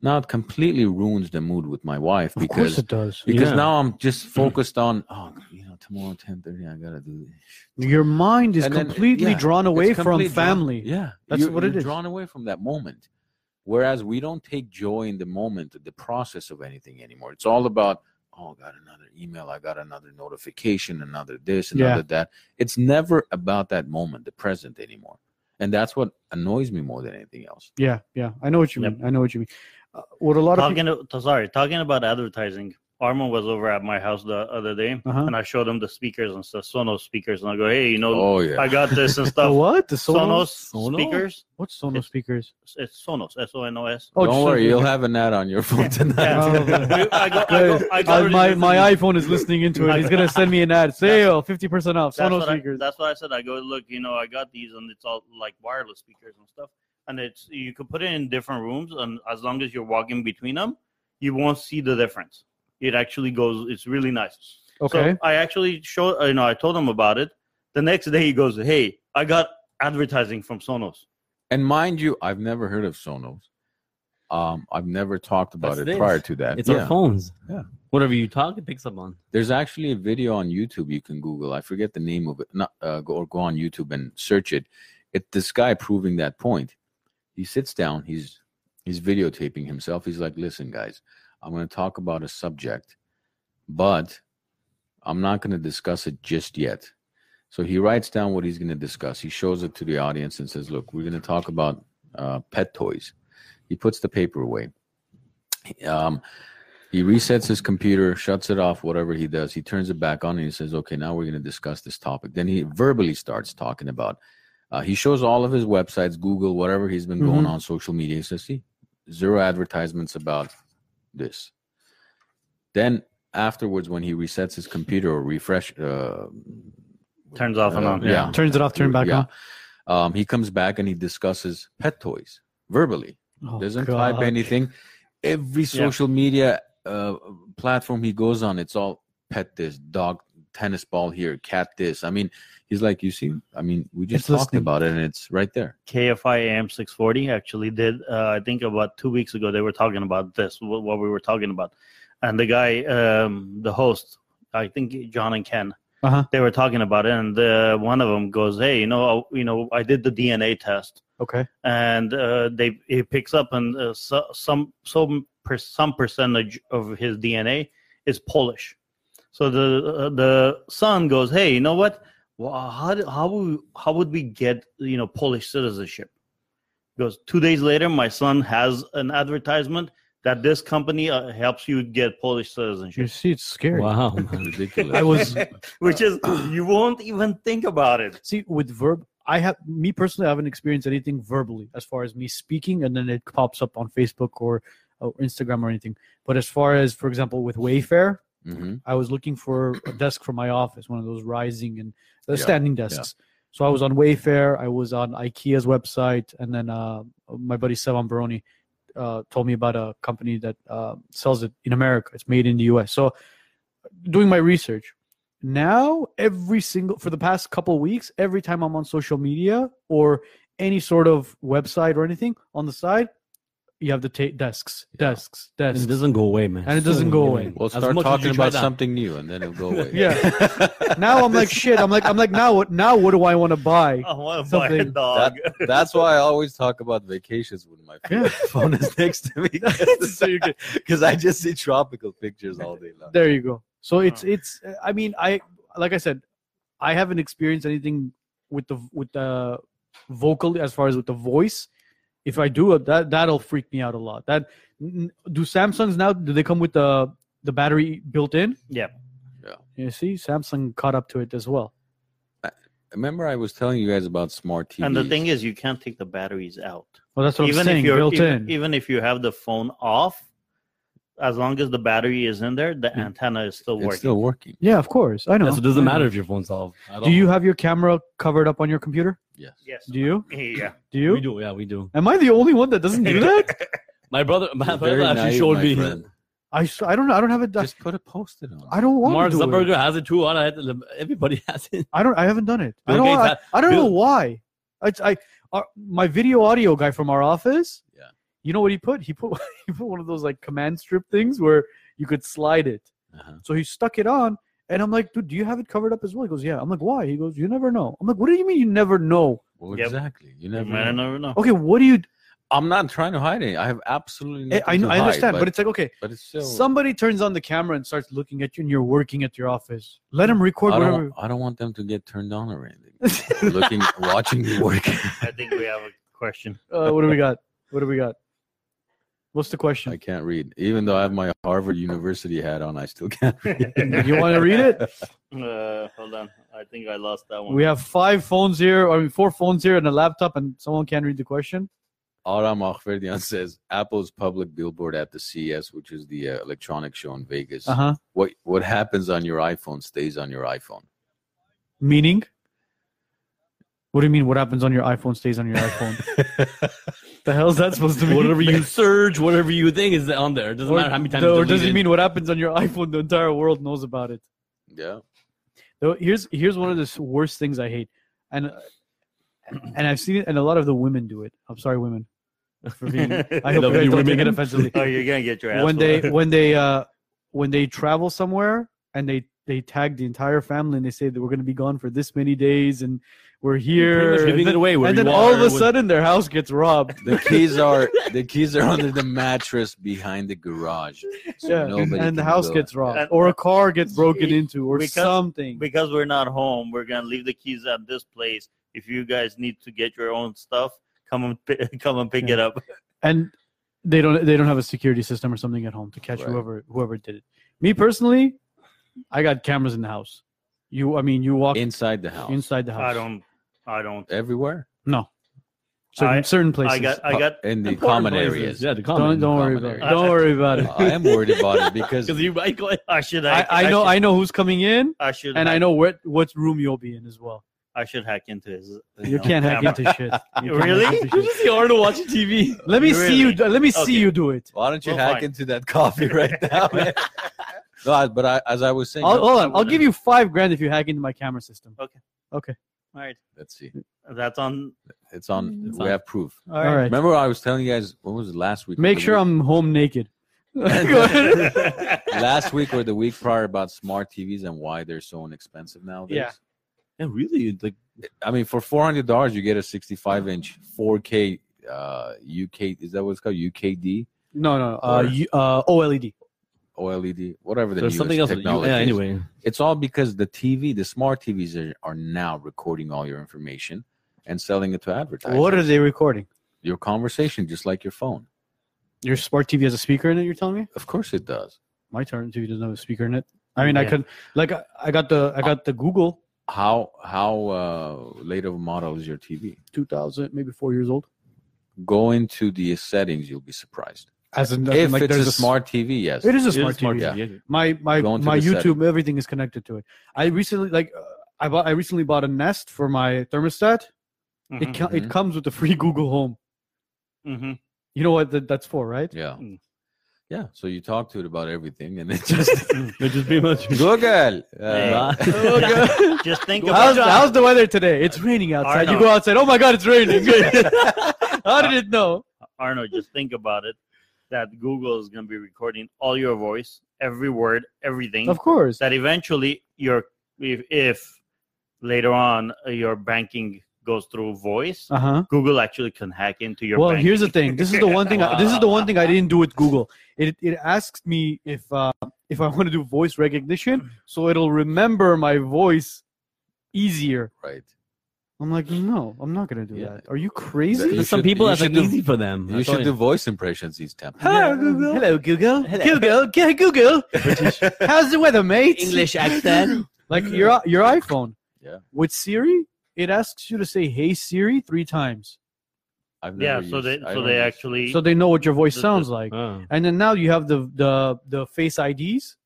Speaker 1: Now it completely ruins the mood with my wife
Speaker 2: Of course
Speaker 1: because
Speaker 2: it does.
Speaker 1: because
Speaker 3: Yeah.
Speaker 1: now I'm just focused on oh you know tomorrow ten thirty I gotta do this.
Speaker 2: Your mind is
Speaker 1: And then-
Speaker 2: completely
Speaker 1: yeah,
Speaker 2: drawn away
Speaker 1: It's
Speaker 2: from
Speaker 1: complete drawn-
Speaker 2: family.
Speaker 1: yeah,
Speaker 2: That's
Speaker 1: you're,
Speaker 2: what it
Speaker 1: you're
Speaker 2: is.
Speaker 1: Drawn away from that moment, whereas we don't take joy in the moment, the process of anything anymore. It's all about oh, I got another email, I got another notification, another this,
Speaker 2: Yeah.
Speaker 1: another that. It's never about that moment, the present anymore, and that's what annoys me more than anything else.
Speaker 2: Yeah, yeah. I know what you
Speaker 4: Yep.
Speaker 2: mean. I know what you mean. Uh, what a lot of people.
Speaker 4: Talking to, sorry, talking about advertising. Armin was over at my house the other day,
Speaker 2: Uh-huh.
Speaker 4: and I showed him the speakers and stuff, Sonos speakers, and I go, hey, you know,
Speaker 1: Oh yeah,
Speaker 4: I got this and
Speaker 2: The
Speaker 4: stuff.
Speaker 2: what? The
Speaker 4: Sonos,
Speaker 2: Sonos?
Speaker 3: Sonos?
Speaker 4: speakers.
Speaker 2: What's Sonos
Speaker 4: It's-
Speaker 2: speakers?
Speaker 4: It's Sonos, S O N O S.
Speaker 2: Oh,
Speaker 1: don't
Speaker 2: just
Speaker 1: worry,
Speaker 2: Sonos
Speaker 1: you'll
Speaker 2: speakers.
Speaker 1: have an ad on your phone tonight.
Speaker 4: Yeah.
Speaker 2: Oh.
Speaker 4: I go, I go,
Speaker 2: Good.
Speaker 4: I
Speaker 2: Uh,
Speaker 4: go
Speaker 2: my my iPhone is listening into it. He's gonna send me an ad. Sale, fifty percent off.
Speaker 4: That's
Speaker 2: Sonos
Speaker 4: what, I,
Speaker 2: speakers.
Speaker 4: that's what I said. I go, look, you know, I got these, and it's all like wireless speakers and stuff. And it's you could put it in different rooms, and as long as you're walking between them, you won't see the difference. It actually goes. It's really nice.
Speaker 2: Okay.
Speaker 4: So I actually showed. You know, I told him about it. The next day, he goes, "Hey, I got advertising from Sonos."
Speaker 1: And mind you, I've never heard of Sonos. Um, I've never talked about
Speaker 3: That's
Speaker 1: it
Speaker 3: it.
Speaker 1: prior to that.
Speaker 3: It's
Speaker 1: yeah.
Speaker 3: our phones.
Speaker 1: Yeah.
Speaker 3: Whatever you talk, it picks up on.
Speaker 1: There's actually a video on YouTube you can Google. I forget the name of it. Not uh, go or go on YouTube and search it. It this guy proving that point. He sits down. He's he's videotaping himself. He's like, "Listen, guys, I'm going to talk about a subject, but I'm not going to discuss it just yet." So he writes down what he's going to discuss. He shows it to the audience and says, "Look, we're going to talk about uh, pet toys." He puts the paper away. Um, he resets his computer, shuts it off, whatever he does. He turns it back on and he says, Okay, now we're going to discuss this topic. Then he verbally starts talking about, uh, he shows all of his websites, Google, whatever he's been going
Speaker 2: Mhm.
Speaker 1: on social media. He says, See, zero advertisements about this. Then afterwards, when he resets his computer or refresh, uh,
Speaker 4: Turns off and
Speaker 1: uh,
Speaker 4: on.
Speaker 1: yeah,
Speaker 2: Turns it off, turn back
Speaker 1: yeah.
Speaker 2: on.
Speaker 1: Um, he comes back and he discusses pet toys verbally.
Speaker 2: Oh,
Speaker 1: Doesn't
Speaker 2: God.
Speaker 1: type anything. Every social media uh, platform he goes on, it's all pet this, dog, tennis ball here, cat this. I mean, he's like, you see, I mean, we just
Speaker 2: It's
Speaker 1: talked
Speaker 2: listening.
Speaker 1: about it and it's right there.
Speaker 4: KFI AM 640 actually did. Uh, I think about two weeks ago they were talking about this, what, what we were talking about, and the guy, um, the host, I think John and Ken,
Speaker 2: Uh-huh.
Speaker 4: they were talking about it, and uh, one of them goes, "Hey, you know, uh, you know, I did the DNA test,
Speaker 2: Okay.
Speaker 4: and uh, they it picks up, and uh, so, some some per, some percentage of his DNA is Polish." So the uh, the son goes, "Hey, you know what? Well, how do- how would how would we get you know Polish citizenship?" He goes, two days later, my son has an advertisement that this company uh, helps you get Polish
Speaker 2: You
Speaker 4: citizenship,
Speaker 2: see, it's scary.
Speaker 3: Wow.
Speaker 1: Ridiculous.
Speaker 2: I was
Speaker 4: which is you won't even think about it.
Speaker 2: see with verb. I have me personally. I haven't experienced anything verbally as far as me speaking, and then it pops up on Facebook or, or Instagram or anything. But as far as, for example, with Wayfair,
Speaker 1: hmm
Speaker 2: I was looking for a desk for my office, one of those rising and the
Speaker 1: Yeah,
Speaker 2: standing desks. So I was on Wayfair, I was on IKEA's website, and then uh, my buddy Sevan Baroni uh, told me about a company that uh, sells it in America. It's made in the U.S. So doing my research now, every single for the past couple weeks, every time I'm on social media or any sort of website or anything on the side, you have the ta- desks, desks,
Speaker 3: And
Speaker 2: desks.
Speaker 3: it doesn't go away, man.
Speaker 2: And it doesn't go away.
Speaker 1: Mm-hmm. We'll
Speaker 3: As
Speaker 1: start
Speaker 3: much as
Speaker 1: talking
Speaker 3: you try
Speaker 1: about
Speaker 3: that.
Speaker 1: something new and then it'll go away.
Speaker 2: Yeah. now I'm like shit. I'm like I'm like now what now what do I want to buy?
Speaker 4: I want to buy a
Speaker 2: Something-
Speaker 4: Oh, dog.
Speaker 1: That's why I always talk about vacations when my
Speaker 2: Yeah.
Speaker 1: phone is next to me. Because I just see tropical pictures all day long.
Speaker 2: There you go.
Speaker 4: Oh.
Speaker 2: So it's it's I mean I like I said I haven't experienced anything with the with the vocal as far as with the voice. If I do that that'll freak me out a lot. That n- do Samsungs now do they come with the the battery built in?
Speaker 4: Yeah.
Speaker 1: Yeah.
Speaker 2: You see Samsung caught up to it as well.
Speaker 1: Remember, I was telling you guys about smart TVs.
Speaker 4: And the thing is, you can't take the batteries out.
Speaker 2: Well that's what
Speaker 4: even
Speaker 2: I'm saying.
Speaker 4: if you're
Speaker 2: built
Speaker 4: even,
Speaker 2: in.
Speaker 4: even if you have the phone off, as long as the battery is in there, the antenna is still
Speaker 1: it's
Speaker 4: working.
Speaker 1: still working.
Speaker 2: yeah, of course. I know.
Speaker 3: Yeah, so it doesn't
Speaker 2: I know.
Speaker 3: matter if your phone's off. at
Speaker 2: Do you
Speaker 3: all.
Speaker 2: have your camera covered up on your computer?
Speaker 1: Yes.
Speaker 4: yes.
Speaker 2: Do you?
Speaker 4: Yeah.
Speaker 2: Do you?
Speaker 3: We do. Yeah, we do.
Speaker 2: Am I the only one that doesn't do that?
Speaker 3: My brother, my
Speaker 1: You're
Speaker 3: brother
Speaker 1: very
Speaker 3: actually
Speaker 1: naive,
Speaker 3: showed
Speaker 1: my
Speaker 3: me.
Speaker 1: friend.
Speaker 2: I, s- I don't know. I don't have it. done.
Speaker 1: Just put a post-it on.
Speaker 2: I don't want
Speaker 3: Mark
Speaker 2: to do
Speaker 3: Zuckerberg
Speaker 2: it.
Speaker 3: has it too. I had to- everybody has it.
Speaker 2: I don't. I haven't done it. I
Speaker 3: Bill
Speaker 2: don't.
Speaker 3: Gates
Speaker 2: I,
Speaker 3: had-
Speaker 2: I don't know
Speaker 3: Bill-
Speaker 2: why. I, I our, my video audio guy from our office.
Speaker 1: Yeah.
Speaker 2: You know what he put? He put he put one of those like command strip things where you could slide it.
Speaker 1: Uh-huh.
Speaker 2: So he stuck it on, and I'm like, dude, do you have it covered up as well? He goes, yeah. I'm like, why? He goes, you never know. I'm like, what do you mean you never know?
Speaker 1: Well,
Speaker 4: Yep.
Speaker 1: exactly. You
Speaker 4: You
Speaker 1: never.
Speaker 4: might
Speaker 1: know.
Speaker 4: never know.
Speaker 2: Okay, what do you?
Speaker 1: I'm not trying to hide it. I have absolutely.
Speaker 2: I,
Speaker 1: Nothing
Speaker 2: Eh, I, know-
Speaker 1: to
Speaker 2: I
Speaker 1: hide,
Speaker 2: understand,
Speaker 1: but,
Speaker 2: but, it's like okay,
Speaker 1: but it's still.
Speaker 2: somebody turns on the camera and starts looking at you, and you're working at your office. Let him record
Speaker 1: I
Speaker 2: whatever.
Speaker 1: don't, I don't want them to get turned on or anything. Looking, watching me work.
Speaker 4: I think we have a question.
Speaker 2: Uh, what do we got? What do we got? What's the question?
Speaker 1: I can't read. Even though I have my Harvard University hat on, I still can't read.
Speaker 2: you want to read it?
Speaker 4: Uh, hold on. I think I lost that one.
Speaker 2: We have five phones here, I mean, four phones here and a laptop, and someone can't read the question.
Speaker 1: Aram Akhverdian says Apple's public billboard at the CES, which is the uh, electronic show in Vegas.
Speaker 2: Uh huh.
Speaker 1: What what happens on your iPhone stays on your iPhone.
Speaker 2: Meaning? What do you mean? What happens on your iPhone stays on your iPhone? the hell's that supposed to mean?
Speaker 3: Whatever you search, whatever you think is on there. It doesn't
Speaker 2: or,
Speaker 3: matter how many times. you
Speaker 2: or does
Speaker 3: delete
Speaker 2: it mean what happens on your iPhone? The entire world knows about it.
Speaker 1: Yeah.
Speaker 2: Though here's here's one of the s- worst things I hate, and uh, and I've seen it, and a lot of the women do it. I'm sorry, women, for being. I hope you
Speaker 3: Love
Speaker 2: guys
Speaker 3: you,
Speaker 2: don't take it
Speaker 3: women.
Speaker 2: offensively.
Speaker 4: oh, you're gonna get your ass.
Speaker 2: when they
Speaker 4: whooped.
Speaker 2: when they uh when they travel somewhere and they they tag the entire family and they say that we're going to be gone for this many days and we're
Speaker 3: Pretty
Speaker 2: here
Speaker 3: much
Speaker 2: and
Speaker 3: giving it
Speaker 2: then,
Speaker 3: away. where
Speaker 2: and
Speaker 3: we
Speaker 2: then all of a
Speaker 3: are, what-
Speaker 2: sudden their house gets robbed
Speaker 1: The keys are the keys are under the mattress behind the garage. So
Speaker 2: yeah
Speaker 1: nobody
Speaker 2: and the
Speaker 1: can
Speaker 2: house
Speaker 1: go.
Speaker 2: gets robbed
Speaker 4: And-
Speaker 2: or a car gets broken
Speaker 4: Be-
Speaker 2: into or
Speaker 4: because-
Speaker 2: something
Speaker 4: because we're not home, we're gonna leave the keys at this place. If you guys need to get your own stuff, come and pi- come and pick
Speaker 2: Yeah.
Speaker 4: it up.
Speaker 2: and they don't they don't have a security system or something at home to catch
Speaker 1: Right.
Speaker 2: whoever whoever did it me personally i got cameras in the house you i mean you walk
Speaker 1: inside the house.
Speaker 2: inside the house
Speaker 4: I don't. I don't.
Speaker 1: everywhere.
Speaker 2: no certain,
Speaker 4: I-
Speaker 2: certain places.
Speaker 4: I got, I got.
Speaker 1: Uh, in the
Speaker 3: Important
Speaker 1: common
Speaker 3: places.
Speaker 1: areas.
Speaker 3: Yeah, the
Speaker 2: don't
Speaker 3: common.
Speaker 2: don't worry
Speaker 1: common
Speaker 2: about it.
Speaker 1: area.
Speaker 2: Don't worry about it.
Speaker 1: I am worried about it because
Speaker 3: Because you might go.
Speaker 4: I should.
Speaker 2: I,
Speaker 4: Hack,
Speaker 2: I know
Speaker 4: Should,
Speaker 2: I know who's coming in,
Speaker 4: I should.
Speaker 2: and I
Speaker 4: hack-
Speaker 2: know what what room you'll be in as well.
Speaker 4: I should hack into his.
Speaker 2: You can't hack
Speaker 4: camera.
Speaker 2: into shit. You can't
Speaker 4: Really?
Speaker 2: hack into
Speaker 3: You
Speaker 2: shit.
Speaker 3: just see Arnold watching TV.
Speaker 2: Let me see you.
Speaker 4: Really?
Speaker 2: do- Let me
Speaker 4: Okay.
Speaker 2: see you do it.
Speaker 1: why don't you
Speaker 4: Well,
Speaker 1: hack
Speaker 4: fine.
Speaker 1: into that coffee right now? man? no, I- but I, as I was saying,
Speaker 2: I'll, hold on. I'll give you five grand if you hack into my camera system.
Speaker 4: All right,
Speaker 1: let's see,
Speaker 4: that's on.
Speaker 1: it's on.
Speaker 3: It's
Speaker 1: we
Speaker 3: on.
Speaker 1: have proof.
Speaker 2: All right.
Speaker 1: Remember, I was telling you guys what was it last week? or
Speaker 2: Make
Speaker 1: the
Speaker 2: sure
Speaker 1: week-
Speaker 2: I'm home naked.
Speaker 1: last week or the week prior about smart TVs and why they're so inexpensive nowadays.
Speaker 2: Yeah.
Speaker 3: Yeah, really. Like,
Speaker 1: I mean, for four hundred dollars, you get a sixty-five inch, four K, uh, UK. Is that what it's called? UKD,
Speaker 2: No, no, no. Uh,
Speaker 1: Or-
Speaker 2: you, uh, OLED.
Speaker 1: OLED, E whatever the
Speaker 3: there's
Speaker 1: newest
Speaker 3: something else. that you-
Speaker 1: technology.
Speaker 3: Yeah.
Speaker 1: is.
Speaker 3: Anyway,
Speaker 1: it's all because the TV, the smart TVs are, are now recording all your information and selling it to advertisers.
Speaker 2: What are they recording?
Speaker 1: your conversation, just like your phone?
Speaker 2: Your smart TV has a speaker in it. You're telling me?
Speaker 1: Of course, it does.
Speaker 2: My turn TV doesn't have a speaker in it. I mean, I
Speaker 3: Yeah.
Speaker 2: could like I, I got the I got the Google
Speaker 1: How how uh, late of a model is your TV?
Speaker 2: 2000, maybe four years old.
Speaker 1: Go into the settings, you'll be surprised.
Speaker 2: As in,
Speaker 1: If
Speaker 2: like,
Speaker 1: it's
Speaker 2: there's
Speaker 1: a
Speaker 2: s-
Speaker 1: smart TV, yes.
Speaker 2: It is a
Speaker 3: It is
Speaker 2: smart, TV.
Speaker 1: yeah.
Speaker 2: My my
Speaker 1: Go into
Speaker 2: my
Speaker 1: the
Speaker 2: YouTube,
Speaker 1: setting.
Speaker 2: everything is connected to it. I recently like uh, I bought I recently bought a Nest for my thermostat.
Speaker 4: Mm-hmm.
Speaker 2: It co- it
Speaker 1: Mhm.
Speaker 2: comes with a free Google Home.
Speaker 4: hmm
Speaker 2: You know what that, that's for, right?
Speaker 1: Yeah.
Speaker 4: Mm.
Speaker 1: Yeah. So you talk to it about everything and it just
Speaker 3: It just pretty much.
Speaker 1: Google.
Speaker 4: Yeah.
Speaker 1: Uh,
Speaker 4: Just think
Speaker 2: How's,
Speaker 4: about
Speaker 2: how's the weather today? It's raining outside. You
Speaker 4: Arnold.
Speaker 2: go outside. Oh my God, it's raining. How did it know?
Speaker 4: Arnold. Just think about it. That Google is going to be recording all your voice, every word, everything.
Speaker 2: Of course.
Speaker 4: That eventually your if, if later on uh, your banking goes through voice,
Speaker 2: Uh huh.
Speaker 4: Google actually can hack into your.
Speaker 2: Well,
Speaker 4: banking.
Speaker 2: here's the thing. This is the one thing. I, this is the one thing I didn't do with Google. It it asks me if uh, if I want to do voice recognition, so it'll remember my voice easier.
Speaker 1: right.
Speaker 2: I'm like, no, I'm not gonna do
Speaker 1: Yeah.
Speaker 2: that. Are you crazy?
Speaker 1: You
Speaker 3: Some
Speaker 1: should-
Speaker 3: people
Speaker 1: you
Speaker 3: that's like
Speaker 1: should do-
Speaker 3: easy for them.
Speaker 1: You
Speaker 3: That's
Speaker 1: should do
Speaker 3: all
Speaker 1: voice impressions these times.
Speaker 2: Hello, Google. Hello, Google.
Speaker 3: Hello.
Speaker 2: Google. Yeah, Google. How's the weather, mate?
Speaker 3: English accent.
Speaker 2: Like your your iPhone.
Speaker 1: Yeah.
Speaker 2: With Siri, it asks you to say "Hey Siri" three times,
Speaker 1: I've
Speaker 4: yeah.
Speaker 1: never
Speaker 4: So
Speaker 1: used-
Speaker 4: they
Speaker 1: I
Speaker 4: so
Speaker 1: don't
Speaker 4: they
Speaker 1: use-
Speaker 4: actually
Speaker 2: so they know what your voice
Speaker 4: The- the-
Speaker 2: sounds like.
Speaker 3: Oh.
Speaker 2: And then now you have the the the Face IDs,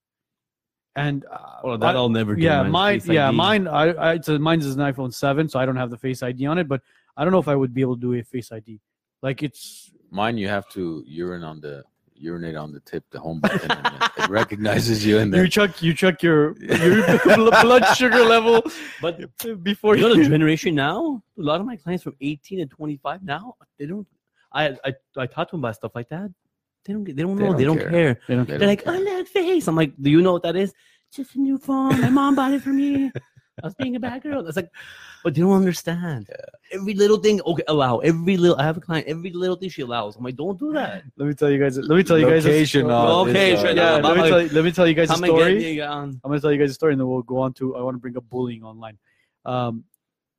Speaker 2: and uh,
Speaker 3: Well, Oh, that
Speaker 2: I-
Speaker 3: I'll never do.
Speaker 2: yeah,
Speaker 3: man.
Speaker 2: mine,
Speaker 3: Face
Speaker 2: yeah,
Speaker 3: ID.
Speaker 2: mine. I, I it's a, mine's is an iPhone seven, so I don't have the Face ID on it. But I don't know if I would be able to do a Face ID. Like it's
Speaker 1: mine. You have to urine on the urinate on the tip, the home button, and it recognizes you. And
Speaker 2: you
Speaker 1: then
Speaker 2: check you check your your blood sugar level
Speaker 3: But
Speaker 2: before
Speaker 3: you know the
Speaker 2: you.
Speaker 3: generation now. A lot of my clients from 18 to 25 now, they don't. I I, I talk to them about stuff like that. They don't. get- They don't
Speaker 1: They
Speaker 3: know.
Speaker 1: don't
Speaker 3: They don't
Speaker 1: care.
Speaker 3: care.
Speaker 2: They don't
Speaker 1: They
Speaker 3: They're
Speaker 1: don't
Speaker 3: like,
Speaker 1: care.
Speaker 3: oh, that face. I'm like, do you know what that is? Just a new phone. My mom bought it for me. I was being a bad girl. It's like, but they don't understand. Every little thing, okay, allow. Every little. I have a client. Every little thing she allows. I'm like, don't do that.
Speaker 2: Let me tell you guys. Let me tell you guys.
Speaker 1: Location
Speaker 2: a,
Speaker 1: of
Speaker 3: Okay,
Speaker 1: this,
Speaker 3: sure,
Speaker 1: uh,
Speaker 2: yeah,
Speaker 3: yeah,
Speaker 2: let me, tell, you- let me tell you guys a
Speaker 3: Come and get
Speaker 2: story.
Speaker 3: me, um,
Speaker 2: I'm gonna tell you guys a story, and then we'll go on to. I want to bring up bullying online. Um,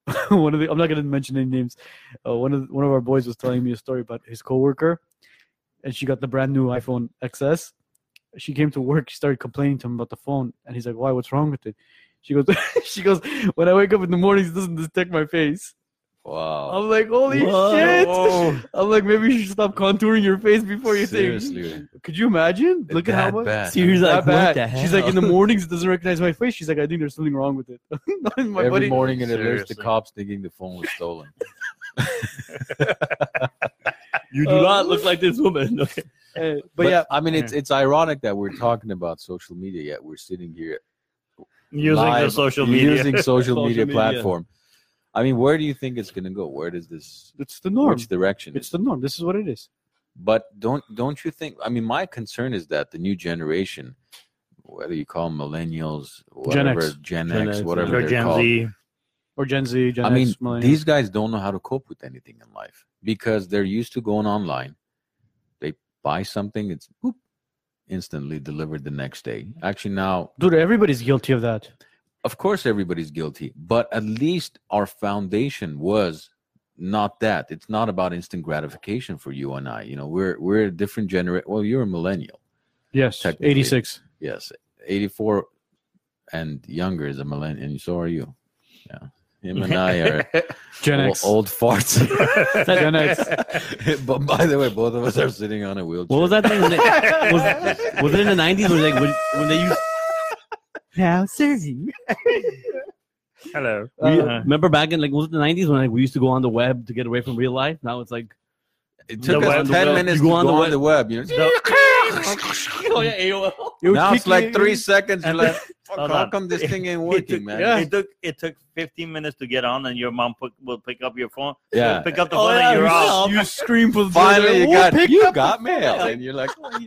Speaker 2: one of the, I'm not gonna mention any names. Uh, one of one of our boys was telling me a story about his coworker, and she got the brand new iPhone XS. She came to work. She started complaining to him about the phone, and he's like, "Why? What's wrong with it?" She goes, "She goes. When I wake up in the mornings, it doesn't detect my face."
Speaker 1: Wow.
Speaker 2: I'm like, "Holy shit!" I'm like, "Maybe Oh, you should stop contouring your face before you think."
Speaker 1: Seriously.
Speaker 2: Could you imagine? Look at how
Speaker 1: That
Speaker 2: much.
Speaker 1: bad.
Speaker 3: Seriously,
Speaker 2: Not
Speaker 3: like, what the
Speaker 2: bad. She's like,
Speaker 3: hell?
Speaker 2: in the mornings, it doesn't recognize my face. She's like, I think there's something wrong with it. And my
Speaker 1: Every
Speaker 2: buddy,
Speaker 1: morning it alerts the
Speaker 4: Seriously.
Speaker 1: cops thinking the phone was stolen.
Speaker 3: You do
Speaker 2: Uh,
Speaker 3: not look like this woman. Okay.
Speaker 2: uh, but, yeah,
Speaker 1: I mean, it's it's ironic that we're talking about social media yet we're sitting here
Speaker 4: using the
Speaker 1: live-
Speaker 4: social media.
Speaker 1: using social
Speaker 3: Social
Speaker 1: media
Speaker 3: media.
Speaker 1: platform. I mean, where do you think it's going to go? Where does this
Speaker 2: it's the norm.
Speaker 1: which direction?
Speaker 2: It's the norm. This is what it is.
Speaker 1: but don't don't you think? I mean, my concern is that the new generation, whether you call them millennials,
Speaker 2: Gen
Speaker 1: whatever
Speaker 2: X.
Speaker 1: Gen,
Speaker 3: Gen
Speaker 1: X,
Speaker 3: X,
Speaker 1: whatever
Speaker 4: Or
Speaker 1: they're
Speaker 4: Gen
Speaker 1: called.
Speaker 4: Z.
Speaker 2: Or Gen Z, Gen
Speaker 1: I mean,
Speaker 2: X, millennials.
Speaker 1: these guys don't know how to cope with anything in life because they're used to going online. They buy something, it's boop, instantly delivered the next day. Actually, now
Speaker 2: Dude, everybody's guilty of that.
Speaker 1: of course everybody's guilty but at least our foundation was not that it's not about instant gratification for you and i you know we're we're a different generation well you're a millennial
Speaker 2: Yes,
Speaker 1: Technically.
Speaker 2: 86.
Speaker 1: yes 84 and younger is a millennial and so are you yeah Him and I are
Speaker 2: Gen
Speaker 1: old,
Speaker 2: X.
Speaker 1: old farts.
Speaker 2: Gen X.
Speaker 1: but by the way, both of us are sitting on a wheelchair.
Speaker 3: What was that thing? when they- was, was it in the nineties when, like, when, when they used?
Speaker 2: Now, Sergi.
Speaker 4: Hello.
Speaker 2: Uh,
Speaker 4: Uh,
Speaker 3: Remember back in like was it the nineties when like we used to go on the web to get away from real life? Now it's like
Speaker 1: It took
Speaker 4: The
Speaker 1: us
Speaker 4: web-
Speaker 1: ten
Speaker 4: the-
Speaker 1: minutes
Speaker 3: you go
Speaker 1: to
Speaker 3: on
Speaker 1: go
Speaker 3: the
Speaker 1: on
Speaker 3: web.
Speaker 1: the web. You know,
Speaker 3: oh yeah, AOL.
Speaker 2: It would
Speaker 1: now
Speaker 2: kick
Speaker 1: it's like
Speaker 2: you-
Speaker 1: three seconds. You're
Speaker 4: and
Speaker 1: like,
Speaker 4: then-
Speaker 1: fuck,
Speaker 4: hold
Speaker 1: how
Speaker 4: on.
Speaker 1: come this thing ain't
Speaker 4: It took,
Speaker 1: working, man?
Speaker 4: it took it took 15 minutes to get on, and your mom put, will pick up your phone.
Speaker 1: Yeah.
Speaker 4: pick up the
Speaker 3: Oh,
Speaker 4: phone,
Speaker 3: yeah,
Speaker 4: and you're out.
Speaker 2: You scream for the
Speaker 1: Finally, you
Speaker 2: We'll
Speaker 1: got
Speaker 2: pick
Speaker 1: you
Speaker 2: up the
Speaker 1: got
Speaker 2: phone.
Speaker 1: mail,
Speaker 2: Like,
Speaker 1: and you're like, oh,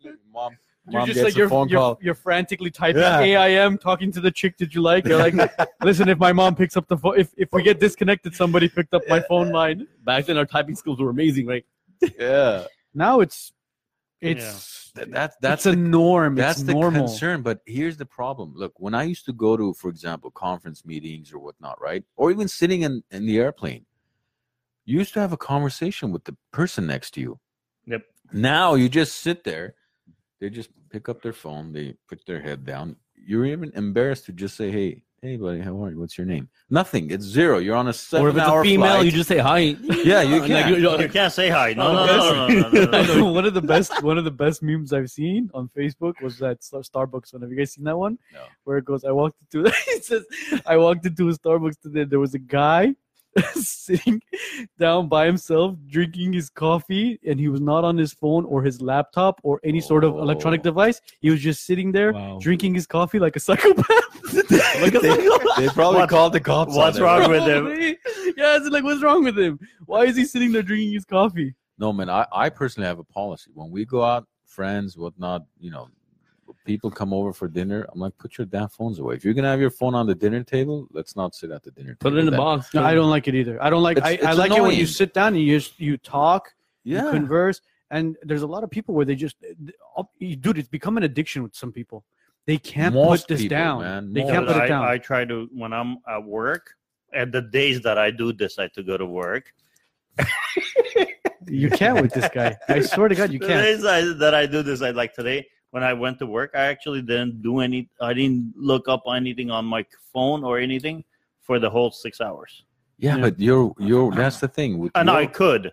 Speaker 1: yeah. mom.
Speaker 2: You're
Speaker 1: Mom
Speaker 2: just
Speaker 1: gets
Speaker 2: like
Speaker 1: a
Speaker 2: you're,
Speaker 1: phone
Speaker 2: you're,
Speaker 1: call.
Speaker 2: you're frantically typing
Speaker 1: Yeah.
Speaker 2: AIM, talking to the chick that you like. You're like, listen, if my mom picks up the phone, if, if we get disconnected, somebody picked up my phone line.
Speaker 3: Back then our typing skills were amazing, right?
Speaker 1: Yeah,
Speaker 2: Now it's it's
Speaker 1: Th- that's
Speaker 2: that's
Speaker 1: that's
Speaker 2: a norm.
Speaker 1: that's
Speaker 2: it's
Speaker 1: the
Speaker 2: normal.
Speaker 1: concern. But here's the problem. Look, when I used to go to, for example, conference meetings or whatnot, right, or even sitting in in the airplane, you used to have a conversation with the person next to you.
Speaker 4: Yep.
Speaker 1: Now you just sit there. They just pick up their phone. They put their head down. You're even embarrassed to just say, "Hey, hey, buddy, how are you? What's your name?" Nothing. It's zero. You're on a
Speaker 3: Or if it's
Speaker 1: seven-hour
Speaker 3: a female,
Speaker 1: flight.
Speaker 3: you just say hi.
Speaker 1: Yeah, you can.
Speaker 4: You can't say hi. No, no,
Speaker 3: Oh,
Speaker 4: no, no, no, no, no, no.
Speaker 2: one of the best one of the best memes I've seen on Facebook was that Star- Starbucks one. Have you guys seen that one?
Speaker 1: No.
Speaker 2: Where it goes, I walked into it says, I walked into a Starbucks today. There was a guy sitting down by himself drinking his coffee, and he was not on his phone or his laptop or any sort of electronic
Speaker 1: Oh.
Speaker 2: device. He was just sitting there
Speaker 3: Wow.
Speaker 2: drinking his coffee like a psychopath.
Speaker 1: they, they probably
Speaker 4: What-
Speaker 1: called the cops. on
Speaker 4: what's
Speaker 1: it.
Speaker 4: wrong with him?
Speaker 2: Probably. Yeah, it's like, what's wrong with him? Why is he sitting there drinking his coffee?
Speaker 1: No, man, I, I personally have a policy. When we go out, friends, whatnot, you know, people come over for dinner. I'm like, put your damn phones away. If you're gonna have your phone on the dinner table, let's not sit at the dinner table.
Speaker 3: Put it in the
Speaker 1: That-
Speaker 3: box.
Speaker 2: No, I don't like it either. I don't like.
Speaker 1: It's-
Speaker 2: I, I
Speaker 1: it's
Speaker 2: like it when you
Speaker 1: annoying.
Speaker 2: sit down and you just, you talk, you
Speaker 1: Yeah.
Speaker 2: converse, and there's a lot of people where they just, dude, it's become an addiction with some people. They can't
Speaker 1: Most
Speaker 2: put this
Speaker 1: people,
Speaker 2: down.
Speaker 1: man.
Speaker 2: They
Speaker 1: Most-
Speaker 2: can't
Speaker 4: But
Speaker 2: put
Speaker 4: I,
Speaker 2: it down.
Speaker 4: I try to when I'm at work, and the days that I do decide to go to work,
Speaker 2: you can't with this guy. I swear to God, you
Speaker 4: the
Speaker 2: can't.
Speaker 4: days I, that I do decide, like today when I went to work, I actually didn't do any. I didn't look up anything on my phone or anything for the whole six hours.
Speaker 1: yeah,
Speaker 2: Yeah.
Speaker 1: but you're you're that's the thing. With
Speaker 4: And
Speaker 1: your,
Speaker 4: I could,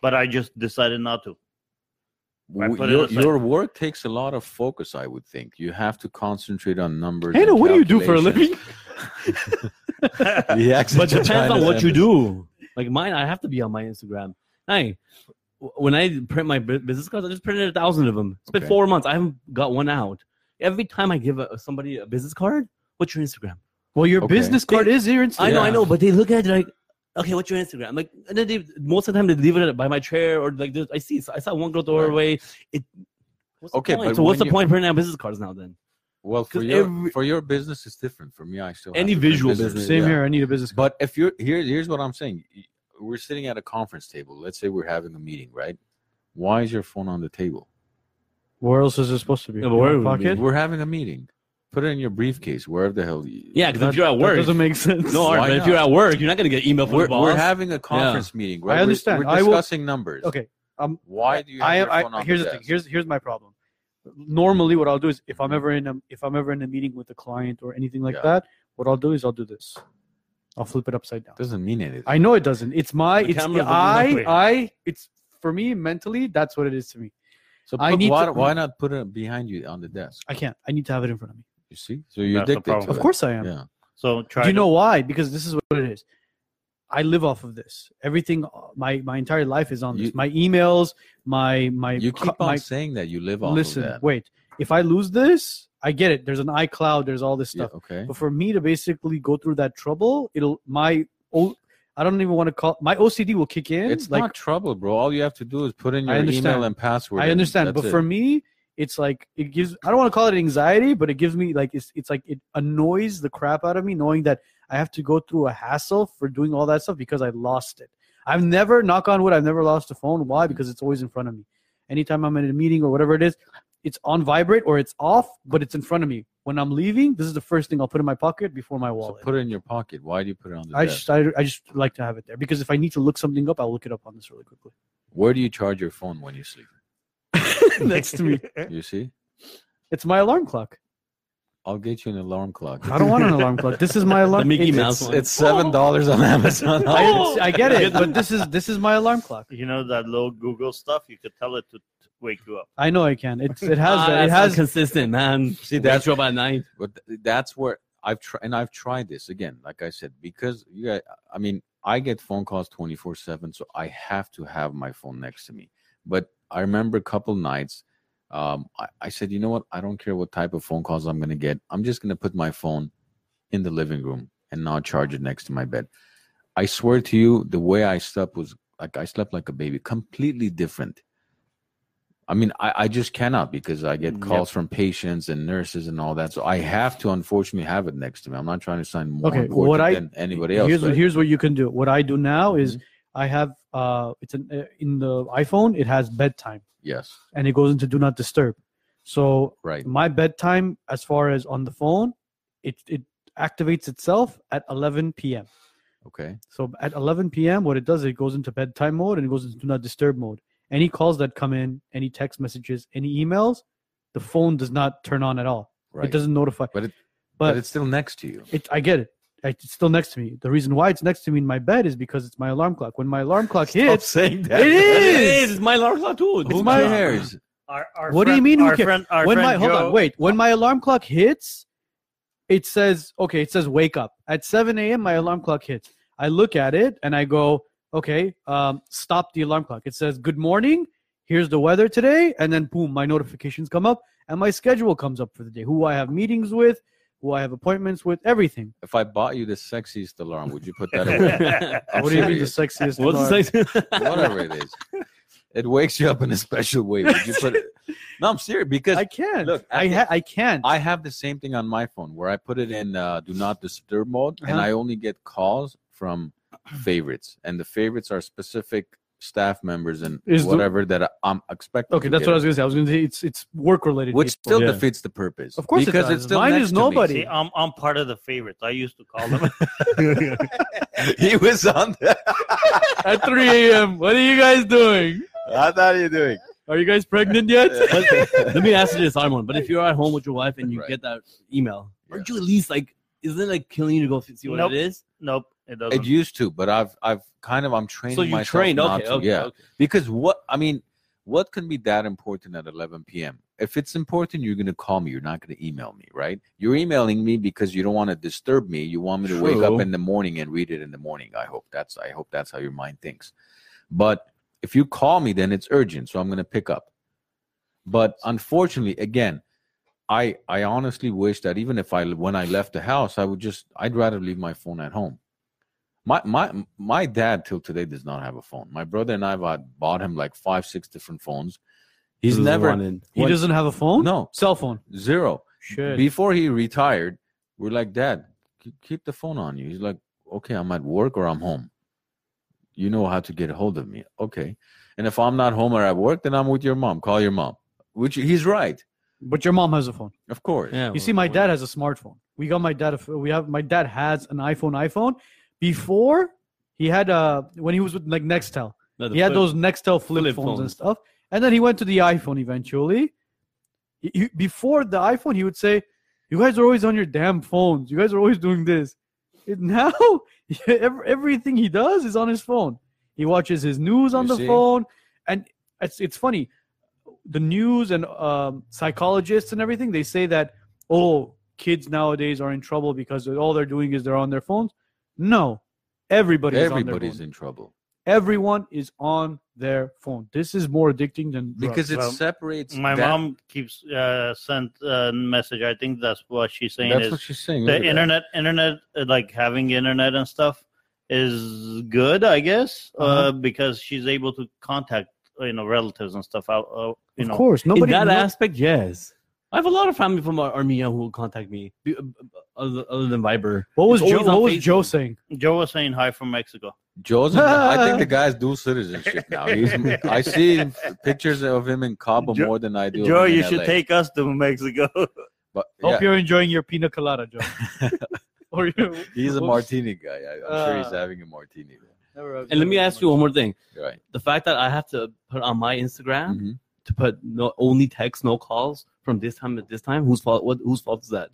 Speaker 4: but I just decided not to. I
Speaker 1: w-
Speaker 4: put it
Speaker 1: your,
Speaker 4: aside.
Speaker 1: your work takes a lot of focus. I would think you have to concentrate on numbers.
Speaker 2: Hey,
Speaker 1: and
Speaker 2: what do you do for a
Speaker 1: calculations.
Speaker 2: living?
Speaker 1: The accent
Speaker 3: But depends
Speaker 1: China's
Speaker 3: on what you
Speaker 1: emphasis.
Speaker 3: do. Like mine, I have to be on my Instagram. Hey, w- when I print my bu- business cards, I just printed a thousand of them. It's been
Speaker 1: Okay.
Speaker 3: four months. I haven't got one out. Every time I give a, somebody a business card, what's your Instagram?
Speaker 2: Well, your
Speaker 1: Okay.
Speaker 2: business card is your Instagram.
Speaker 3: I know, I
Speaker 1: Yeah.
Speaker 3: know, but they look at it like, okay, what's your Instagram? like, and then they, most of the time they leave it by my chair or like this. I see, I saw one girl throw her
Speaker 1: Right.
Speaker 3: away. It. What's the
Speaker 1: Okay,
Speaker 3: point?
Speaker 1: but
Speaker 3: so
Speaker 1: when
Speaker 3: what's the
Speaker 1: you-
Speaker 3: point of printing out business cards now? Then
Speaker 1: Well, for
Speaker 3: 'Cause
Speaker 1: your
Speaker 3: every-
Speaker 1: for your business is different. For me, I still have
Speaker 3: Any
Speaker 1: to print
Speaker 3: visual business,
Speaker 2: Same
Speaker 1: yeah.
Speaker 2: here. I need a business card.
Speaker 1: But if you're here, here's what I'm saying. We're sitting at a conference table. Let's say we're having a meeting, right? Why is your phone on the table?
Speaker 2: Where else is it supposed to be?
Speaker 3: Yeah, but where
Speaker 2: In my
Speaker 3: would it be?
Speaker 2: pocket?
Speaker 1: We're having a meeting. Put it in your briefcase, wherever the hell. You,
Speaker 3: yeah, because
Speaker 2: That-
Speaker 3: if you're at
Speaker 2: That
Speaker 3: work,
Speaker 2: doesn't make sense.
Speaker 3: no,
Speaker 1: Why
Speaker 3: but if
Speaker 1: not?
Speaker 3: you're at work, you're not gonna get email from
Speaker 1: we're,
Speaker 3: the boss.
Speaker 1: we're having a conference meeting, right? We're-
Speaker 2: understand.
Speaker 1: We're,
Speaker 2: I will-
Speaker 1: discussing numbers.
Speaker 2: Okay. Um,
Speaker 1: Why do you have
Speaker 2: I,
Speaker 1: your
Speaker 2: I,
Speaker 1: phone on
Speaker 2: here's
Speaker 1: the,
Speaker 2: the thing.
Speaker 1: desk?
Speaker 2: Here's here's my problem. Normally, what I'll do is if I'm ever in a if I'm ever in a meeting with a client or anything like
Speaker 1: Yeah.
Speaker 2: that, what I'll do is I'll do this. I'll flip it upside down.
Speaker 1: Doesn't mean anything.
Speaker 2: I know it doesn't. It's my
Speaker 3: The
Speaker 2: it's
Speaker 3: camera's looking that
Speaker 2: I
Speaker 3: way.
Speaker 2: I it's for me mentally. That's what it is to me.
Speaker 1: so
Speaker 2: I
Speaker 1: put-
Speaker 2: need
Speaker 1: why,
Speaker 2: to-
Speaker 1: why not put it behind you on the desk?
Speaker 2: I can't. I need to have it in front of me.
Speaker 1: You see? So you're
Speaker 4: That's the
Speaker 1: addicted.
Speaker 4: problem.
Speaker 1: to
Speaker 2: Of
Speaker 1: it.
Speaker 2: course, I am.
Speaker 1: Yeah.
Speaker 4: So try.
Speaker 2: Do you
Speaker 4: to-
Speaker 2: know why? Because this is what it is. I live off of this. Everything, my my entire life is on this.
Speaker 1: You-
Speaker 2: my emails, my my
Speaker 1: You keep
Speaker 2: my
Speaker 1: on saying that you live off
Speaker 2: listen.
Speaker 1: of that.
Speaker 2: Wait, if I lose this, I get it. There's an iCloud. There's all this
Speaker 1: Yeah,
Speaker 2: stuff.
Speaker 1: okay.
Speaker 2: But for me to basically go through that trouble, it'll my oh, I don't even want to call my OCD will kick in.
Speaker 1: It's
Speaker 2: like
Speaker 1: not trouble, bro. All you have to do is put in
Speaker 2: I
Speaker 1: your
Speaker 2: understand.
Speaker 1: email and password.
Speaker 2: I
Speaker 1: and
Speaker 2: understand,
Speaker 1: that's
Speaker 2: but
Speaker 1: it.
Speaker 2: for me, it's like it gives. I don't want to call it anxiety, but it gives me like it's it's like it annoys the crap out of me knowing that I have to go through a hassle for doing all that stuff because I lost it. I've never knock on wood. I've never lost a phone. Why? Because it's always in front of me. Anytime I'm in a meeting or whatever it is, it's on vibrate or it's off, but it's in front of me. When I'm leaving, this is the first thing I'll put in my pocket before my
Speaker 1: So
Speaker 2: wallet.
Speaker 1: put it in your pocket. Why do you put it on the
Speaker 2: I
Speaker 1: desk?
Speaker 2: just I, I just like to have it there because if I need to look something up, I'll look it up on this really quickly.
Speaker 1: Where do you charge your phone when you sleep?
Speaker 2: Next to me,
Speaker 1: You see?
Speaker 2: it's my alarm clock.
Speaker 1: I'll get you an alarm clock.
Speaker 2: I don't want an alarm clock. This is my alarm.
Speaker 3: The Mickey
Speaker 2: it's-
Speaker 3: Mouse
Speaker 1: It's,
Speaker 3: one.
Speaker 1: it's seven dollars on Amazon.
Speaker 2: I, it's- I get it, but this is this is my alarm clock.
Speaker 4: You know that little Google stuff. You could tell it to to wake you up.
Speaker 2: I know I can. It's it has
Speaker 3: Ah,
Speaker 2: that. It has
Speaker 3: that's consistent,
Speaker 1: See,
Speaker 3: man. See,
Speaker 1: that's-
Speaker 3: that's your by nine.
Speaker 1: but th- that's where I've tried, and I've tried this again. Like I said, because you, got, I mean, I get phone calls twenty four seven, so I have to have my phone next to me. But I remember a couple nights, um, I, I said, you know what? I don't care what type of phone calls I'm gonna get. I'm just gonna put my phone in the living room and not charge it next to my bed. I swear to you, the way I slept was like I slept like a baby, completely different. I mean, I, I just cannot because I get
Speaker 2: Mm,
Speaker 4: Yep.
Speaker 1: calls from patients and nurses and all that. So I have to, unfortunately, have it next to me. I'm not trying to sound more
Speaker 2: Okay,
Speaker 1: important
Speaker 2: what I-
Speaker 1: than anybody else.
Speaker 2: Here's
Speaker 1: but
Speaker 2: what, here's what you can do. What I do now is I have uh, it's an uh, in the iPhone. It has bedtime,
Speaker 1: yes,
Speaker 2: and it goes into do not disturb. So
Speaker 1: right.
Speaker 2: my bedtime, as far as on the phone, it it activates itself at 11 p.m.
Speaker 1: Okay.
Speaker 2: So at 11 p.m., what it does, it goes into bedtime mode and it goes into do not disturb mode. Any calls that come in, any text messages, any emails, the phone does not turn on at all.
Speaker 1: Right.
Speaker 2: It doesn't notify.
Speaker 1: But it-
Speaker 2: but,
Speaker 1: but it's still next to you.
Speaker 2: it, I get it. Like, It's still next to me. The reason why it's next to me in my bed is because it's my alarm clock. When my alarm clock hits,
Speaker 1: saying
Speaker 2: it is.
Speaker 3: It is. It's my alarm clock too.
Speaker 1: Who
Speaker 3: It's
Speaker 2: my-
Speaker 1: cares?
Speaker 4: Our, our
Speaker 2: What do you mean who
Speaker 4: Our
Speaker 2: cares?
Speaker 4: friend, our
Speaker 2: when
Speaker 4: friend
Speaker 2: my hold
Speaker 4: Joe,
Speaker 2: on, wait. When my alarm clock hits, it says okay. It says wake up at 7 a.m. My alarm clock hits. I look at it and I go, okay, um, stop the alarm clock. It says good morning. Here's the weather today, and then boom, my notifications come up and my schedule comes up for the day. Who I have meetings with, who I have appointments with, everything.
Speaker 1: If I bought you the sexiest alarm, would you put that away? I'm
Speaker 2: what do you mean the
Speaker 1: serious.
Speaker 2: sexiest?
Speaker 3: What's
Speaker 2: alarm?
Speaker 3: the sex?
Speaker 1: Whatever it is, it wakes you up in a special way. Would you put it? No, I'm serious because
Speaker 2: I can't.
Speaker 1: Look,
Speaker 2: Look, I ha- I can't.
Speaker 1: I have the same thing on my phone where I put it in uh, do not disturb mode, and
Speaker 2: Uh-huh.
Speaker 1: I only get calls from favorites, and the favorites are specific staff members and
Speaker 2: Is the-
Speaker 1: whatever that I- I'm expected.
Speaker 2: okay,
Speaker 1: to
Speaker 2: that's
Speaker 1: get.
Speaker 2: what I was gonna say. I was gonna say it's it's work related.
Speaker 1: Which still
Speaker 3: Yeah.
Speaker 1: defeats the purpose,
Speaker 2: Of course it
Speaker 1: because
Speaker 2: does.
Speaker 1: it's still
Speaker 2: Mine
Speaker 1: next
Speaker 2: is
Speaker 1: to me.
Speaker 2: nobody.
Speaker 4: See, I'm I'm part of the favorites. I used to call them.
Speaker 1: he was on. The,
Speaker 2: at 3 a.m. What are you guys doing?
Speaker 1: how are you doing?
Speaker 2: Are you guys pregnant yet?
Speaker 3: But let me ask you this, Armand. But if you're at home with your wife and you
Speaker 1: Right.
Speaker 3: get that email,
Speaker 1: Yeah.
Speaker 3: aren't you at least like, isn't it like killing you to go f- see what
Speaker 4: Nope.
Speaker 3: it is?
Speaker 4: nope, it doesn't.
Speaker 1: It used to, but I've I've kind of I'm training
Speaker 3: So you
Speaker 1: myself
Speaker 3: trained,
Speaker 1: not
Speaker 3: okay,
Speaker 1: to.
Speaker 3: okay,
Speaker 1: yeah.
Speaker 3: okay.
Speaker 1: Because what I mean, what can be that important at 11 p.m.? If it's important, you're going to call me. You're not going to email me, right? You're emailing me because you don't want to disturb me. You want me to wake up
Speaker 3: True.
Speaker 1: in the morning and read it in the morning. I hope that's I hope that's how your mind thinks. But if you call me, then it's urgent, so I'm going to pick up. But unfortunately, again, I I honestly wish that even if I when I left the house, I would just I'd rather leave my phone at home. My my my dad till today does not have a phone. My brother and I have bought him like five six different phones. He's
Speaker 3: Doesn't
Speaker 1: never
Speaker 3: want it.
Speaker 2: he
Speaker 1: What?
Speaker 2: doesn't have a phone?
Speaker 1: No.
Speaker 2: Cell phone.
Speaker 1: zero.
Speaker 2: Shit.
Speaker 1: Before he retired, we're like, Dad, ke- keep the phone on you. He's like, Okay, I'm at work or I'm home. You know how to get a hold of me. Okay, and if I'm not home or at work, then I'm with your mom. Call your mom. Which he's right,
Speaker 2: but your mom has a phone.
Speaker 1: of course.
Speaker 3: Yeah,
Speaker 2: You see, my dad has a smartphone. We got my dad. a f- We have my dad has an iPhone. iPhone. Before he had uh when he was with like Nextel, he had those Nextel flip,
Speaker 3: flip
Speaker 2: phones and
Speaker 3: phones.
Speaker 2: stuff. And then he went to the iPhone eventually. He- he- before the iPhone, he would say, "You guys are always on your damn phones. You guys are always doing this." And now ev- everything he does is on his phone. He watches his news on
Speaker 1: You
Speaker 2: the
Speaker 1: see?
Speaker 2: phone, and it's it's funny. The news and um, psychologists and everything they say that oh kids nowadays are in trouble because all they're doing is they're on their phones. No, everybody is on their phone
Speaker 1: Everybody's in trouble
Speaker 2: everyone is on their phone. This is more addicting than drugs.
Speaker 1: because it
Speaker 4: Well,
Speaker 1: separates.
Speaker 4: My
Speaker 1: that-
Speaker 4: mom keeps uh, sent a message. I think that's what she's saying
Speaker 1: That's
Speaker 4: is
Speaker 1: what she's saying.
Speaker 4: the
Speaker 1: look at that.
Speaker 4: internet, internet, uh, like having internet and stuff is good, I guess, uh
Speaker 2: Uh-huh.
Speaker 4: because she's able to contact you know relatives and stuff. Out, uh, you
Speaker 2: of
Speaker 4: know,
Speaker 2: course,
Speaker 3: In
Speaker 2: nobody.
Speaker 3: that
Speaker 2: knows-
Speaker 3: aspect, yes. I have a lot of family from Ar- Armenia who will contact me, be- uh, other other than Viber.
Speaker 2: what was
Speaker 3: It's
Speaker 2: Joe?
Speaker 3: always on
Speaker 2: What was
Speaker 3: Facebook.
Speaker 2: Joe saying?
Speaker 4: Joe was saying hi from Mexico.
Speaker 1: Joseph, I think the guy's dual citizenship now. He's, I see him- pictures of him in Cabo
Speaker 4: Jo-
Speaker 1: more than I do. of
Speaker 4: Joe,
Speaker 1: him in
Speaker 4: you should
Speaker 1: LA.
Speaker 4: take us to Mexico.
Speaker 1: But yeah,
Speaker 2: Hope you're enjoying your pina colada, Joe. or you?
Speaker 1: he's a
Speaker 2: Oops.
Speaker 1: martini guy. I, I'm sure he's
Speaker 2: Uh,
Speaker 1: having a martini.
Speaker 3: And let me ask you one more thing:
Speaker 1: Right.
Speaker 3: the fact that I have to put on my Instagram
Speaker 1: Mhm.
Speaker 3: to put no only text, no calls from this time to this time. Whose fault? What? Whose fault is that?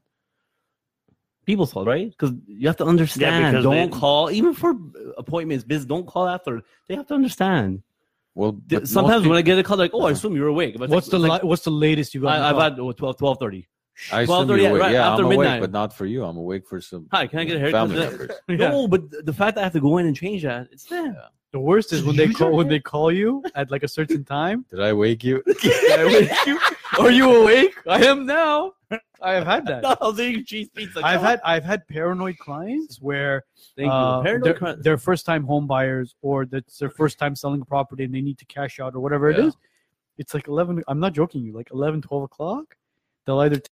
Speaker 3: people's fault, right? Because you have to understand.
Speaker 4: because
Speaker 3: don't
Speaker 4: they-
Speaker 3: call even for appointments. Biz, don't call after. They have to understand.
Speaker 1: Well,
Speaker 3: Th-
Speaker 1: but most
Speaker 3: Sometimes
Speaker 1: peop-
Speaker 3: when I get a call, like, oh, I assume you're awake. But it's
Speaker 2: What's the
Speaker 3: like,
Speaker 2: li- what's the latest you got?
Speaker 3: I,
Speaker 2: on
Speaker 3: I've
Speaker 2: the
Speaker 3: had oh, 12, 12.30.
Speaker 1: I assume
Speaker 3: 12:30,
Speaker 1: you're awake.
Speaker 3: right,
Speaker 1: yeah,
Speaker 3: after
Speaker 1: I'm
Speaker 3: midnight.
Speaker 1: awake, but not for you. I'm awake for some
Speaker 3: Hi, can I get a haircut?
Speaker 1: family members.
Speaker 2: Yeah.
Speaker 3: No, but th- the fact that I have to go in and change that, it's eh. there.
Speaker 2: The worst is when they call when they call you at like a certain time.
Speaker 1: Did I wake you?
Speaker 2: Did I wake you? Are you awake? I am now. I have had that.
Speaker 3: No, the cheese pizza.
Speaker 2: I've had I've had paranoid clients where
Speaker 3: Thank
Speaker 2: uh,
Speaker 3: you. Paranoid
Speaker 2: they're,
Speaker 3: cri-
Speaker 2: first time home buyers or that's their first time selling a property and they need to cash out or whatever it
Speaker 1: Yeah.
Speaker 2: is. It's like eleven. I'm not joking you. Like 11, 12 o'clock. They'll either